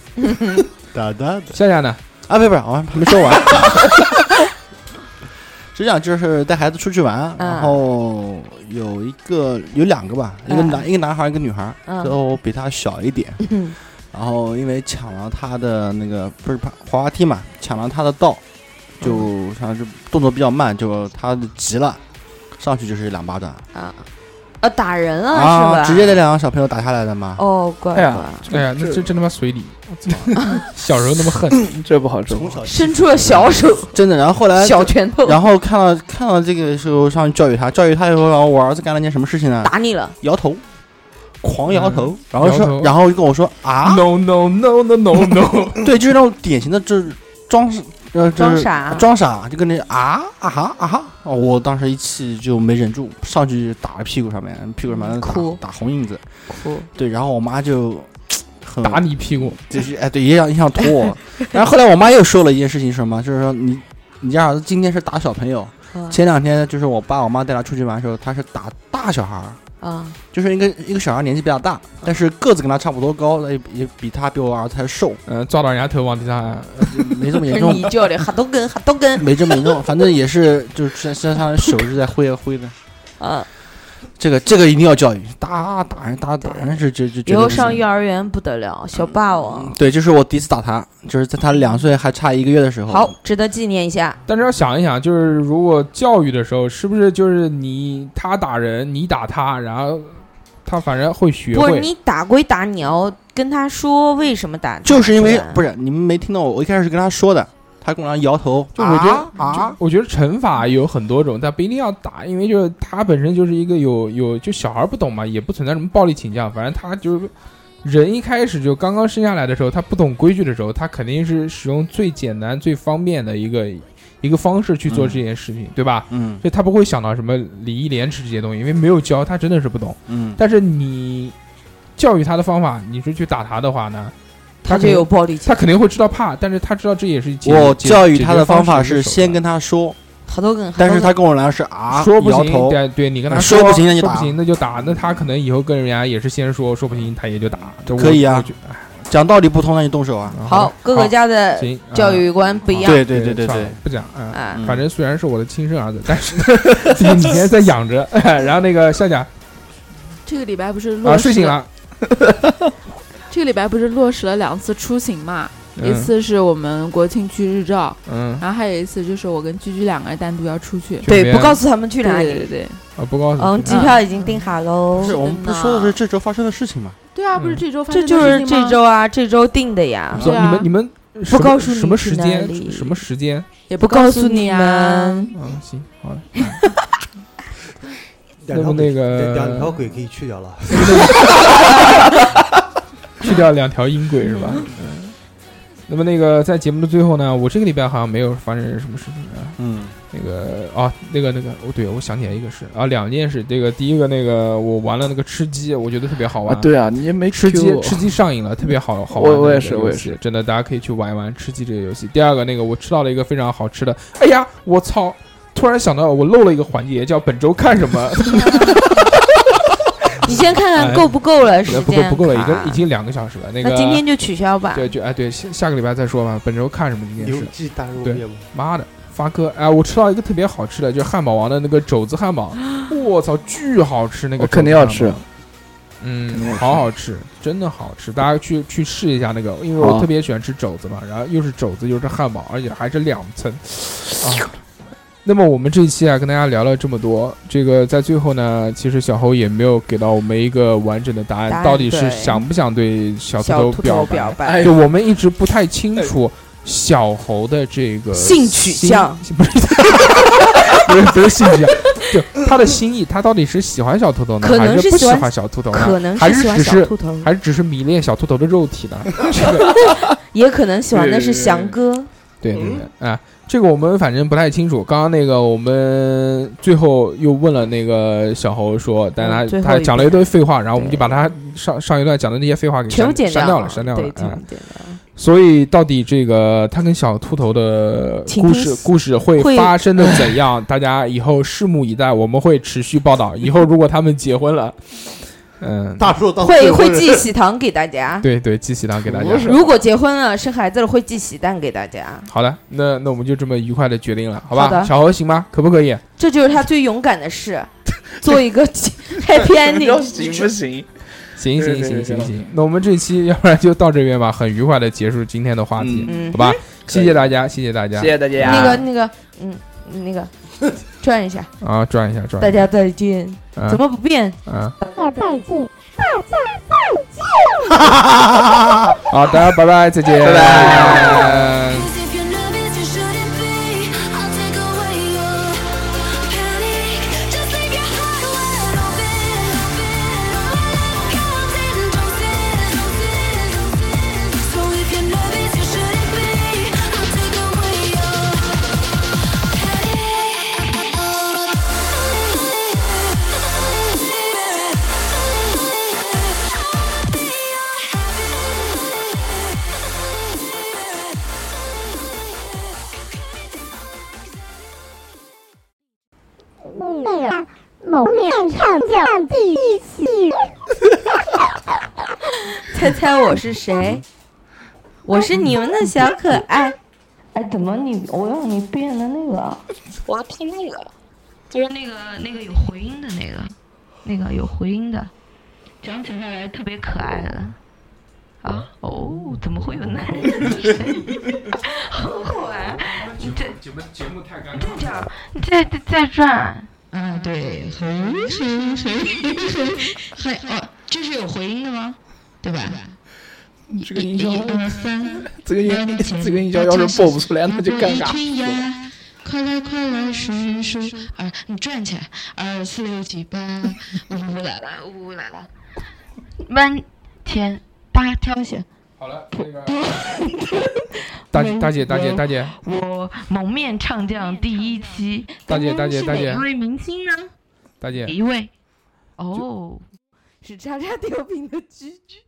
打大的。夏夏呢？啊，不是不是，我还没说完。 [LAUGHS] 实际上就是带孩子出去玩，嗯然后有一个有两个吧，一个嗯男一个男孩，一个女孩，嗯最后我比他小一 [LAUGHS] 点，嗯然后因为抢了他的那个不是滑滑梯嘛，抢了他的道，就嗯像是动作比较慢，就他急了，上去就是两巴掌啊啊，打人了、啊，是吧？直接那两个小朋友打下来的嘛。哦，乖哎乖，呀哎呀，那这这真他妈随礼！ [LAUGHS] 我操，小时候那么恨，这不好，这不从好。小 [LAUGHS] 伸出了小手、真的，然后后来 [LAUGHS] 小拳头，呃然后看到看到这个时候上去教育他，教育他以后，然后我儿子干了件什么事情呢？打你了。摇头，狂摇头，嗯摇然后头说，然后就跟我说 [LAUGHS] 啊，No no no no no no！ [LAUGHS] 对，就是那种典型的就是装是呃就是装傻装傻，就跟那啊啊哈啊哈，哦我当时一气就没忍住，上去打了屁股上面，屁股上面打嗯哭打红印子，哭，对，然后我妈就 [LAUGHS] 很打你屁股，就是哎，对，也想也想捅我。然后后来我妈又说了一件事情，是什么？就是说你你家儿子今天是打小朋友，嗯前两天就是我爸我妈带他出去玩的时候，他是打大小孩儿，啊就是一个一个小孩儿年纪比较大，嗯但是个子跟他差不多高，也也比他比我儿子还瘦，嗯，抓到人家头往地上按，没这么严 [LAUGHS] 跟重你，叫的哈都跟哈都跟没这么严重，反正也是就是身身上的手是在挥啊挥的。啊！这个这个一定要教育，打打人打打人是这这以这后上幼儿园不得了，小霸王，对，就是我第一次打他，就是在他两岁还差一个月的时候。好，值得纪念一下。但是要想一想，就是如果教育的时候，是不是就是你他打人，你打他，然后他反正会学不是会。你打归打，你要跟他说为什么打他，就是因为吧不是你们没听到我，我一开始是跟他说的，他跟我让摇头，就啊我觉得啊，我觉得惩罚有很多种，但不一定要打，因为就是他本身就是一个有有就小孩不懂嘛，也不存在什么暴力倾向，反正他就是人一开始就刚刚生下来的时候，他不懂规矩的时候，他肯定是使用最简单最方便的一个一个方式去做这件事情，对吧？嗯所以他不会想到什么礼义廉耻这些东西，因为没有教，他真的是不懂。嗯，但是你教育他的方法，你是去打他的话呢，他他就肯有暴力倾他向，肯定会知道怕，但是他知道这也是解我解教育解他决的方法法是先跟他说，他都跟，但是他跟我来是啊，说不摇行，头，对对，你跟他说不行那就说不打行那就打，那他可能以后跟人家也是先说，说不行他也就打，这我可以啊我觉得讲道理不通那你动手啊。哎好，各个好家的行教。啊育观不一样对对对对算了对，不讲啊。啊。嗯反正虽然是我的亲生儿子，但是 [LAUGHS] 你现在在养着。然后那个夏夏这个礼拜不是落啊实睡醒，了，这个礼拜不是落实了两次出行嘛？一嗯次是我们国庆去日照，嗯，然后还有一次就是我跟居居两个人单独要出去。对，选不边告诉他们去对哪对里。对对，啊不告诉嗯，你机票已经订好喽不。是我们不是说的是这周发生的事情吗？对啊，不是嗯这周发生这的就事是情这吗周啊，这周订的呀不。对啊你们你们什么告诉你什么去时哪间里什么时间？也不不告告诉诉你你们啊。嗯，行，好嘞。两那条么腿那个两条腿可以去掉了。 [LAUGHS] 去掉两条音轨是吧？嗯。那么那个在节目的最后呢，我这个礼拜好像没有发生什么事情啊。嗯，那个啊，那个那个，哦，对，我想起来一个事啊，两件事。这个第一个，那个我玩了那个吃鸡，我觉得特别好啊，玩。，对啊，你也没吃鸡 Q 我 [LAUGHS] 吃鸡上瘾了，特别好好玩的我我也一个是游我也戏是真的，大家可以去玩一玩吃鸡这个游戏。第二个，那个我吃到了一个非常好吃的，哎呀，我操！突然想到，我漏了一个环节，叫本周看什 [LAUGHS] 么。你先看哎看够不够了时不够间。不够了，已啊经已。经两个小时了。那个那今天就取消吧。对，就哎对，下下个礼拜再说吧。本周看什么这件邮事？寄大肉对面吗？妈的，发哥！哎，我吃到一个特别好吃的，就是汉堡王的那个肘子汉堡， [GASPS] 我操，巨好吃！那个我肯定肘要子汉堡吃，肯定嗯，要吃好好吃，真的好吃，大家去去试一下那个，因为我好啊特别喜欢吃肘子嘛，然后又是肘子又是汉堡，而且还是两层啊。那么我们这一期啊，跟大家聊了这么多，这个在最后呢，其实小侯也没有给到我们一个完整的答案，答案到底是对想不想对小小秃头哎秃头白？表白。就我们一直不太清楚小猴的这个性取心向， [LAUGHS] 不是不是不是性取向，就他的心意，他到底是喜欢小秃头呢，可能还是不喜喜欢欢小秃头呢？可能还喜欢只小是秃头，还是只是迷恋小秃头的肉体呢？这个也可能喜欢的是对翔哥。对对对，啊，这个我们反正不太清楚。刚刚那个我们最后又问了那个小猴说，但嗯最他后他一讲了一堆废话，然后我们对就把他上上一段讲的那些废话给全部删剪删掉了，删掉了对，，全啊部剪掉了。所以到底这个他跟小秃头的请故听事四故事会会发生的怎样？大家以后拭目以待，我们会持续报道。以后如果他们结婚了，嗯，大树当会最后会人 [LAUGHS] 寄喜糖给大家。对对，寄喜糖给大家。如果结婚了生孩子了，会寄喜蛋给大家。好的，那那我们就这么愉快的决定了，好吧？好的小何行吗？可不可以？这就是他最勇敢的事，[LAUGHS] 做一个 happy 要 ending。行不行？行对行对行对行对行，那我们这期要不然就到这边吧，很愉快的结束今天的话题，嗯好，吧？谢谢大家，谢谢大家，谢谢大家。那个那个，嗯，那 [LAUGHS] 个啊转一下，啊，转一下转大一下，家再见，嗯怎么不变？嗯，再见。好，大家拜拜，再见，拜拜。 Cause if you're nervous, you shouldn't be. I'll take away your panic. Just leave your heart wide open. Comes in doses. So if you're nervous, you shouldn't be. I'll take away your panic. 那个蒙面唱将第一期，猜猜我是 [LAUGHS] 谁？我是你们的小可 [LAUGHS] 爱。哎，怎么你我让你变的那个？啊我要听那个，就是那个那个有回音的那个，那个有回音的，讲起下来特别可爱的。啊哦，怎么会有男人的声音？好火啊！你这节目节目太尴尬了。叫你再再再转。嗯，对，回回回回哦，这是有回音的吗？对吧？这个一营销，二三。这个营 [LAUGHS] 这个营销要是播不出来，那就尴尬。春芽，快来快来数数数，二啊你转起来，二四六七八，呜啦啦呜啦啦，弯前八挑选，好了，那个大姐大姐大姐大姐我蒙面唱将第一期，大姐刚大刚姐是大姐哪一位明星呢？大姐，一位，哦，是叉叉调频的居居。